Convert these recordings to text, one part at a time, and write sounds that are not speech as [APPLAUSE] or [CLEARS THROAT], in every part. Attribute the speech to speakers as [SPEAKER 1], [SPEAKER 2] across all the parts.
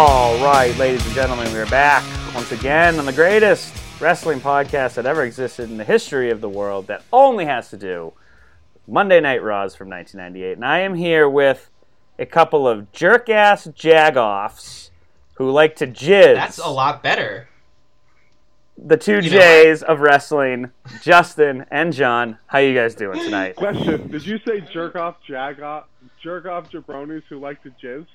[SPEAKER 1] right, ladies and gentlemen, we are back once again on the greatest wrestling podcast that ever existed in the history of the world that only has to do with Monday Night Raws from 1998. And I am here with a couple of jerk ass jagoffs who like to jizz.
[SPEAKER 2] That's a lot better.
[SPEAKER 1] the two
[SPEAKER 2] you know
[SPEAKER 1] J's of wrestling, Justin and John. How you guys doing
[SPEAKER 2] [LAUGHS]
[SPEAKER 1] tonight?
[SPEAKER 3] Question: Did you say jerk off, jag off, jerk off jabronis who like to jizz? [LAUGHS]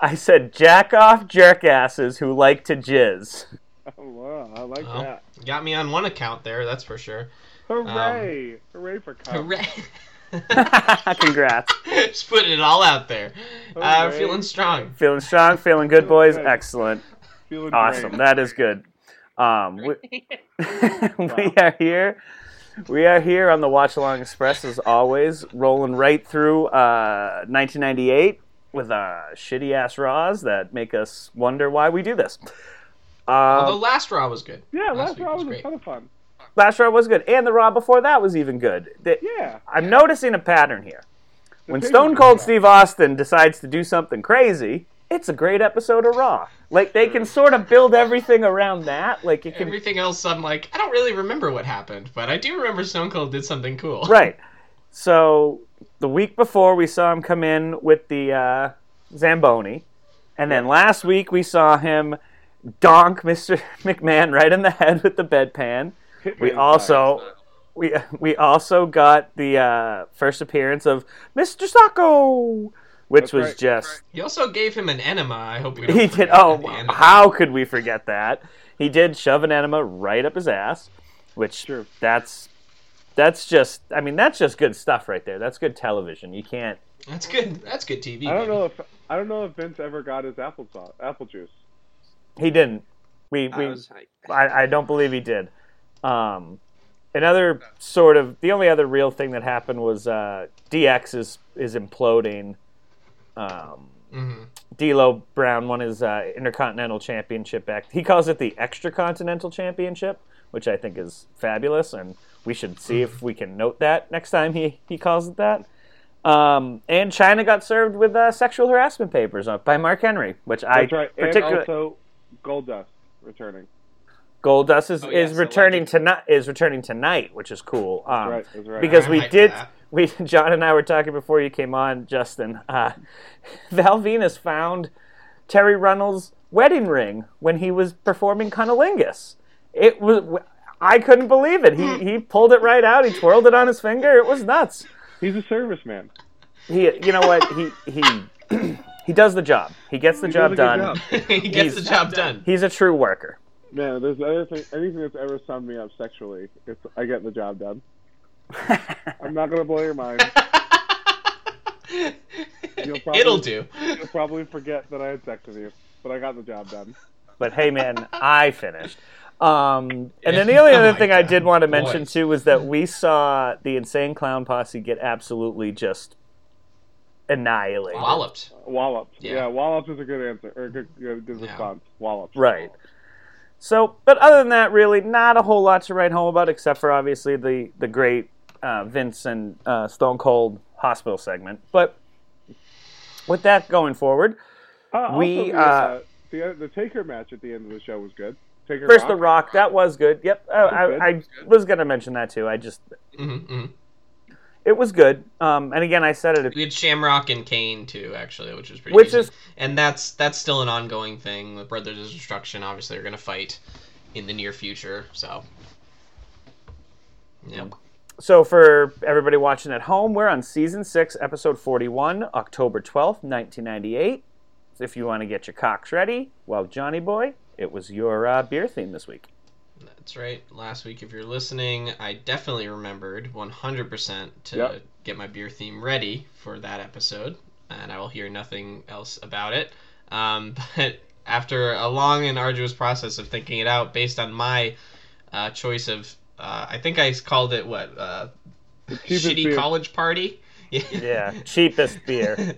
[SPEAKER 1] I said jack off jerk asses who like to jizz. [LAUGHS]
[SPEAKER 3] Oh, wow, I like
[SPEAKER 2] Well,
[SPEAKER 3] that.
[SPEAKER 2] you got me on one account there, that's
[SPEAKER 1] [LAUGHS]
[SPEAKER 2] for sure.
[SPEAKER 3] Hooray! Hooray for
[SPEAKER 1] Oh.
[SPEAKER 3] cum.
[SPEAKER 2] um, Hooray.
[SPEAKER 1] Congrats.
[SPEAKER 2] [LAUGHS] Just putting it all out there.
[SPEAKER 1] Oh,
[SPEAKER 2] Uh, I'm
[SPEAKER 3] Hooray.
[SPEAKER 2] feeling strong.
[SPEAKER 1] Feeling strong, feeling good, boys.
[SPEAKER 3] Good.
[SPEAKER 1] Excellent.
[SPEAKER 3] Feeling
[SPEAKER 1] Awesome.
[SPEAKER 3] great.
[SPEAKER 1] That is good. Um, we, [LAUGHS] we are here. We are here on the Watch Along Express as always, rolling right through uh, 1998 with uh, shitty ass Raws that make us wonder why we do this.
[SPEAKER 2] Although
[SPEAKER 1] Um,
[SPEAKER 2] last Raw was good.
[SPEAKER 3] Yeah,
[SPEAKER 2] Last
[SPEAKER 3] last
[SPEAKER 2] week
[SPEAKER 3] Raw
[SPEAKER 2] was
[SPEAKER 3] was a
[SPEAKER 2] great.
[SPEAKER 3] ton of fun.
[SPEAKER 1] last Raw was good, and the Raw before that was even good. The-
[SPEAKER 3] Yeah.
[SPEAKER 1] I'm noticing a pattern here. When
[SPEAKER 3] pacing
[SPEAKER 1] Stone
[SPEAKER 3] is
[SPEAKER 1] Cold
[SPEAKER 3] off.
[SPEAKER 1] Steve Austin decides to do something crazy, it's a great episode of Raw. Like they can sort of build everything around that. Like you can
[SPEAKER 2] Everything else, I'm like, I don't really remember what happened, but I do remember Stone Cold did something cool.
[SPEAKER 1] right. So the week before we saw him come in with the uh, Zamboni, and then last week we saw him donk Mr. [LAUGHS] McMahon right in the head with the bedpan. We
[SPEAKER 3] Hitman
[SPEAKER 1] also we we also got the uh, first appearance of Mr. Sacco, which
[SPEAKER 3] That's
[SPEAKER 1] was
[SPEAKER 3] right, that's
[SPEAKER 1] just.
[SPEAKER 2] He also gave him an enema. I hope we don't
[SPEAKER 1] He did.
[SPEAKER 2] forget at
[SPEAKER 1] Oh,
[SPEAKER 2] the end of it.
[SPEAKER 1] how could we forget that? He did shove an enema right up his ass, which
[SPEAKER 3] True.
[SPEAKER 1] that's that's just. I mean, that's just good stuff right there. That's good television. You can't.
[SPEAKER 2] That's good. That's good TV.
[SPEAKER 3] I don't
[SPEAKER 2] baby.
[SPEAKER 3] know if I don't know if Vince ever got his apple sauce, apple juice.
[SPEAKER 1] He didn't. We we.
[SPEAKER 4] I was like,
[SPEAKER 1] I, I don't believe he did. Um, another sort of the only other real thing that happened was uh, DX is is imploding. Um,
[SPEAKER 2] Mhm.
[SPEAKER 1] D'Lo Brown won his uh, Intercontinental Championship back. He calls it the Extra Continental Championship, which I think is fabulous, and we should see if we can note that next time he, he calls it that. Um, and China got served with uh, sexual harassment papers on, by Mark Henry, which I
[SPEAKER 3] That's right. And
[SPEAKER 1] particularly
[SPEAKER 3] also Gold Dust returning.
[SPEAKER 1] Goldust is,
[SPEAKER 4] Oh, yes,
[SPEAKER 1] is
[SPEAKER 4] the
[SPEAKER 1] returning
[SPEAKER 4] legend.
[SPEAKER 1] tonight is returning tonight, which is cool. Um,
[SPEAKER 3] Right. That's right.
[SPEAKER 1] because
[SPEAKER 2] I'm
[SPEAKER 1] we
[SPEAKER 2] hyped for
[SPEAKER 1] did
[SPEAKER 2] that.
[SPEAKER 1] we [LAUGHS] John and I were talking before you came on, Justin. Uh, [LAUGHS] Val Venus found Terry Runnels' wedding ring when he was performing Cunnilingus. It was I couldn't believe it. He he pulled it right out. He twirled it on his finger. It was nuts.
[SPEAKER 3] he's a serviceman.
[SPEAKER 1] He you know what he he he [CLEARS THROAT] does the job. He gets the
[SPEAKER 3] He does a
[SPEAKER 1] job
[SPEAKER 3] good
[SPEAKER 1] done.
[SPEAKER 3] job.
[SPEAKER 2] [LAUGHS] he gets the
[SPEAKER 1] He's- [LAUGHS]
[SPEAKER 2] job done.
[SPEAKER 1] He's a true worker.
[SPEAKER 3] Man, if there's anything, anything that's ever summed me up sexually, it's I get the job done. I'm not gonna blow your
[SPEAKER 2] [LAUGHS]
[SPEAKER 3] mind. You'll probably-
[SPEAKER 1] [LAUGHS]
[SPEAKER 2] It'll do.
[SPEAKER 3] You'll probably forget that I had sex with you, but I got the job done.
[SPEAKER 1] But hey,
[SPEAKER 2] [LAUGHS]
[SPEAKER 1] man, I finished. Um, and then the only
[SPEAKER 2] Oh
[SPEAKER 1] other
[SPEAKER 2] my
[SPEAKER 1] thing I
[SPEAKER 2] God.
[SPEAKER 1] did want to mention
[SPEAKER 2] Boys.
[SPEAKER 1] too was that we saw the Insane Clown Posse get absolutely just annihilated.
[SPEAKER 2] Walloped.
[SPEAKER 3] Wallops.
[SPEAKER 2] Yeah.
[SPEAKER 3] Yeah, wallops is a good answer or a good, good, good
[SPEAKER 2] Yeah.
[SPEAKER 3] response. Wallops.
[SPEAKER 1] Right. So, but other than that, really not a whole lot to write home about, except for obviously the the great uh, Vince and uh, Stone Cold hospital segment. But with that going forward,
[SPEAKER 3] Uh,
[SPEAKER 1] We,
[SPEAKER 3] also, the,
[SPEAKER 1] uh,
[SPEAKER 3] uh, the the Taker match at the end of the show was good. Taker
[SPEAKER 1] first
[SPEAKER 3] Rock.
[SPEAKER 1] the Rock, that was good. Yep, I,
[SPEAKER 3] good.
[SPEAKER 1] I, I was gonna mention that too. I just
[SPEAKER 2] Mhm, mhm.
[SPEAKER 1] it was good. Um, and again, I said it at
[SPEAKER 2] We had Shamrock and Kane too, actually, which was pretty.
[SPEAKER 1] Which
[SPEAKER 2] decent.
[SPEAKER 1] is-
[SPEAKER 2] and that's that's still an ongoing thing. The Brothers of Destruction obviously are going to fight in the near future. So, yep.
[SPEAKER 1] So, for everybody watching at home, we're on season six, episode 41, October 12th, 1998. So if you want to get your cocks ready, well, Johnny Boy, it was your uh, beer theme this week.
[SPEAKER 2] That's right. Last week, if you're listening, I definitely remembered 100% to
[SPEAKER 3] Yep.
[SPEAKER 2] get my beer theme ready for that episode, and I will hear nothing else about it. Um, [LAUGHS] but after a long and arduous process of thinking it out based on my uh, choice of, uh, I think I called it what, uh,
[SPEAKER 3] cheapest
[SPEAKER 2] shitty
[SPEAKER 3] beer.
[SPEAKER 2] college party? [LAUGHS]
[SPEAKER 1] Yeah, cheapest beer.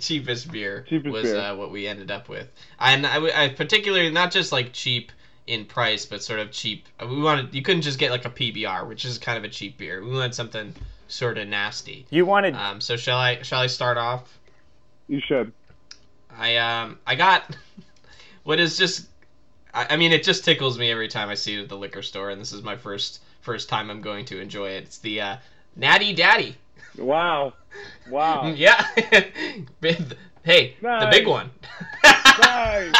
[SPEAKER 2] cheapest beer
[SPEAKER 3] Cheapest
[SPEAKER 2] was
[SPEAKER 3] beer.
[SPEAKER 2] Uh, what we ended up with. And I, w- I particularly not just like cheap in price, but sort of cheap. We wanted you couldn't just get like a PBR, which is kind of a cheap beer. We wanted something sort of nasty.
[SPEAKER 1] You wanted.
[SPEAKER 2] Um, so shall I shall I start off?
[SPEAKER 3] You should.
[SPEAKER 2] I um I got [LAUGHS] What is just, I, I mean, it just tickles me every time I see it at the liquor store, and this is my first first time I'm going to enjoy it. It's the uh, Natty Daddy.
[SPEAKER 3] Wow. Wow.
[SPEAKER 2] [LAUGHS] Yeah. hey, the big
[SPEAKER 3] Oh. Nice.
[SPEAKER 2] one.
[SPEAKER 3] Nice.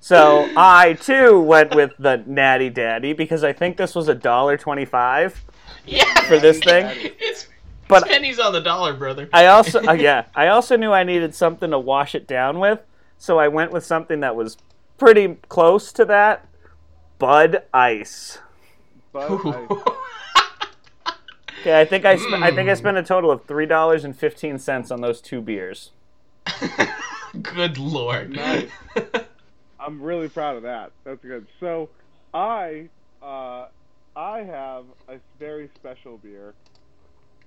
[SPEAKER 1] So I too went with the Natty Daddy because I think this was a dollar twenty-five
[SPEAKER 2] yeah.
[SPEAKER 1] for this thing.
[SPEAKER 2] It's
[SPEAKER 1] But-
[SPEAKER 2] pennies on the dollar, brother.
[SPEAKER 1] I also uh, yeah, I also knew I needed something to wash it down with, so I went with something that was pretty close to that. Bud Ice.
[SPEAKER 3] But I-
[SPEAKER 1] Okay, I think I sp- I think I spent a total of three dollars and fifteen cents on those two beers.
[SPEAKER 2] [LAUGHS] Good lord.
[SPEAKER 3] Nice. I'm really proud of that. That's good. So, I, uh, I have a very special beer,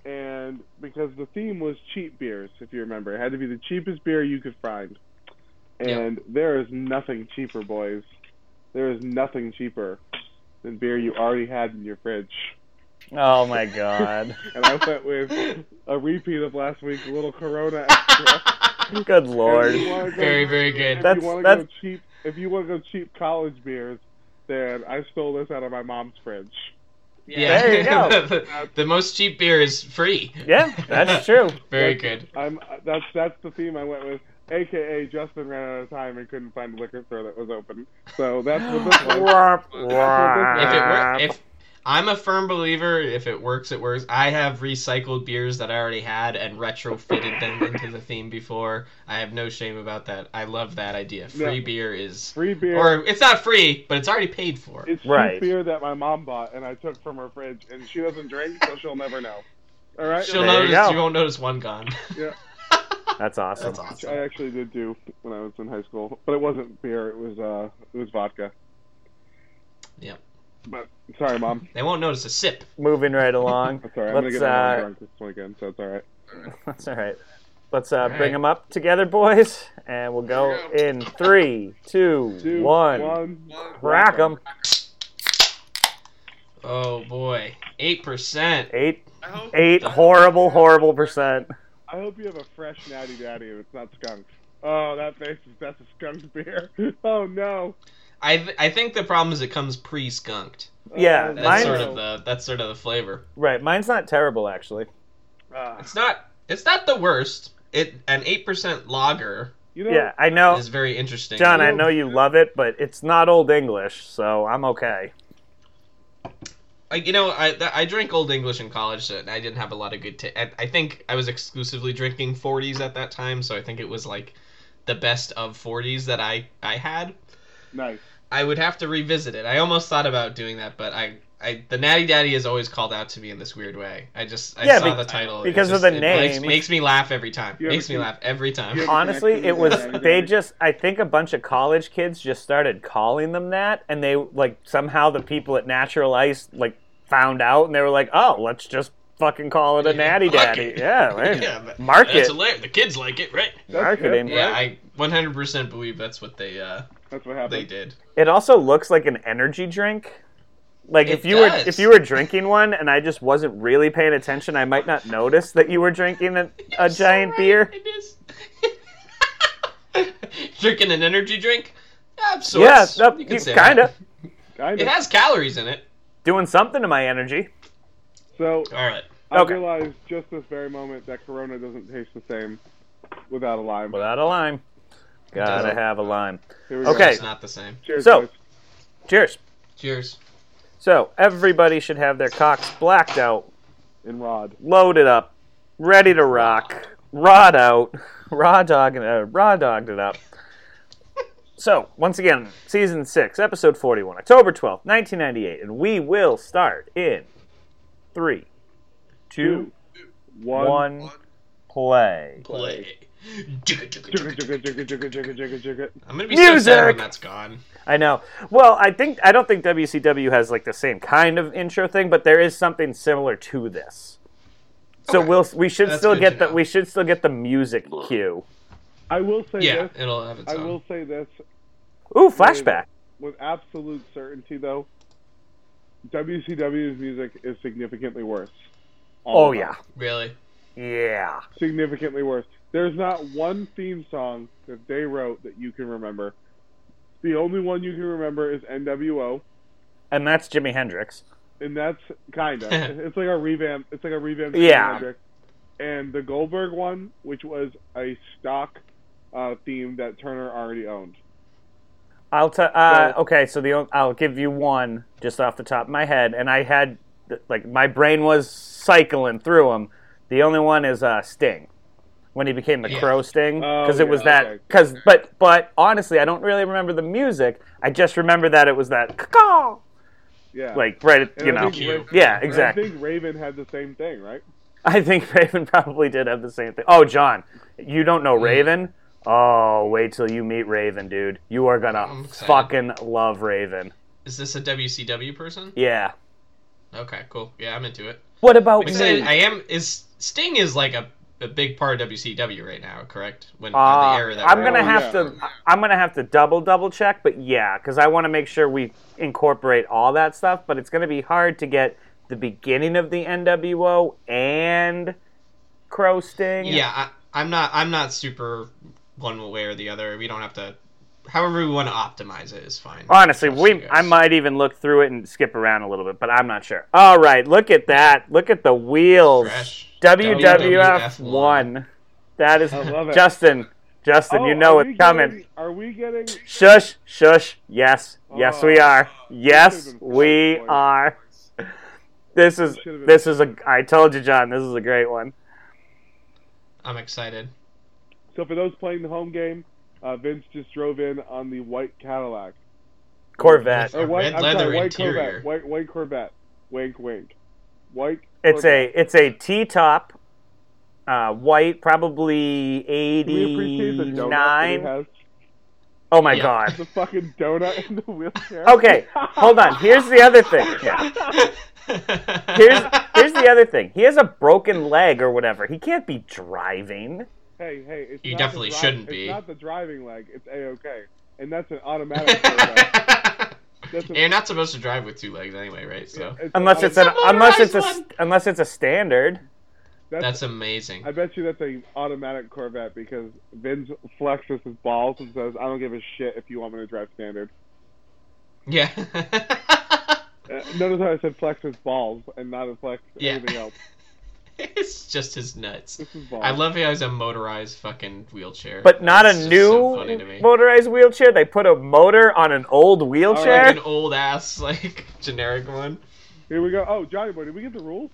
[SPEAKER 3] and because the theme was cheap beers, if you remember, it had to be the cheapest beer you could find.
[SPEAKER 2] Yep.
[SPEAKER 3] And there is nothing cheaper, boys. There is nothing cheaper than beer you already had in your fridge.
[SPEAKER 1] Oh my [LAUGHS] god.
[SPEAKER 3] And I went with a repeat of last week, a little Corona Extra.
[SPEAKER 1] Good lord.
[SPEAKER 3] If you wanna go-
[SPEAKER 2] [LAUGHS] Very, very good.
[SPEAKER 3] If
[SPEAKER 1] That's-
[SPEAKER 3] you want to go
[SPEAKER 1] that's-
[SPEAKER 3] cheap, if you want to go cheap college beers, then I stole this out of my mom's fridge.
[SPEAKER 2] yeah.
[SPEAKER 1] There you go.
[SPEAKER 2] [LAUGHS] the, the most cheap beer is free.
[SPEAKER 1] Yeah, [LAUGHS] that's true.
[SPEAKER 2] Very good.
[SPEAKER 3] I'm that's that's the theme I went with. AKA Justin ran out of time and couldn't find a liquor store that was open. So that's what
[SPEAKER 1] [GASPS]
[SPEAKER 3] this was.
[SPEAKER 1] Womp,
[SPEAKER 2] If it wor-
[SPEAKER 1] womp.
[SPEAKER 2] if I'm a firm believer, if it works, it works. I have recycled beers that I already had and retrofitted them into the theme before. I have no shame about that. I love that idea. Free
[SPEAKER 3] Yeah.
[SPEAKER 2] beer is,
[SPEAKER 3] Free beer.
[SPEAKER 2] or it's not free, but it's already paid for.
[SPEAKER 3] it's cheap
[SPEAKER 1] Right.
[SPEAKER 3] beer that my mom bought and I took from her fridge, and she doesn't drink, so she'll never know. All right.
[SPEAKER 2] She'll
[SPEAKER 1] There you
[SPEAKER 2] notice
[SPEAKER 1] go.
[SPEAKER 2] you, won't notice one gone.
[SPEAKER 3] Yeah.
[SPEAKER 1] That's awesome.
[SPEAKER 2] That's
[SPEAKER 3] Which
[SPEAKER 2] awesome.
[SPEAKER 3] I actually did do when I was in high school, but it wasn't beer. It was uh, it was vodka.
[SPEAKER 2] Yep.
[SPEAKER 3] But sorry, mom.
[SPEAKER 2] They won't notice a sip.
[SPEAKER 1] Moving right along.
[SPEAKER 2] [LAUGHS]
[SPEAKER 1] [LAUGHS]
[SPEAKER 3] I'm sorry. I'm gonna
[SPEAKER 1] Let's,
[SPEAKER 3] get my mom
[SPEAKER 1] uh,
[SPEAKER 3] drunk this weekend, so it's all right.
[SPEAKER 1] That's all right. Let's uh,
[SPEAKER 2] right.
[SPEAKER 1] bring them up together, boys, and we'll go in three, two,
[SPEAKER 3] Two,
[SPEAKER 1] one.
[SPEAKER 3] one.
[SPEAKER 1] Crack them.
[SPEAKER 2] Oh boy, eight percent.
[SPEAKER 1] Eight,
[SPEAKER 4] I hope
[SPEAKER 1] eight horrible, horrible percent.
[SPEAKER 3] I hope you have a fresh Natty Daddy and it's not skunk. Oh, that face is that's a skunk beer. [LAUGHS] Oh no.
[SPEAKER 2] I th- I think the problem is it comes pre-skunked.
[SPEAKER 1] Yeah,
[SPEAKER 3] oh,
[SPEAKER 2] That's
[SPEAKER 1] Mine-
[SPEAKER 2] sort of the that's sort of the flavor.
[SPEAKER 1] Right, mine's not terrible actually.
[SPEAKER 3] Ah,
[SPEAKER 2] It's not it's not the worst. It an eight percent lager
[SPEAKER 3] you know,
[SPEAKER 1] Yeah, I know,
[SPEAKER 2] is very interesting.
[SPEAKER 1] Oh. John. I
[SPEAKER 3] know-
[SPEAKER 1] know you love it, but it's not Old English, so I'm okay.
[SPEAKER 2] Like, you know, I th- I drank Old English in college, so I didn't have a lot of good. ta- I I think I was exclusively drinking 40s at that time, so I think it was like the best of 40s that I I had.
[SPEAKER 3] nice.
[SPEAKER 2] I would have to revisit it. I almost thought about doing that, but I. I, the Natty Daddy is always called out to me in this weird way. I just I
[SPEAKER 1] Yeah,
[SPEAKER 2] saw
[SPEAKER 1] be-
[SPEAKER 2] the title It
[SPEAKER 1] because of
[SPEAKER 2] just-
[SPEAKER 1] the
[SPEAKER 2] it Makes,
[SPEAKER 1] name.
[SPEAKER 2] makes me laugh every time.
[SPEAKER 3] You ever
[SPEAKER 2] makes me
[SPEAKER 3] seen-
[SPEAKER 2] laugh every time.
[SPEAKER 3] you ever-
[SPEAKER 1] Honestly,
[SPEAKER 3] connected
[SPEAKER 1] it was
[SPEAKER 3] with that.
[SPEAKER 1] they just I think a bunch of college kids just started calling them that and they like somehow the people at Natural Ice like found out and they were like, "Oh, let's just fucking call it a
[SPEAKER 2] Yeah,
[SPEAKER 1] natty
[SPEAKER 2] fuck
[SPEAKER 1] daddy."
[SPEAKER 2] it. [LAUGHS]
[SPEAKER 1] Yeah, man.
[SPEAKER 2] Yeah,
[SPEAKER 1] [LAUGHS]
[SPEAKER 2] but-
[SPEAKER 1] market
[SPEAKER 2] uh, That's hilarious. The kids like it, right?
[SPEAKER 1] marketing.
[SPEAKER 2] Yeah, I 100% believe that's what they uh
[SPEAKER 3] That's what
[SPEAKER 2] they
[SPEAKER 3] happened.
[SPEAKER 2] did.
[SPEAKER 1] It also looks like an energy drink. Like
[SPEAKER 2] It
[SPEAKER 1] if you
[SPEAKER 2] does.
[SPEAKER 1] were if you were drinking one and I just wasn't really paying attention, I might not notice that you were drinking a, a
[SPEAKER 2] So
[SPEAKER 1] giant
[SPEAKER 2] right,
[SPEAKER 1] beer.
[SPEAKER 2] It is. [LAUGHS] Drinking an energy drink? Yeah, of
[SPEAKER 1] Yeah,
[SPEAKER 2] sorts.
[SPEAKER 1] no,
[SPEAKER 2] You can
[SPEAKER 1] you-
[SPEAKER 2] say that.
[SPEAKER 1] kinda.
[SPEAKER 3] Kind
[SPEAKER 2] It
[SPEAKER 3] of.
[SPEAKER 2] has calories in it.
[SPEAKER 1] Doing something to my energy.
[SPEAKER 3] So
[SPEAKER 2] All right.
[SPEAKER 3] I
[SPEAKER 1] Okay.
[SPEAKER 3] realized just this very moment that Corona doesn't taste the same without a lime.
[SPEAKER 1] Without a lime. Gotta
[SPEAKER 2] doesn't.
[SPEAKER 1] have a lime.
[SPEAKER 3] Here we
[SPEAKER 1] Okay.
[SPEAKER 2] It's
[SPEAKER 3] Go.
[SPEAKER 2] not the same.
[SPEAKER 3] Cheers.
[SPEAKER 1] So-
[SPEAKER 3] boys.
[SPEAKER 1] Cheers.
[SPEAKER 2] Cheers.
[SPEAKER 1] So everybody should have their cocks blacked out,
[SPEAKER 3] in Rod.
[SPEAKER 1] loaded up, ready to rock, rod out, [LAUGHS] raw dog, uh, raw dogged it up. So once again, season six, episode forty-one, October twelfth, nineteen ninety-eight, and we will start in three, two,
[SPEAKER 3] One.
[SPEAKER 1] one, play.
[SPEAKER 2] Play.
[SPEAKER 3] Chugga,
[SPEAKER 2] I'm
[SPEAKER 3] chugga, chugga, chugga, chugga, chugga, chugga.
[SPEAKER 2] gonna be so sad when
[SPEAKER 1] Music!
[SPEAKER 2] that's gone.
[SPEAKER 1] I know. Well, I think I don't think WCW has like the same kind of intro thing, but there is something similar to this. So
[SPEAKER 2] Okay.
[SPEAKER 1] we'll we should
[SPEAKER 2] That's
[SPEAKER 1] still
[SPEAKER 2] good to
[SPEAKER 1] get the
[SPEAKER 2] know.
[SPEAKER 1] we should still get the music cue.
[SPEAKER 3] I will say
[SPEAKER 2] Yeah,
[SPEAKER 3] this.
[SPEAKER 2] it'll have its
[SPEAKER 3] I
[SPEAKER 2] own.
[SPEAKER 3] will say this
[SPEAKER 1] Ooh, flashback.
[SPEAKER 3] with absolute certainty, though. WCW's music is significantly worse. All
[SPEAKER 1] Oh
[SPEAKER 3] the time.
[SPEAKER 1] yeah,
[SPEAKER 2] Really?
[SPEAKER 1] yeah.
[SPEAKER 3] significantly worse. There's not one theme song that they wrote that you can remember. The only one you can remember is NWO,
[SPEAKER 1] and that's Jimi Hendrix.
[SPEAKER 3] and that's kind of it's like a revamp. It's like a revamp.
[SPEAKER 1] Yeah.
[SPEAKER 3] And the Goldberg one, which was a stock uh, theme that Turner already owned.
[SPEAKER 1] I'll tell. Uh,
[SPEAKER 3] So-
[SPEAKER 1] okay, so the o- I'll give you one just off the top of my head, and I had th- like my brain was cycling through them. The only one is uh, Sting when he became the
[SPEAKER 2] Yeah.
[SPEAKER 1] Crow Sting
[SPEAKER 3] Oh,
[SPEAKER 1] because it
[SPEAKER 3] yeah,
[SPEAKER 1] was that
[SPEAKER 3] okay.
[SPEAKER 1] because but but honestly, I don't really remember the music. I just remember that it was that caw
[SPEAKER 3] Yeah.
[SPEAKER 1] like right at,
[SPEAKER 3] And
[SPEAKER 1] you
[SPEAKER 3] I
[SPEAKER 1] know
[SPEAKER 3] think Ra-
[SPEAKER 1] yeah
[SPEAKER 3] and
[SPEAKER 1] exactly.
[SPEAKER 3] I think Raven had the same thing, right?
[SPEAKER 1] I think [LAUGHS] Raven probably did have the same thing. Oh, John, you don't know Raven? Oh, wait till you meet Raven, dude. You are
[SPEAKER 2] I'm
[SPEAKER 1] gonna
[SPEAKER 2] excited.
[SPEAKER 1] fucking love Raven.
[SPEAKER 2] Is this a WCW person?
[SPEAKER 1] Yeah. Oh,
[SPEAKER 2] Okay, cool. Yeah, I'm into it.
[SPEAKER 1] What about
[SPEAKER 2] I'm
[SPEAKER 1] me?
[SPEAKER 2] excited. I am. Is Sting is like a, a big part of WCW right now, correct? When
[SPEAKER 1] Uh,
[SPEAKER 2] the era that
[SPEAKER 1] I'm
[SPEAKER 2] we're
[SPEAKER 1] gonna
[SPEAKER 2] in.
[SPEAKER 3] Oh,
[SPEAKER 1] have
[SPEAKER 3] yeah.
[SPEAKER 1] to. I- I'm gonna have to double double check, but yeah, because I want to make sure we incorporate all that stuff. But it's gonna be hard to get the beginning of the NWO and Crow Sting.
[SPEAKER 2] Yeah, I, I'm not. I'm not super one way or the other. We don't have to. However, we want to optimize it is fine.
[SPEAKER 1] Honestly,
[SPEAKER 2] Trust you
[SPEAKER 1] we
[SPEAKER 2] guys.
[SPEAKER 1] I might even look through it and skip around a little bit, but I'm not sure. All right, look at that. Look at the wheels.
[SPEAKER 2] Fresh.
[SPEAKER 1] WWF
[SPEAKER 2] WWF
[SPEAKER 1] one. That is
[SPEAKER 3] I love it.
[SPEAKER 1] Justin. Justin,
[SPEAKER 3] Oh,
[SPEAKER 1] you know
[SPEAKER 3] are
[SPEAKER 1] it's
[SPEAKER 3] we
[SPEAKER 1] coming.
[SPEAKER 3] getting- Are we getting?
[SPEAKER 1] Shush, shush. Yes, yes, we
[SPEAKER 3] Oh.
[SPEAKER 1] are. Yes,
[SPEAKER 3] Should've been
[SPEAKER 1] we
[SPEAKER 3] Cowboys.
[SPEAKER 1] are. This is
[SPEAKER 3] Should've been
[SPEAKER 1] this is a. I told you, John. This is a great one.
[SPEAKER 2] I'm excited.
[SPEAKER 3] So for those playing the home game, uh, Vince just drove in on the white Cadillac
[SPEAKER 1] Corvette.
[SPEAKER 2] A
[SPEAKER 3] white
[SPEAKER 2] red
[SPEAKER 3] I'm
[SPEAKER 2] leather
[SPEAKER 3] sorry, white
[SPEAKER 2] interior.
[SPEAKER 3] Corvette, white white Corvette, wink wink, white.
[SPEAKER 1] It's
[SPEAKER 3] Corvette.
[SPEAKER 1] a it's a T top, uh, white, probably
[SPEAKER 3] We appreciate the
[SPEAKER 1] eighty
[SPEAKER 3] donut
[SPEAKER 1] nine.
[SPEAKER 3] that it has.
[SPEAKER 1] Oh my
[SPEAKER 2] Yeah.
[SPEAKER 1] god.
[SPEAKER 2] [LAUGHS]
[SPEAKER 3] The fucking donut in the wheelchair.
[SPEAKER 1] Okay, hold on. Here's the other thing.
[SPEAKER 2] [LAUGHS]
[SPEAKER 1] Here's here's the other thing. He has a broken leg or whatever. He can't be driving.
[SPEAKER 3] [LAUGHS] Hey, hey, it's
[SPEAKER 2] You
[SPEAKER 3] not
[SPEAKER 2] definitely
[SPEAKER 3] the dri-
[SPEAKER 2] shouldn't be.
[SPEAKER 3] It's not the driving leg. It's a okay, and that's an automatic.
[SPEAKER 2] [LAUGHS]
[SPEAKER 3] Corvette. That's an-
[SPEAKER 2] You're not supposed to drive with two legs anyway, right? So
[SPEAKER 3] It's
[SPEAKER 1] Unless
[SPEAKER 3] a-
[SPEAKER 1] it's an
[SPEAKER 2] It's a
[SPEAKER 1] unless it's a
[SPEAKER 2] motorized
[SPEAKER 1] st- unless it's a standard.
[SPEAKER 2] that's amazing.
[SPEAKER 3] I bet you that's a automatic Corvette because Vince flexes his balls and says, "I don't give a shit if you want me to drive standard."
[SPEAKER 2] Yeah. [LAUGHS]
[SPEAKER 3] Uh, notice how I said flex his balls and not his flex
[SPEAKER 2] Yeah.
[SPEAKER 3] anything else.
[SPEAKER 2] it's just his nuts.
[SPEAKER 3] This
[SPEAKER 2] [LAUGHS]
[SPEAKER 3] is balls.
[SPEAKER 2] I love how he's a motorized fucking wheelchair.
[SPEAKER 1] But not
[SPEAKER 2] It's
[SPEAKER 1] a
[SPEAKER 2] just
[SPEAKER 1] new
[SPEAKER 2] so funny to me. Oh,
[SPEAKER 1] motorized wheelchair. They put a motor on an old wheelchair.
[SPEAKER 2] Like an old ass, like generic one.
[SPEAKER 3] Here we go. Oh, Johnny Boy, did we get the rules?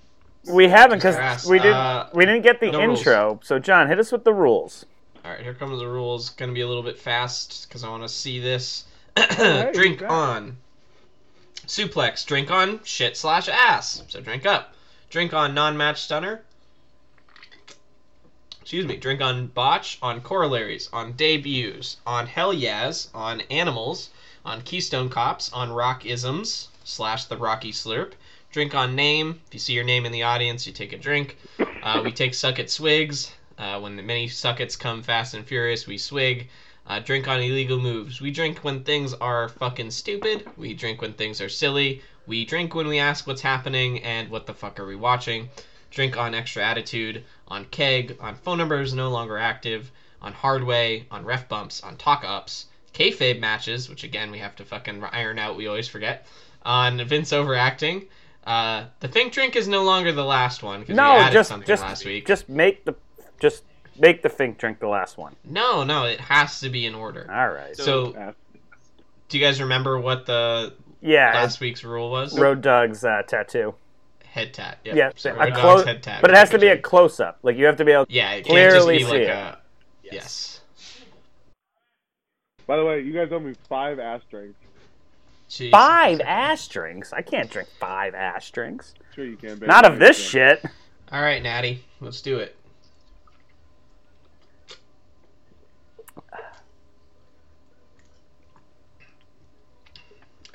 [SPEAKER 1] we haven't because
[SPEAKER 2] Yes,
[SPEAKER 1] we didn't
[SPEAKER 2] uh,
[SPEAKER 1] we didn't get the
[SPEAKER 2] no
[SPEAKER 1] intro. So John, hit us with the rules.
[SPEAKER 2] All right, here comes the rules. Gonna be a little bit fast because I want to see this. [COUGHS]
[SPEAKER 3] Hey,
[SPEAKER 2] drink
[SPEAKER 3] back.
[SPEAKER 2] on. Suplex. Drink on shit slash ass. So drink up. Drink on non-match stunner. Excuse me. Drink on botch. On corollaries. On debuts. On hell yeahs. On animals. On Keystone Cops. On rock isms slash the Rocky Slurp. Drink on name. If you see your name in the audience, you take a drink. Uh, we take suck at swigs. Uh, when the many suckets come fast and furious, we swig. Uh, drink on illegal moves. We drink when things are fucking stupid. We drink when things are silly. We drink when we ask what's happening and what the fuck are we watching. Drink on extra attitude, on keg, on phone numbers no longer active, on hard way, on ref bumps, on talk ups, kayfabe matches, which again we have to fucking iron out. We always forget. On Vince overacting. Uh, the think drink is no longer the last one because we
[SPEAKER 1] No,
[SPEAKER 2] added
[SPEAKER 1] just
[SPEAKER 2] something
[SPEAKER 1] just
[SPEAKER 2] last week.
[SPEAKER 1] just make the just make the Fink drink the last one.
[SPEAKER 2] No, no, it has to be in order.
[SPEAKER 1] All right.
[SPEAKER 2] So, uh,
[SPEAKER 3] Ass.
[SPEAKER 2] do you guys remember what the
[SPEAKER 1] yeah, it's
[SPEAKER 2] last week's rule was?
[SPEAKER 1] Road Dogg's uh, tattoo.
[SPEAKER 2] Head tat. Yep.
[SPEAKER 1] Yeah,
[SPEAKER 2] So
[SPEAKER 1] a
[SPEAKER 2] Road Dogg's
[SPEAKER 1] close,
[SPEAKER 2] head tat.
[SPEAKER 1] but it has to be a
[SPEAKER 2] Picture.
[SPEAKER 1] close up. Like you have to be able.
[SPEAKER 2] Yeah, it can't just
[SPEAKER 1] clearly
[SPEAKER 2] be
[SPEAKER 1] see
[SPEAKER 2] like
[SPEAKER 1] it.
[SPEAKER 2] a. Yes.
[SPEAKER 3] By the way, you guys owe me five ass drinks.
[SPEAKER 2] Jesus.
[SPEAKER 1] Five ass drinks. I can't drink five ass drinks.
[SPEAKER 3] Sure you can. Baby.
[SPEAKER 1] Not of this
[SPEAKER 3] shit.
[SPEAKER 1] shit.
[SPEAKER 2] All right, Natty, let's do it.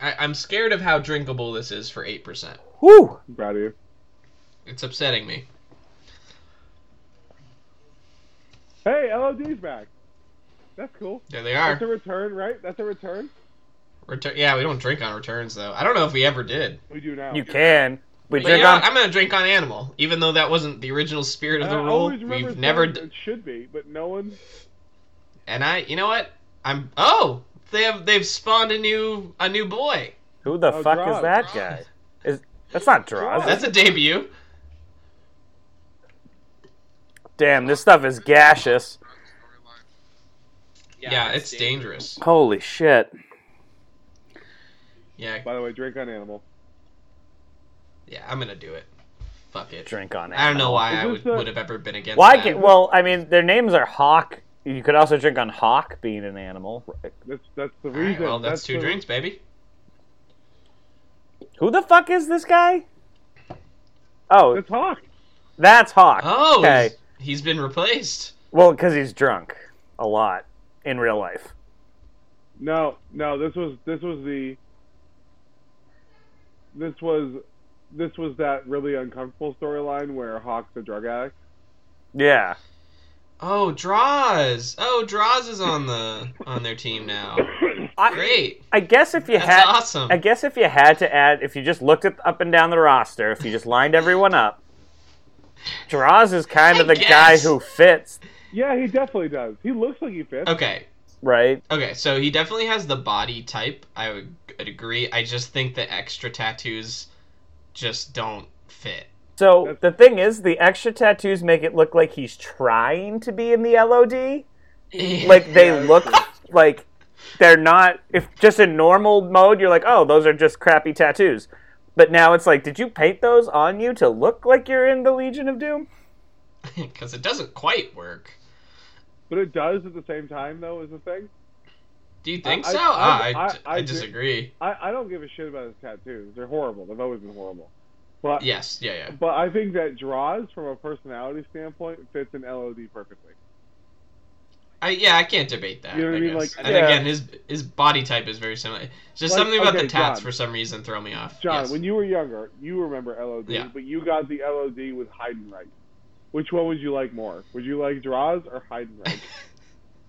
[SPEAKER 2] I, I'm scared of how drinkable this is for eight percent.
[SPEAKER 1] Whew.
[SPEAKER 3] I'm proud of you.
[SPEAKER 2] It's upsetting me.
[SPEAKER 3] Hey, LOD's back. That's cool.
[SPEAKER 2] There they
[SPEAKER 3] That's a
[SPEAKER 2] are.
[SPEAKER 3] return, right? That's a return.
[SPEAKER 2] Retur- yeah, we don't drink on returns though. I don't know if we ever did.
[SPEAKER 3] We do now.
[SPEAKER 1] You can. We
[SPEAKER 2] But you
[SPEAKER 1] drink
[SPEAKER 2] know
[SPEAKER 1] on.
[SPEAKER 2] what? I'm gonna drink on animal, even though that wasn't the original spirit of
[SPEAKER 3] And
[SPEAKER 2] the
[SPEAKER 3] I
[SPEAKER 2] rule.
[SPEAKER 3] always remember
[SPEAKER 2] We've never,
[SPEAKER 3] saying
[SPEAKER 2] d-
[SPEAKER 3] It should be, but no one.
[SPEAKER 2] and I, you know what? I'm. Oh, they have they've spawned a new a new boy.
[SPEAKER 1] Who the
[SPEAKER 3] Oh,
[SPEAKER 1] fuck
[SPEAKER 3] Draws.
[SPEAKER 1] is that guy? Is that's not Draws.
[SPEAKER 3] Draws.
[SPEAKER 1] That's-
[SPEAKER 2] That's a debut.
[SPEAKER 1] Damn, this stuff is gaseous.
[SPEAKER 2] Yeah, it's dangerous.
[SPEAKER 1] Holy shit.
[SPEAKER 2] Yeah,
[SPEAKER 3] By the way, drink on animal.
[SPEAKER 2] yeah, I'm gonna do it. Fuck it.
[SPEAKER 1] Drink on.
[SPEAKER 2] I don't
[SPEAKER 1] animal.
[SPEAKER 2] know why I
[SPEAKER 3] Is
[SPEAKER 2] would,
[SPEAKER 3] this a-
[SPEAKER 2] would have ever been against
[SPEAKER 1] Why?
[SPEAKER 2] that.
[SPEAKER 1] Can, well, I mean, their names are Hawk. You could also drink on Hawk being an animal.
[SPEAKER 3] That's that's the
[SPEAKER 2] All right,
[SPEAKER 3] reason.
[SPEAKER 2] well, that's, two
[SPEAKER 3] the-
[SPEAKER 2] drinks, baby.
[SPEAKER 1] Who the fuck is this guy? Oh,
[SPEAKER 3] That's Hawk.
[SPEAKER 1] that's Hawk.
[SPEAKER 2] Oh,
[SPEAKER 1] okay.
[SPEAKER 2] he's- he's been replaced.
[SPEAKER 1] Well, because he's drunk a lot in real life.
[SPEAKER 3] No, no. This was this was the. This was, this was that really uncomfortable storyline where Hawk's a drug addict. [COUGHS]
[SPEAKER 1] Yeah.
[SPEAKER 2] Oh, Draws. Oh, Draws is on the on their
[SPEAKER 1] [LAUGHS]
[SPEAKER 2] team now.
[SPEAKER 1] I,
[SPEAKER 2] Great.
[SPEAKER 1] I guess if you
[SPEAKER 2] That's
[SPEAKER 1] had,
[SPEAKER 2] awesome.
[SPEAKER 1] I guess if you had to add, if you just looked at up and down the roster, if you just lined everyone up, Draws is kind of
[SPEAKER 2] I
[SPEAKER 1] the guy
[SPEAKER 2] guess.
[SPEAKER 1] who fits,
[SPEAKER 3] Yeah, he definitely does. He looks like he fits.
[SPEAKER 2] Okay.
[SPEAKER 1] right?
[SPEAKER 2] Okay, so he definitely has the body type. I would I'd agree. I just think the extra tattoos just don't fit.
[SPEAKER 1] So the thing is, the extra tattoos make it look like he's trying to be in the LOD.
[SPEAKER 2] [LAUGHS]
[SPEAKER 3] Mm.
[SPEAKER 1] Like they
[SPEAKER 3] Yeah,
[SPEAKER 1] look like they're not. If just in normal mode, you're like, oh, those are just crappy tattoos. But now it's like, did you paint those on you to look like you're in the Legion of Doom?
[SPEAKER 2] because it doesn't quite work.
[SPEAKER 3] But it does at the same time, though, is the thing.
[SPEAKER 2] Do you think
[SPEAKER 3] I-
[SPEAKER 2] so?
[SPEAKER 3] I-
[SPEAKER 2] Ah, I,
[SPEAKER 3] I-
[SPEAKER 2] d- I
[SPEAKER 3] I do-
[SPEAKER 2] disagree.
[SPEAKER 3] I, I don't give a shit about his tattoos. They're horrible. They've always been horrible. But
[SPEAKER 2] Yes, yeah, yeah.
[SPEAKER 3] but I think that draws from a personality standpoint fits an LOD perfectly.
[SPEAKER 2] I yeah, I can't debate that.
[SPEAKER 3] You know what
[SPEAKER 2] I
[SPEAKER 3] I mean?
[SPEAKER 2] guess.
[SPEAKER 3] Like,
[SPEAKER 2] and
[SPEAKER 1] yeah.
[SPEAKER 2] again, his his body type is very similar. It's just
[SPEAKER 3] Like,
[SPEAKER 2] something about
[SPEAKER 3] okay,
[SPEAKER 2] the tats
[SPEAKER 3] John.
[SPEAKER 2] for some reason throw me off.
[SPEAKER 3] John,
[SPEAKER 2] yes.
[SPEAKER 3] when you were younger, you remember LOD,
[SPEAKER 2] Yeah.
[SPEAKER 3] but you got the LOD with Heidenreich. Which one would you like more? Would you like draws or
[SPEAKER 2] [LAUGHS]
[SPEAKER 3] Heidenreich?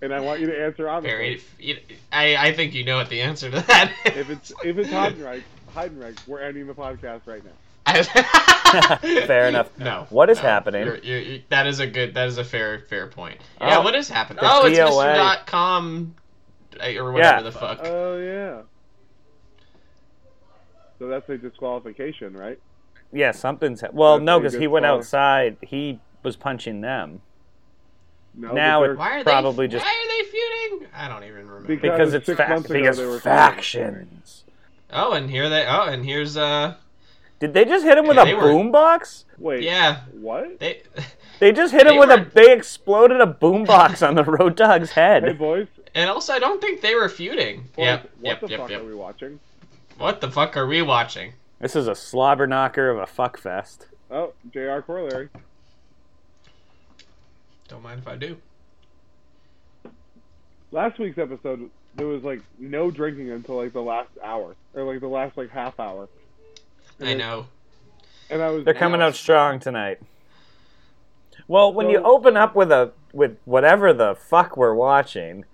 [SPEAKER 3] and I want you to answer honestly.
[SPEAKER 2] Very, I I think you know what the answer to that. Is.
[SPEAKER 3] If it's if
[SPEAKER 2] [LAUGHS]
[SPEAKER 3] it's Heidenreich, Heidenreich, we're ending the podcast right now. [LAUGHS]
[SPEAKER 1] Fair enough.
[SPEAKER 2] No.
[SPEAKER 1] What is
[SPEAKER 2] no.
[SPEAKER 1] happening?
[SPEAKER 2] You're- you're- you- that is a good. That is a fair fair point. Yeah.
[SPEAKER 1] Oh.
[SPEAKER 2] What is happening?
[SPEAKER 1] The
[SPEAKER 2] Oh, it's
[SPEAKER 1] DOA.
[SPEAKER 2] Mr. Com eh, or whatever
[SPEAKER 1] Yeah. Uh,
[SPEAKER 2] the fuck.
[SPEAKER 3] Oh yeah. So that's a disqualification, right?
[SPEAKER 1] Yeah, something's. Ha- well,
[SPEAKER 3] That's
[SPEAKER 1] no,
[SPEAKER 3] a
[SPEAKER 1] because
[SPEAKER 3] good
[SPEAKER 1] he went
[SPEAKER 3] call.
[SPEAKER 1] outside. He was punching them
[SPEAKER 3] No.
[SPEAKER 1] Now
[SPEAKER 3] but they're-
[SPEAKER 1] it-
[SPEAKER 2] why are
[SPEAKER 1] probably
[SPEAKER 2] they?
[SPEAKER 1] just-
[SPEAKER 2] Why are they feuding? I don't even remember.
[SPEAKER 3] Because-
[SPEAKER 1] because
[SPEAKER 3] Yeah,
[SPEAKER 1] it's
[SPEAKER 3] six
[SPEAKER 1] fa-
[SPEAKER 3] months ago
[SPEAKER 1] because
[SPEAKER 3] they were-
[SPEAKER 1] factions.
[SPEAKER 2] oh, and here they. Oh, and here's uh.
[SPEAKER 1] Did they just hit him with
[SPEAKER 2] Yeah,
[SPEAKER 1] a
[SPEAKER 2] they were-
[SPEAKER 1] boombox?
[SPEAKER 3] Wait.
[SPEAKER 2] Yeah.
[SPEAKER 3] What?
[SPEAKER 2] They. [LAUGHS]
[SPEAKER 1] They just hit him
[SPEAKER 2] They
[SPEAKER 1] with
[SPEAKER 2] were-
[SPEAKER 1] a. They exploded a boombox on the [LAUGHS] road dog's
[SPEAKER 3] Hey
[SPEAKER 1] head.
[SPEAKER 3] boys.
[SPEAKER 2] And also, I don't think they were feuding.
[SPEAKER 3] boys,
[SPEAKER 2] yep.
[SPEAKER 3] What
[SPEAKER 2] Yep.
[SPEAKER 3] the
[SPEAKER 2] Yep.
[SPEAKER 3] fuck
[SPEAKER 2] Yep.
[SPEAKER 3] are we watching?
[SPEAKER 2] What the fuck are we watching?
[SPEAKER 1] This is a slobber knocker of a fuck fest.
[SPEAKER 3] Oh, Jr. Corollary.
[SPEAKER 2] Don't mind if I do.
[SPEAKER 3] Last week's episode, there was like no drinking until like the last hour or like the last like half hour. And
[SPEAKER 2] I
[SPEAKER 3] it-
[SPEAKER 2] know. [LAUGHS]
[SPEAKER 3] And I was.
[SPEAKER 1] They're coming out strong tonight. Well, when you
[SPEAKER 3] So-
[SPEAKER 1] open up with a with whatever the fuck we're watching,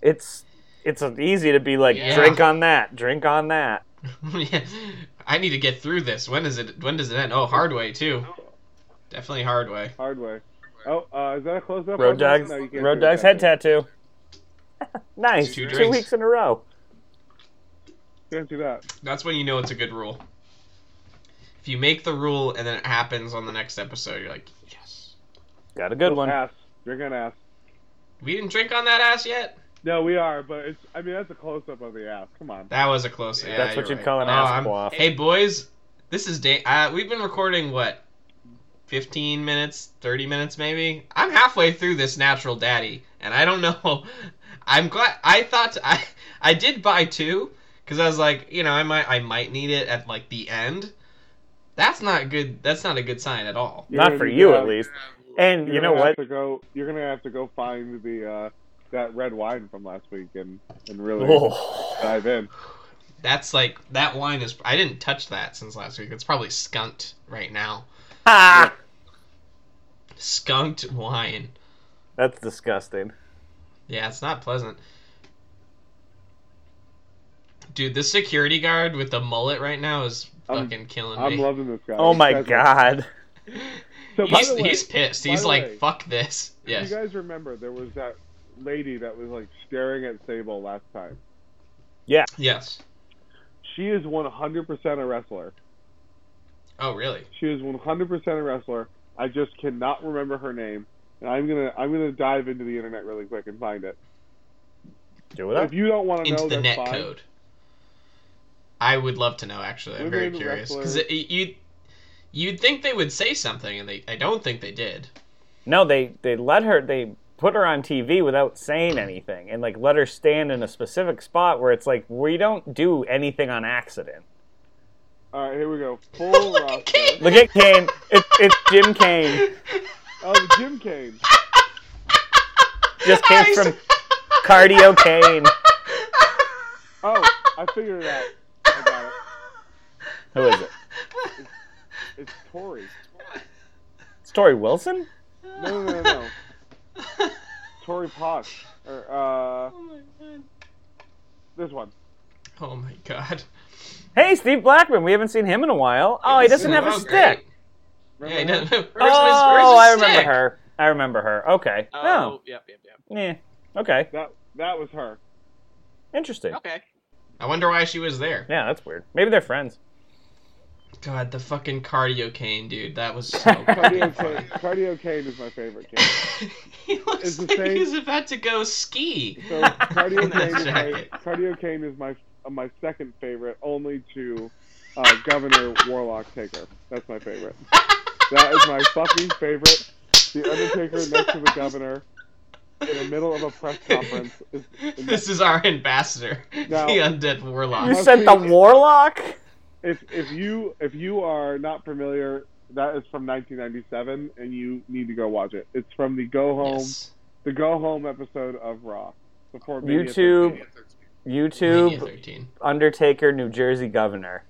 [SPEAKER 1] it's it's easy to be like
[SPEAKER 2] Yeah.
[SPEAKER 1] drink on that, drink on that.
[SPEAKER 2] I need to get through this. When is it? When does it end? Oh, hard way too. Definitely hard way.
[SPEAKER 3] Hard way. Oh, uh, is that a close up?
[SPEAKER 1] Road Dog's
[SPEAKER 3] No, you can't
[SPEAKER 1] Road
[SPEAKER 3] do it
[SPEAKER 1] Dog's
[SPEAKER 3] that
[SPEAKER 1] head
[SPEAKER 3] way.
[SPEAKER 1] tattoo. [LAUGHS] nice.
[SPEAKER 2] Two
[SPEAKER 1] Two,
[SPEAKER 2] drinks.
[SPEAKER 1] weeks in a row.
[SPEAKER 3] Can't do that.
[SPEAKER 2] That's when you know it's a good rule. If you make the rule and then it happens on the next episode, you're like, yes.
[SPEAKER 1] Got a good one.
[SPEAKER 3] Ass. Drink on ass.
[SPEAKER 2] We didn't drink on that ass yet.
[SPEAKER 3] No, we are, but it's. I mean, that's a close up of the ass. Come on.
[SPEAKER 2] That was a close. Yeah,
[SPEAKER 1] That's what
[SPEAKER 2] you're
[SPEAKER 1] you'd
[SPEAKER 2] right.
[SPEAKER 1] call an
[SPEAKER 2] Oh,
[SPEAKER 1] ass
[SPEAKER 2] I'm-
[SPEAKER 1] quaff.
[SPEAKER 2] Hey boys, this is Dan. Uh, we've been recording what, fifteen minutes, thirty minutes maybe. I'm halfway through this natural daddy, and I don't [LAUGHS] know. I'm glad. I thought I I did buy two because I was like, you know, I might I might need it at like the end. That's not good. That's not a good sign at all.
[SPEAKER 3] You're
[SPEAKER 1] Not
[SPEAKER 3] gonna
[SPEAKER 1] for
[SPEAKER 3] need
[SPEAKER 1] you
[SPEAKER 3] to
[SPEAKER 1] at
[SPEAKER 3] have-
[SPEAKER 1] least. And
[SPEAKER 3] You're
[SPEAKER 1] you know
[SPEAKER 3] gonna
[SPEAKER 1] what?
[SPEAKER 3] have to go- you're gonna have to go find the uh, that red wine from last week and and really
[SPEAKER 1] Oh. [LAUGHS]
[SPEAKER 3] dive in.
[SPEAKER 2] That's like that wine is. I didn't touch that since last week. It's probably skunked right now.
[SPEAKER 1] Ah!
[SPEAKER 2] Skunked wine.
[SPEAKER 1] That's disgusting.
[SPEAKER 2] Yeah, it's not pleasant. Dude, this security guard with the mullet right now is
[SPEAKER 3] I'm,
[SPEAKER 2] fucking killing
[SPEAKER 3] I'm
[SPEAKER 2] me. [LAUGHS]
[SPEAKER 3] loving this guy.
[SPEAKER 1] Oh my
[SPEAKER 3] He's-
[SPEAKER 1] god.
[SPEAKER 3] So by
[SPEAKER 2] he's,
[SPEAKER 3] the way,
[SPEAKER 2] he's pissed.
[SPEAKER 3] by
[SPEAKER 2] He's
[SPEAKER 3] the
[SPEAKER 2] like,
[SPEAKER 3] way,
[SPEAKER 2] fuck this.
[SPEAKER 3] you
[SPEAKER 2] Yes.
[SPEAKER 3] guys remember there was that lady that was like staring at Sable last time.
[SPEAKER 2] Yes.
[SPEAKER 3] She is 100% a wrestler.
[SPEAKER 2] Oh, really?
[SPEAKER 3] She is 100% a wrestler. I just cannot remember her name, and I'm gonna I'm gonna dive into the internet really quick and find it.
[SPEAKER 1] Do it up.
[SPEAKER 3] If you don't want to
[SPEAKER 2] Into
[SPEAKER 3] know,
[SPEAKER 2] the
[SPEAKER 3] that's
[SPEAKER 2] net
[SPEAKER 3] fine.
[SPEAKER 2] code. I would love to know. Actually, I'm very
[SPEAKER 3] Women
[SPEAKER 2] curious because
[SPEAKER 3] wrestlers.
[SPEAKER 2] you you'd think they would say something, and they I don't think they did.
[SPEAKER 1] No, they they let her they put her on TV without saying anything and like let her stand in a specific spot where it's like we don't do anything on accident.
[SPEAKER 3] All right, here
[SPEAKER 2] [LAUGHS]
[SPEAKER 3] we go. Full roster.
[SPEAKER 1] Look at Kane. It's it's Jim Kane.
[SPEAKER 3] Oh, Jim Kane.
[SPEAKER 1] Just came
[SPEAKER 2] I
[SPEAKER 1] from
[SPEAKER 2] s-
[SPEAKER 1] cardio Kane.
[SPEAKER 3] Oh, I figured it out. I got it.
[SPEAKER 1] Who is it?
[SPEAKER 3] It's Tori.
[SPEAKER 1] It's Tori Wilson?
[SPEAKER 3] No, no, no, no.
[SPEAKER 2] [LAUGHS]
[SPEAKER 3] Tori Posh. Or uh,
[SPEAKER 2] Oh my god.
[SPEAKER 3] this one.
[SPEAKER 2] Oh my god.
[SPEAKER 1] Hey, Steve Blackman. We haven't seen him in a while. Oh, he doesn't have a
[SPEAKER 2] Oh,
[SPEAKER 1] stick.
[SPEAKER 2] great. Yeah, he
[SPEAKER 3] Remember her?
[SPEAKER 2] doesn't. Where's,
[SPEAKER 1] Oh, I
[SPEAKER 2] where's his
[SPEAKER 1] remember
[SPEAKER 2] stick?
[SPEAKER 1] her. I remember her. Okay.
[SPEAKER 4] Oh, yep, yep, yep.
[SPEAKER 1] Oh, yeah. Okay.
[SPEAKER 3] That that was her.
[SPEAKER 1] Interesting.
[SPEAKER 4] Okay.
[SPEAKER 2] I wonder why she was there.
[SPEAKER 1] Yeah, that's weird. Maybe they're friends.
[SPEAKER 2] God, the fucking cardio cane, dude. That
[SPEAKER 1] [LAUGHS]
[SPEAKER 2] was so fucking
[SPEAKER 3] Cardio
[SPEAKER 2] funny.
[SPEAKER 3] Kane. Cardio Kane is my favorite Kane.
[SPEAKER 2] [LAUGHS] he looks
[SPEAKER 3] It's the
[SPEAKER 2] like
[SPEAKER 3] same-
[SPEAKER 2] he's about to go ski. [LAUGHS]
[SPEAKER 3] So
[SPEAKER 2] in that
[SPEAKER 3] Cardio Kane is my
[SPEAKER 2] jacket.
[SPEAKER 3] Cardio Kane is my uh, my second favorite, only to uh, Governor Warlock Taker. That's my favorite. That is my fucking favorite. The Undertaker next to the Governor in the middle of a press conference. Is,
[SPEAKER 2] This is our ambassador, [LAUGHS]
[SPEAKER 3] Now-
[SPEAKER 2] the undead warlock.
[SPEAKER 1] You
[SPEAKER 3] Must
[SPEAKER 1] sent the
[SPEAKER 3] be-
[SPEAKER 1] warlock?
[SPEAKER 3] if if you if you are not familiar, that is from 1997, and you need to go watch it. It's from the Go Home
[SPEAKER 2] Yes.
[SPEAKER 3] the Go Home episode of Raw. Before Mania
[SPEAKER 1] YouTube,
[SPEAKER 3] 13,
[SPEAKER 2] Mania
[SPEAKER 1] YouTube,
[SPEAKER 2] 13.
[SPEAKER 1] Undertaker, New Jersey governor.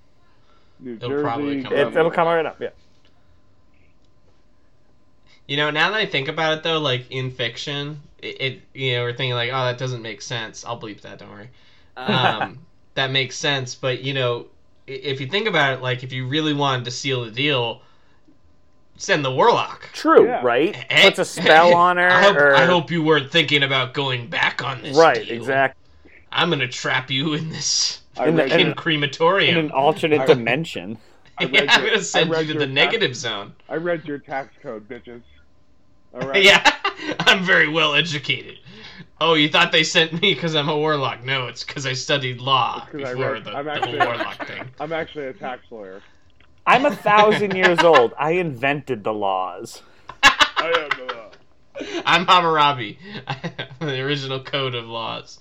[SPEAKER 3] New
[SPEAKER 2] It'll
[SPEAKER 3] Jersey.
[SPEAKER 2] probably come
[SPEAKER 1] It's,
[SPEAKER 2] up.
[SPEAKER 1] it'll come right up. Yeah.
[SPEAKER 2] You know, now that I think about it, though, like in fiction, it, it you know we're thinking like, oh, that doesn't make sense. I'll bleep that. Don't worry.
[SPEAKER 4] Uh,
[SPEAKER 3] [LAUGHS]
[SPEAKER 2] um, that makes sense. But you know, i- if you think about it, like if you really wanted to seal the deal, send the warlock. Eh?
[SPEAKER 1] True,
[SPEAKER 3] Yeah.
[SPEAKER 2] [LAUGHS]
[SPEAKER 1] right? Puts a spell on her.
[SPEAKER 2] I hope,
[SPEAKER 1] or...
[SPEAKER 2] I hope you weren't thinking about going back on this.
[SPEAKER 1] Right,
[SPEAKER 2] deal.
[SPEAKER 1] exactly.
[SPEAKER 2] I'm gonna trap you in this
[SPEAKER 3] I
[SPEAKER 1] In the- in
[SPEAKER 3] read your-
[SPEAKER 2] fucking
[SPEAKER 1] an- In
[SPEAKER 2] crematorium.
[SPEAKER 1] an alternate
[SPEAKER 3] I-
[SPEAKER 1] dimension.
[SPEAKER 3] I
[SPEAKER 2] [LAUGHS]
[SPEAKER 3] read
[SPEAKER 2] yeah, I'm
[SPEAKER 3] your-
[SPEAKER 2] gonna
[SPEAKER 3] I
[SPEAKER 2] send
[SPEAKER 3] read
[SPEAKER 2] you to
[SPEAKER 3] your
[SPEAKER 2] the
[SPEAKER 3] tax-
[SPEAKER 2] negative zone. [LAUGHS]
[SPEAKER 3] I read your tax code, bitches. All right.
[SPEAKER 2] Yeah, [LAUGHS] I'm very well educated. Oh, you thought they sent me because I'm a warlock? No, it's because I studied law
[SPEAKER 3] It's 'cause I
[SPEAKER 2] before
[SPEAKER 3] read-
[SPEAKER 2] the,
[SPEAKER 3] I'm
[SPEAKER 2] the
[SPEAKER 3] actually-
[SPEAKER 2] whole warlock thing.
[SPEAKER 3] I'm actually a tax lawyer.
[SPEAKER 1] I'm a thousand years old. I invented the laws.
[SPEAKER 3] I am. Uh,
[SPEAKER 2] I'm Hammurabi, [LAUGHS] the original code of laws.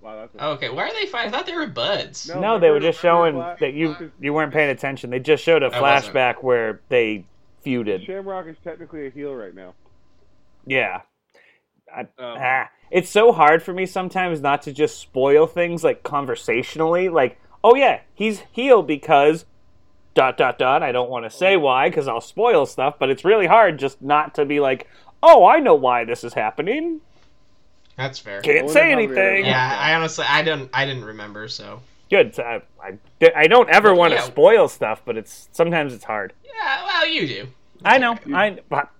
[SPEAKER 3] wow, that's. A,
[SPEAKER 2] Okay, why are they fighting? I thought they were buds.
[SPEAKER 3] No.
[SPEAKER 1] No, they were
[SPEAKER 3] remember-
[SPEAKER 1] just showing
[SPEAKER 3] remember
[SPEAKER 1] that you
[SPEAKER 3] Black-
[SPEAKER 1] you weren't paying attention. They just showed a
[SPEAKER 2] I wasn't.
[SPEAKER 1] flashback where they feuded.
[SPEAKER 3] Shamrock is technically a heel right now.
[SPEAKER 1] Yeah. I,
[SPEAKER 2] Uh,
[SPEAKER 4] [LAUGHS] Oh.
[SPEAKER 1] ah. It's so hard for me sometimes not to just spoil things like conversationally. Like, oh yeah, he's heel because dot dot dot. I don't want to say why because I'll spoil stuff, but it's really hard just not to be like, oh, I know why this is happening.
[SPEAKER 2] That's fair.
[SPEAKER 3] I
[SPEAKER 1] Can't
[SPEAKER 3] wonder
[SPEAKER 1] say
[SPEAKER 3] how they-
[SPEAKER 1] anything.
[SPEAKER 2] Yeah, I honestly, I don't, I didn't remember. So
[SPEAKER 1] Good. So I, I, I don't ever want to
[SPEAKER 2] Yeah.
[SPEAKER 1] spoil stuff, but it's sometimes it's hard.
[SPEAKER 2] yeah, well, you do.
[SPEAKER 1] I know. I but-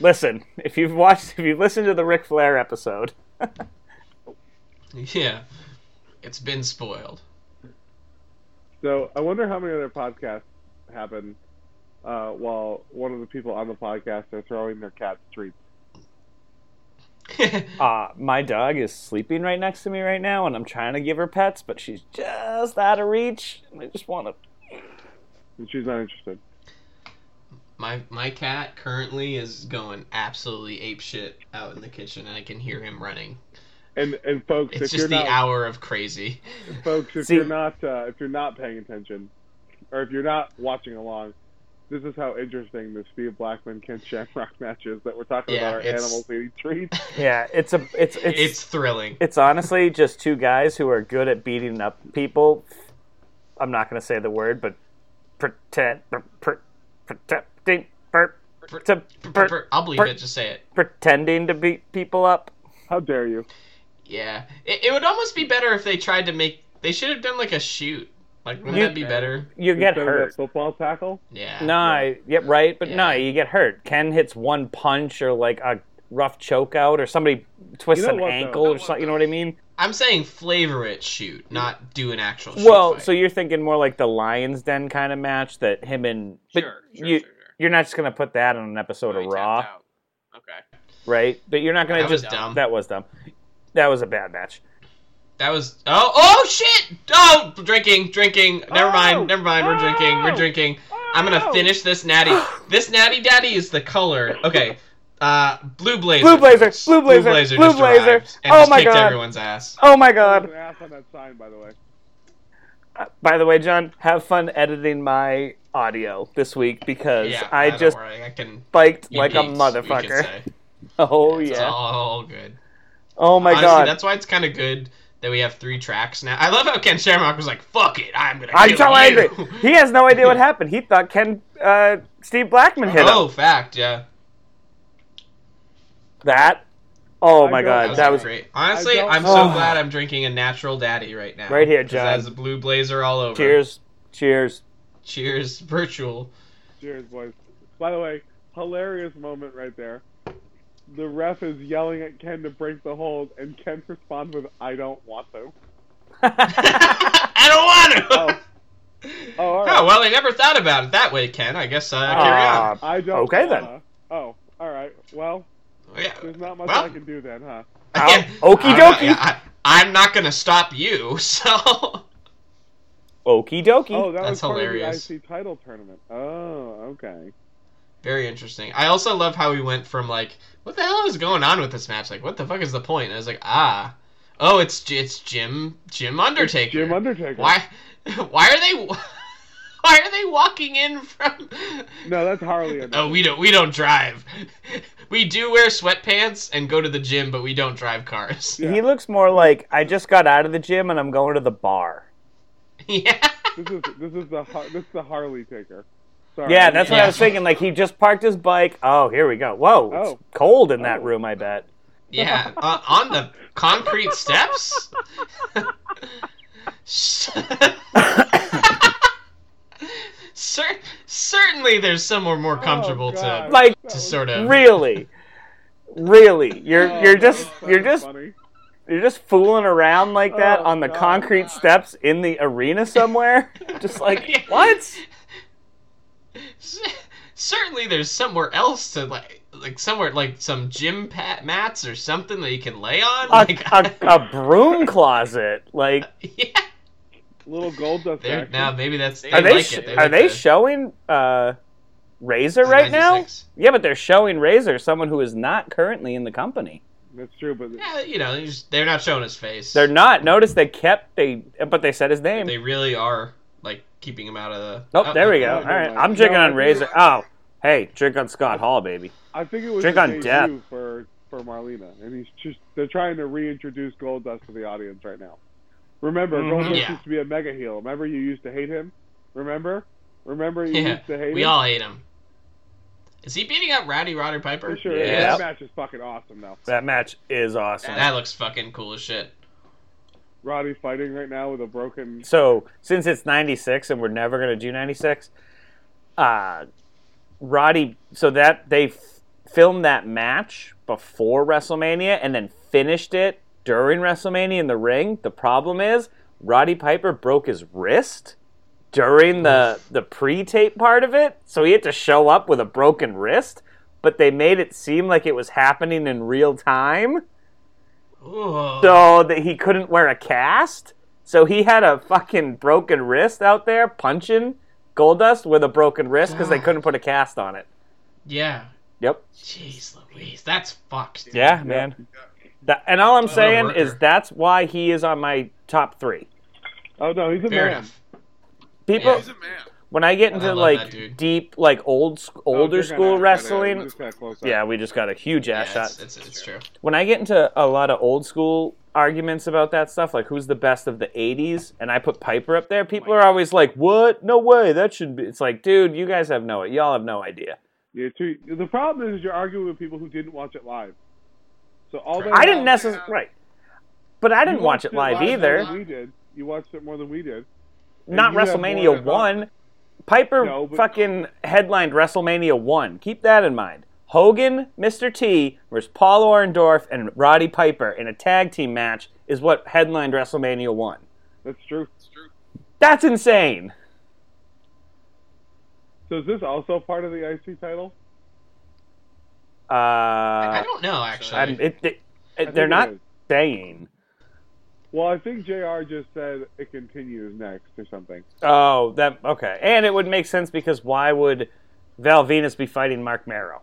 [SPEAKER 1] listen. If you've watched, if you've listened to the Ric Flair episode,
[SPEAKER 2] [LAUGHS] yeah, it's been spoiled. [LAUGHS]
[SPEAKER 3] So I wonder how many other podcasts happen uh, while one of the people on the podcast are throwing their cat treats.
[SPEAKER 1] uh, my dog is sleeping right next to me right now, and I'm trying to give her pets, but she's just out of reach. And I just want to.
[SPEAKER 3] And she's not interested.
[SPEAKER 2] my my cat currently is going absolutely ape shit out in the kitchen, and I can hear him running.
[SPEAKER 3] And and folks,
[SPEAKER 2] It's
[SPEAKER 3] if you're
[SPEAKER 2] just the
[SPEAKER 3] not
[SPEAKER 2] hour of crazy.
[SPEAKER 3] folks, if
[SPEAKER 1] See-
[SPEAKER 3] you're not uh, if you're not paying attention, or if you're not watching along, this is how interesting the Steve Blackman Ken Shamrock [LAUGHS] match is that we're talking
[SPEAKER 2] Yeah,
[SPEAKER 3] about our
[SPEAKER 2] it's-
[SPEAKER 3] animals eating treats.
[SPEAKER 1] Yeah, it's a, it's,
[SPEAKER 2] It's,
[SPEAKER 1] it's, it's,
[SPEAKER 2] thrilling.
[SPEAKER 1] honestly just two guys who are good at beating up people. I'm not going to say the word, but pretend, pre- pretending, per, to, per,
[SPEAKER 2] I'll believe
[SPEAKER 1] per-
[SPEAKER 2] it. Just say it.
[SPEAKER 1] pretending to beat people up.
[SPEAKER 3] How dare you?
[SPEAKER 2] Yeah, it, it would almost be better if they tried to make They should have done like a shoot. Like, wouldn't
[SPEAKER 1] You-
[SPEAKER 2] that be better?
[SPEAKER 1] You get
[SPEAKER 3] Instead of that
[SPEAKER 1] hurt.
[SPEAKER 3] football tackle.
[SPEAKER 2] Yeah.
[SPEAKER 1] No, yep, right, but no,
[SPEAKER 2] Yeah.
[SPEAKER 1] you get hurt. Ken hits one punch or like a rough choke out, or somebody twists
[SPEAKER 3] You know
[SPEAKER 1] an
[SPEAKER 3] what, though?
[SPEAKER 1] ankle
[SPEAKER 3] You
[SPEAKER 1] or something. You know what I mean?
[SPEAKER 2] I'm saying flavor it shoot, not do an actual shoot.
[SPEAKER 1] Well,
[SPEAKER 2] fight.
[SPEAKER 1] so you're thinking more like the Lions Den kind of match that him and but
[SPEAKER 4] sure, sure,
[SPEAKER 1] you
[SPEAKER 4] sure, sure.
[SPEAKER 1] you're not just gonna put that on an episode
[SPEAKER 4] Really
[SPEAKER 1] of
[SPEAKER 4] tapped
[SPEAKER 1] Raw,
[SPEAKER 4] out. Okay.
[SPEAKER 1] right? But you're not gonna
[SPEAKER 2] that was
[SPEAKER 1] just
[SPEAKER 2] dumb. That...
[SPEAKER 1] that was dumb. That was a bad match.
[SPEAKER 2] was oh oh shit! Oh, drinking, drinking. Never
[SPEAKER 3] Oh!
[SPEAKER 2] mind, never mind. We're drinking, we're
[SPEAKER 3] Oh!
[SPEAKER 2] drinking. I'm
[SPEAKER 1] Oh!
[SPEAKER 2] gonna finish
[SPEAKER 1] [SIGHS]
[SPEAKER 2] this natty. this natty daddy is the color. Okay. Uh, blue blazer.
[SPEAKER 1] Blue blazer,
[SPEAKER 2] folks.
[SPEAKER 1] blue blazer, blue
[SPEAKER 2] just
[SPEAKER 1] blazer.
[SPEAKER 2] arrived And
[SPEAKER 1] Oh
[SPEAKER 2] just
[SPEAKER 1] my
[SPEAKER 2] kicked
[SPEAKER 1] God.
[SPEAKER 2] everyone's ass.
[SPEAKER 1] Oh my
[SPEAKER 2] [LAUGHS]
[SPEAKER 3] God.
[SPEAKER 1] god!
[SPEAKER 3] Ass on that sign, by the way.
[SPEAKER 1] Uh, By the way, John, have fun editing my audio this week because
[SPEAKER 2] Yeah,
[SPEAKER 1] I
[SPEAKER 2] don't
[SPEAKER 1] just
[SPEAKER 2] worry, I can.
[SPEAKER 1] biked
[SPEAKER 2] you
[SPEAKER 1] like a
[SPEAKER 2] peaked, we could
[SPEAKER 1] motherfucker.
[SPEAKER 2] say.
[SPEAKER 1] [LAUGHS] Oh
[SPEAKER 2] It's
[SPEAKER 1] yeah!
[SPEAKER 2] all, all good.
[SPEAKER 1] Oh my
[SPEAKER 2] Honestly,
[SPEAKER 1] god!
[SPEAKER 2] that's why it's kind of good that we have three tracks now. I love how Ken Shamrock was like, "Fuck it, I'm gonna."
[SPEAKER 1] I'm
[SPEAKER 2] kill
[SPEAKER 1] so
[SPEAKER 2] you."
[SPEAKER 1] angry.
[SPEAKER 2] [LAUGHS]
[SPEAKER 1] He has no idea what happened. He thought Ken uh, Steve Blackman hit him.
[SPEAKER 2] oh, fact, yeah.
[SPEAKER 1] That. Oh
[SPEAKER 3] I
[SPEAKER 1] my
[SPEAKER 3] don't-
[SPEAKER 1] god,
[SPEAKER 2] That was,
[SPEAKER 1] that was
[SPEAKER 2] great. Honestly,
[SPEAKER 3] I don't-
[SPEAKER 2] I'm so
[SPEAKER 1] Oh.
[SPEAKER 2] glad I'm drinking a natural daddy right now.
[SPEAKER 1] Right here,
[SPEAKER 2] 'Cause
[SPEAKER 1] John.
[SPEAKER 2] That is a blue blazer all over.
[SPEAKER 1] cheers. Cheers.
[SPEAKER 2] Cheers, virtual.
[SPEAKER 1] [LAUGHS]
[SPEAKER 2] [LAUGHS]
[SPEAKER 3] Cheers, boys. By the way, hilarious moment right there. The ref is yelling at Ken to break the hold, and Ken responds with, "I don't want to."
[SPEAKER 2] I don't want to. [LAUGHS]
[SPEAKER 3] Oh, oh, all right.
[SPEAKER 2] Oh well, I never thought about it that way, Ken. I guess uh,
[SPEAKER 1] Ah.
[SPEAKER 3] I don't.
[SPEAKER 1] Okay, then.
[SPEAKER 3] wanna. Oh, all right. Well,
[SPEAKER 2] carry on. Oh, Yeah.
[SPEAKER 3] there's not much
[SPEAKER 2] Well.
[SPEAKER 3] I can do then, huh?
[SPEAKER 1] Ow.
[SPEAKER 2] I'm
[SPEAKER 1] Okie
[SPEAKER 2] not-
[SPEAKER 1] dokie.
[SPEAKER 2] yeah, I- I'm not gonna stop you. [LAUGHS] So
[SPEAKER 1] Okie dokie.
[SPEAKER 3] Oh, that was
[SPEAKER 2] That's
[SPEAKER 3] part
[SPEAKER 2] hilarious.
[SPEAKER 3] of the IC title tournament. Oh, okay.
[SPEAKER 2] Very interesting. I also love how we went from like, what the hell is going on with this match? Like, what the fuck is the point? And I was like, ah, oh, it's J- it's Jim Jim Undertaker.
[SPEAKER 3] Jim Undertaker.
[SPEAKER 2] Why [LAUGHS] why are they [LAUGHS] why are they walking in
[SPEAKER 3] [LAUGHS]
[SPEAKER 2] from?
[SPEAKER 3] No, that's Harley. Undertaker.
[SPEAKER 2] Oh, we don't we don't drive. [LAUGHS] We do wear sweatpants and go to the gym, but we don't drive cars.
[SPEAKER 3] Yeah.
[SPEAKER 1] He looks more like I just got out of the gym and I'm going to the bar.
[SPEAKER 2] [LAUGHS] Yeah.
[SPEAKER 3] This is this is the Har- this is the Harley Taker. Sorry.
[SPEAKER 1] Yeah, that's what I
[SPEAKER 2] Yeah.
[SPEAKER 1] was thinking. Like he just parked his bike. Oh, here we go. Whoa,
[SPEAKER 3] Oh.
[SPEAKER 1] it's cold in that
[SPEAKER 3] Oh.
[SPEAKER 1] room. I
[SPEAKER 3] [COUGHS]
[SPEAKER 1] bet.
[SPEAKER 2] Yeah,
[SPEAKER 3] [LAUGHS]
[SPEAKER 2] uh, on the concrete steps. [LAUGHS] Cer- certainly, there's somewhere more comfortable
[SPEAKER 3] Oh, God.
[SPEAKER 2] to
[SPEAKER 1] Like,
[SPEAKER 3] That
[SPEAKER 2] to
[SPEAKER 3] was-
[SPEAKER 2] sort of.
[SPEAKER 1] Really, really, you're
[SPEAKER 3] Oh,
[SPEAKER 1] you're
[SPEAKER 3] that
[SPEAKER 1] just
[SPEAKER 3] was
[SPEAKER 1] you're
[SPEAKER 3] kinda
[SPEAKER 1] just
[SPEAKER 3] funny.
[SPEAKER 1] you're just fooling around like that
[SPEAKER 3] Oh,
[SPEAKER 1] on the
[SPEAKER 3] God.
[SPEAKER 1] concrete steps in the arena somewhere.
[SPEAKER 3] [LAUGHS]
[SPEAKER 1] just
[SPEAKER 2] [LAUGHS]
[SPEAKER 1] like what?
[SPEAKER 2] Cer- certainly, there's somewhere else to like, like somewhere like some gym pat mats or something that you can lay on.
[SPEAKER 1] a,
[SPEAKER 3] Oh
[SPEAKER 2] Like,
[SPEAKER 1] a, a broom closet. Like,
[SPEAKER 2] [LAUGHS] yeah,
[SPEAKER 3] little gold dust.
[SPEAKER 2] there-
[SPEAKER 3] action.
[SPEAKER 2] now maybe that's they
[SPEAKER 1] are they
[SPEAKER 2] like
[SPEAKER 1] sh-
[SPEAKER 2] it.
[SPEAKER 1] are
[SPEAKER 2] like
[SPEAKER 1] they
[SPEAKER 2] the-
[SPEAKER 1] showing uh, Razor
[SPEAKER 2] the
[SPEAKER 1] right now?
[SPEAKER 2] 96.
[SPEAKER 1] Yeah, but they're showing Razor, someone who is not currently in the company.
[SPEAKER 3] That's true, but
[SPEAKER 2] Yeah, you know, they're just- they're not showing his face.
[SPEAKER 1] They're not. Notice they kept they, but they said his name.
[SPEAKER 2] They really are like keeping him out of the.
[SPEAKER 1] nope,
[SPEAKER 2] Oh,
[SPEAKER 1] there we go.
[SPEAKER 3] oh,
[SPEAKER 1] All right,
[SPEAKER 3] my-
[SPEAKER 1] I'm drinking
[SPEAKER 3] no,
[SPEAKER 1] on
[SPEAKER 3] I-
[SPEAKER 1] Razor. Oh, hey, drink on Scott Hall, baby.
[SPEAKER 3] I think it was
[SPEAKER 1] Drink
[SPEAKER 3] the
[SPEAKER 1] on
[SPEAKER 3] debut
[SPEAKER 1] death.
[SPEAKER 3] for for Marlena, and he's just they're trying to reintroduce Gold Dust to the audience right now. Remember,
[SPEAKER 1] Mhm.
[SPEAKER 3] Gold Dust
[SPEAKER 2] Mm-hmm. Yeah.
[SPEAKER 3] used to be a mega heel. Remember, you used to hate him. Remember, remember you
[SPEAKER 2] Yeah,
[SPEAKER 3] used to hate
[SPEAKER 2] We
[SPEAKER 3] him.
[SPEAKER 2] all hate him. Is he beating up Rowdy Roddy Piper?
[SPEAKER 3] For sure,
[SPEAKER 1] Yeah.
[SPEAKER 3] that match is fucking awesome though.
[SPEAKER 1] That match is awesome.
[SPEAKER 2] That looks fucking cool as shit.
[SPEAKER 3] Roddy's fighting right now with a broken.
[SPEAKER 1] So since it's 96 and we're never going to do 96, uh, Roddy, so that they f- filmed that match before WrestleMania and then finished it during WrestleMania in the ring. The problem is Roddy Piper broke his wrist during the, the pre tape part of it. So he had to show up with a broken wrist, but they made it seem like it was happening in real time
[SPEAKER 2] Ooh.
[SPEAKER 1] so that he couldn't wear a cast. So he had a fucking broken wrist out there punching Goldust with a broken wrist because they couldn't put a cast on it.
[SPEAKER 2] yeah.
[SPEAKER 1] Yep.
[SPEAKER 2] Jeez Louise, that's fucked. dude.
[SPEAKER 1] Yeah, man. That, and all I'm
[SPEAKER 2] a
[SPEAKER 1] saying is
[SPEAKER 2] worker.
[SPEAKER 1] that's why he is on my top three.
[SPEAKER 3] Oh no, he's a
[SPEAKER 2] Fair
[SPEAKER 3] man.
[SPEAKER 2] enough.
[SPEAKER 1] People,
[SPEAKER 2] Yeah.
[SPEAKER 4] He's a man.
[SPEAKER 1] when I get
[SPEAKER 2] I
[SPEAKER 1] into
[SPEAKER 2] love that
[SPEAKER 1] like
[SPEAKER 2] dude.
[SPEAKER 1] deep, like old, sc-
[SPEAKER 3] Oh,
[SPEAKER 1] older
[SPEAKER 3] you're gonna
[SPEAKER 1] school
[SPEAKER 3] have to-
[SPEAKER 1] wrestling.
[SPEAKER 3] Just that close up.
[SPEAKER 1] Yeah, we just got a huge
[SPEAKER 2] Yeah,
[SPEAKER 1] ass shot.
[SPEAKER 2] it's, it's, it's true.
[SPEAKER 1] when I get into a lot of old school arguments about that stuff, like who's the best of the 80s, and I put Piper up there, people are always like, what? No way. That should be. It's like, dude, you guys have no, y'all have no idea.
[SPEAKER 3] You're too, the problem is you're arguing with people who didn't watch it live. So all they
[SPEAKER 1] I didn't
[SPEAKER 3] watched-
[SPEAKER 1] necessarily, right. But I didn't
[SPEAKER 3] you
[SPEAKER 1] watch
[SPEAKER 3] watched
[SPEAKER 1] it live
[SPEAKER 3] live
[SPEAKER 1] either.
[SPEAKER 3] like We did. You watched it more than we did. And
[SPEAKER 1] Not
[SPEAKER 3] you have more
[SPEAKER 1] WrestleMania
[SPEAKER 3] about-
[SPEAKER 1] one. Piper
[SPEAKER 3] No, but-
[SPEAKER 1] fucking headlined WrestleMania one. Keep that in mind. Hogan, Mr. T versus Paul Orndorff and Roddy Piper in a tag team match is what headlined WrestleMania one.
[SPEAKER 3] That's true.
[SPEAKER 1] That's insane.
[SPEAKER 3] So is this also part of the IC title?
[SPEAKER 1] Uh,
[SPEAKER 2] I don't know actually.
[SPEAKER 1] I'm- it, it-
[SPEAKER 3] I
[SPEAKER 1] it-
[SPEAKER 3] think
[SPEAKER 1] they're
[SPEAKER 3] it
[SPEAKER 1] not
[SPEAKER 3] is.
[SPEAKER 1] saying.
[SPEAKER 3] Well, I think Jr. just said it continues next or something.
[SPEAKER 1] Oh, that okay. And it would make sense because why would Val Venus be fighting Mark Marrow?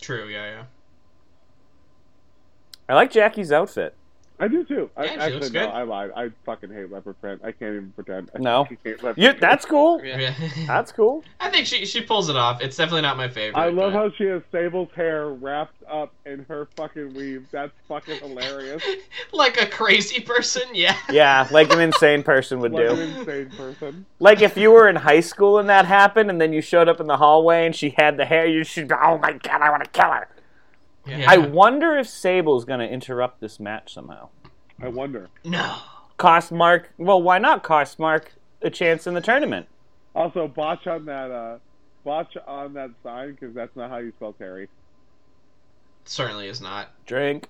[SPEAKER 2] True. Yeah. Yeah.
[SPEAKER 1] I like Jackie's outfit.
[SPEAKER 3] I do too. I,
[SPEAKER 2] Yeah, she
[SPEAKER 3] actually,
[SPEAKER 2] looks
[SPEAKER 3] no,
[SPEAKER 2] good.
[SPEAKER 3] I lied. I fucking hate leopard print. I can't even pretend. [LAUGHS] I
[SPEAKER 1] No.
[SPEAKER 3] fucking hate leopard
[SPEAKER 1] You,
[SPEAKER 3] print.
[SPEAKER 1] that's cool.
[SPEAKER 4] Yeah.
[SPEAKER 2] Yeah.
[SPEAKER 1] That's cool.
[SPEAKER 2] [LAUGHS] I think she she pulls it off. It's definitely not my favorite.
[SPEAKER 3] [LAUGHS] I love
[SPEAKER 2] but-
[SPEAKER 3] how she has Sable's hair wrapped up in her fucking weave. That's fucking hilarious.
[SPEAKER 2] like a crazy [LAUGHS] person. Yeah.
[SPEAKER 1] Yeah, like an insane person would
[SPEAKER 3] like an
[SPEAKER 1] do.
[SPEAKER 3] insane person.
[SPEAKER 1] Like if you were in high school and that happened, and then you showed up in the hallway and she had the hair, you should. be, Oh my god, I want to kill her.
[SPEAKER 2] Yeah.
[SPEAKER 1] I wonder if Sable's gonna interrupt this match somehow.
[SPEAKER 3] I wonder.
[SPEAKER 2] no.
[SPEAKER 1] Cost Mark. Well, why not cost Mark a chance in the tournament?
[SPEAKER 3] Also, botch on that. uh Botch on that sign because that's not how you spell Terry.
[SPEAKER 2] Certainly is not.
[SPEAKER 1] Drink.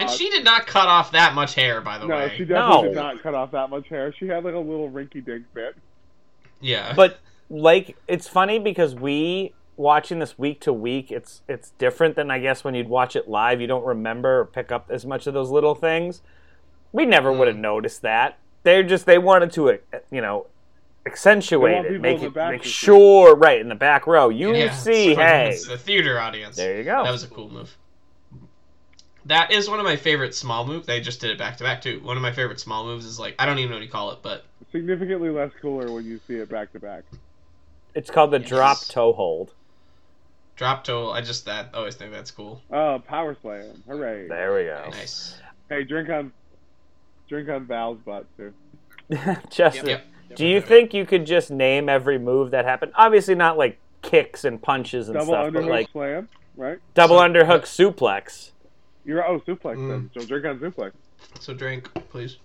[SPEAKER 2] And
[SPEAKER 3] Uh,
[SPEAKER 2] she did not cut off that much hair, by the
[SPEAKER 3] No,
[SPEAKER 2] way.
[SPEAKER 3] she definitely did
[SPEAKER 1] No.
[SPEAKER 3] not cut off that much hair. She had like a little rinky dink bit.
[SPEAKER 2] Yeah.
[SPEAKER 1] but like it's funny because we watching this week to week it's it's different than i guess when you'd watch it live you don't remember or pick up as much of those little things we never would have noticed that they're just they wanted to uh, you know accentuate
[SPEAKER 3] people
[SPEAKER 1] it make
[SPEAKER 3] in the
[SPEAKER 1] it
[SPEAKER 3] back
[SPEAKER 1] make
[SPEAKER 3] to see.
[SPEAKER 1] sure right in the back row you
[SPEAKER 2] Yeah,
[SPEAKER 1] see
[SPEAKER 2] so
[SPEAKER 1] hey
[SPEAKER 2] it's the theater audience.
[SPEAKER 1] there you go
[SPEAKER 2] That was a cool move. That is one of my favorite small moves. They just did it back to back too. One of my favorite small moves is like I don't even know what you call it, but
[SPEAKER 3] Significantly less cooler when you see it back to back.
[SPEAKER 1] it's called the
[SPEAKER 2] Yes.
[SPEAKER 1] drop toe hold
[SPEAKER 2] drop toe. I just that I always think that's cool.
[SPEAKER 3] Oh, power slam! Hooray!
[SPEAKER 1] there we go
[SPEAKER 2] Nice.
[SPEAKER 3] Hey, drink on, drink on Val's butt too.
[SPEAKER 1] [LAUGHS] Justin,
[SPEAKER 2] Yep.
[SPEAKER 1] do you think you could just name every move that happened obviously not like kicks and punches and
[SPEAKER 3] Double
[SPEAKER 1] stuff but
[SPEAKER 3] underhook
[SPEAKER 1] like
[SPEAKER 3] slam, right?
[SPEAKER 1] Double
[SPEAKER 2] So-
[SPEAKER 1] underhook suplex.
[SPEAKER 3] You're oh suplex
[SPEAKER 2] Mm.
[SPEAKER 3] then. So drink on suplex.
[SPEAKER 2] So drink, please.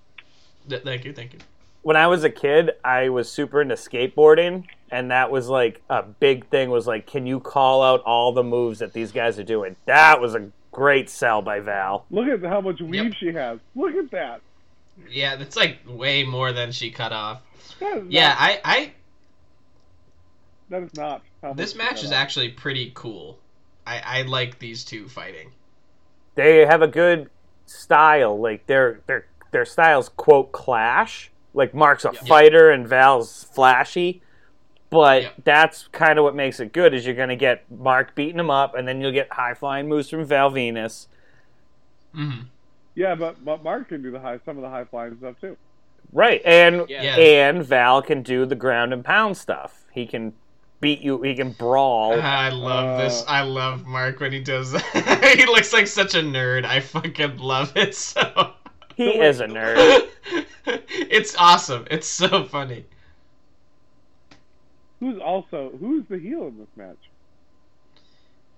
[SPEAKER 2] Th- thank you, thank you.
[SPEAKER 1] When I was a kid, I was super into skateboarding, and that was like a big thing. Was like, can you call out all the moves that these guys are doing? That was a great sell by Val.
[SPEAKER 3] Look at how much weave
[SPEAKER 2] Yep.
[SPEAKER 3] she has. Look at that.
[SPEAKER 2] Yeah, that's like way more than she cut off.
[SPEAKER 3] That is
[SPEAKER 2] Yeah,
[SPEAKER 3] Not,
[SPEAKER 2] I, I
[SPEAKER 3] that is not. How much
[SPEAKER 2] this
[SPEAKER 3] she
[SPEAKER 2] match
[SPEAKER 3] got
[SPEAKER 2] is
[SPEAKER 3] off.
[SPEAKER 2] actually pretty cool. I, I like these two fighting.
[SPEAKER 1] They have a good style. Like their their their styles quote clash. Like Mark's a fighter and Val's flashy. But
[SPEAKER 2] Yeah.
[SPEAKER 1] that's kind of what makes it good is you're going to get Mark beating him up, and then you'll get high flying moves from Val Venus.
[SPEAKER 2] hmm
[SPEAKER 3] Yeah, but, but Mark can do the high some of the high flying stuff too.
[SPEAKER 1] Right, and
[SPEAKER 4] Yeah.
[SPEAKER 2] Yeah.
[SPEAKER 1] and Val can do the ground and pound stuff. He can beat you. He can brawl.
[SPEAKER 2] I love
[SPEAKER 3] Uh,
[SPEAKER 2] this. I love Mark when he does. that. [LAUGHS] he looks like such a nerd. I fucking love it [LAUGHS] so.
[SPEAKER 1] He is a nerd.
[SPEAKER 2] [LAUGHS] it's awesome. It's so funny.
[SPEAKER 3] Who's also who's the heel in this match?